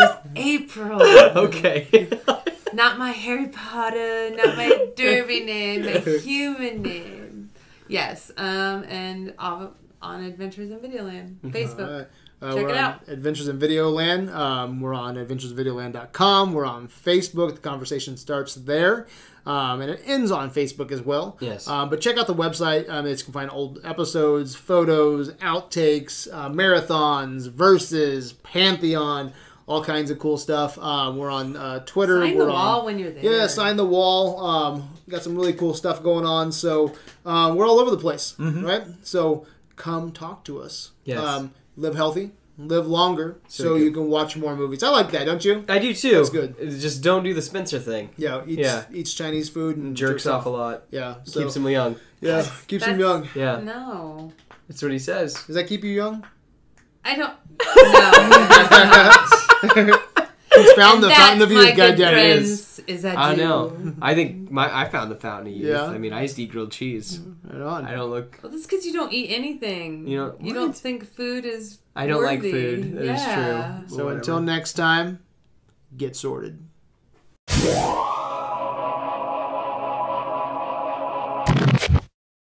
is April.
(laughs)
Okay. (laughs)
Not my Harry Potter, not my Derby
(laughs)
name, my human name. Yes. Um, and on on Adventures in Videoland,
Uh-huh.
Facebook.
All right. Uh,
Check
we're
it
on
out.
Adventures in Videoland. Um, we're on adventuresinvideoland.com. We're on Facebook. The conversation starts there. Um, and it ends on Facebook as well.
Yes.
Um, but check out the website. Um, it's you can find old episodes, photos, outtakes, uh, marathons, verses, Pantheon, all kinds of cool stuff. Um, we're on uh, Twitter.
Sign
we're
the
on,
wall when you're there.
uh,
yeah, sign the wall. Um, got some really cool stuff going on. So um, we're all over the place, right? So come talk to us.
Mm-hmm. Yes.
Um, live healthy, live longer, so you can watch more movies. I like that, don't you?
I do too. That's
good.
Just don't do the Spencer thing.
Yeah. Eats,
Yeah.
eats Chinese food and
Jerks off a lot.
Yeah. So,
Keeps him young.
Yeah. Keeps him
That's-
young.
Yeah.
No.
That's what he says.
Does that keep you
(laughs)
young?
I
(laughs)
don't. No.
He's found the
That's
fountain of
my
youth.
good
Goddamn it
friends,
is.
Is that
I
you?
know. I think my I found the fountain of youth.
Yeah.
I mean, I used to eat grilled cheese.
Right on.
I don't look.
Well, that's because you don't eat anything.
You know-
don't
What?
think food is.
I don't like
worthy.
food. That is
yeah.
true.
So until next time, get sorted.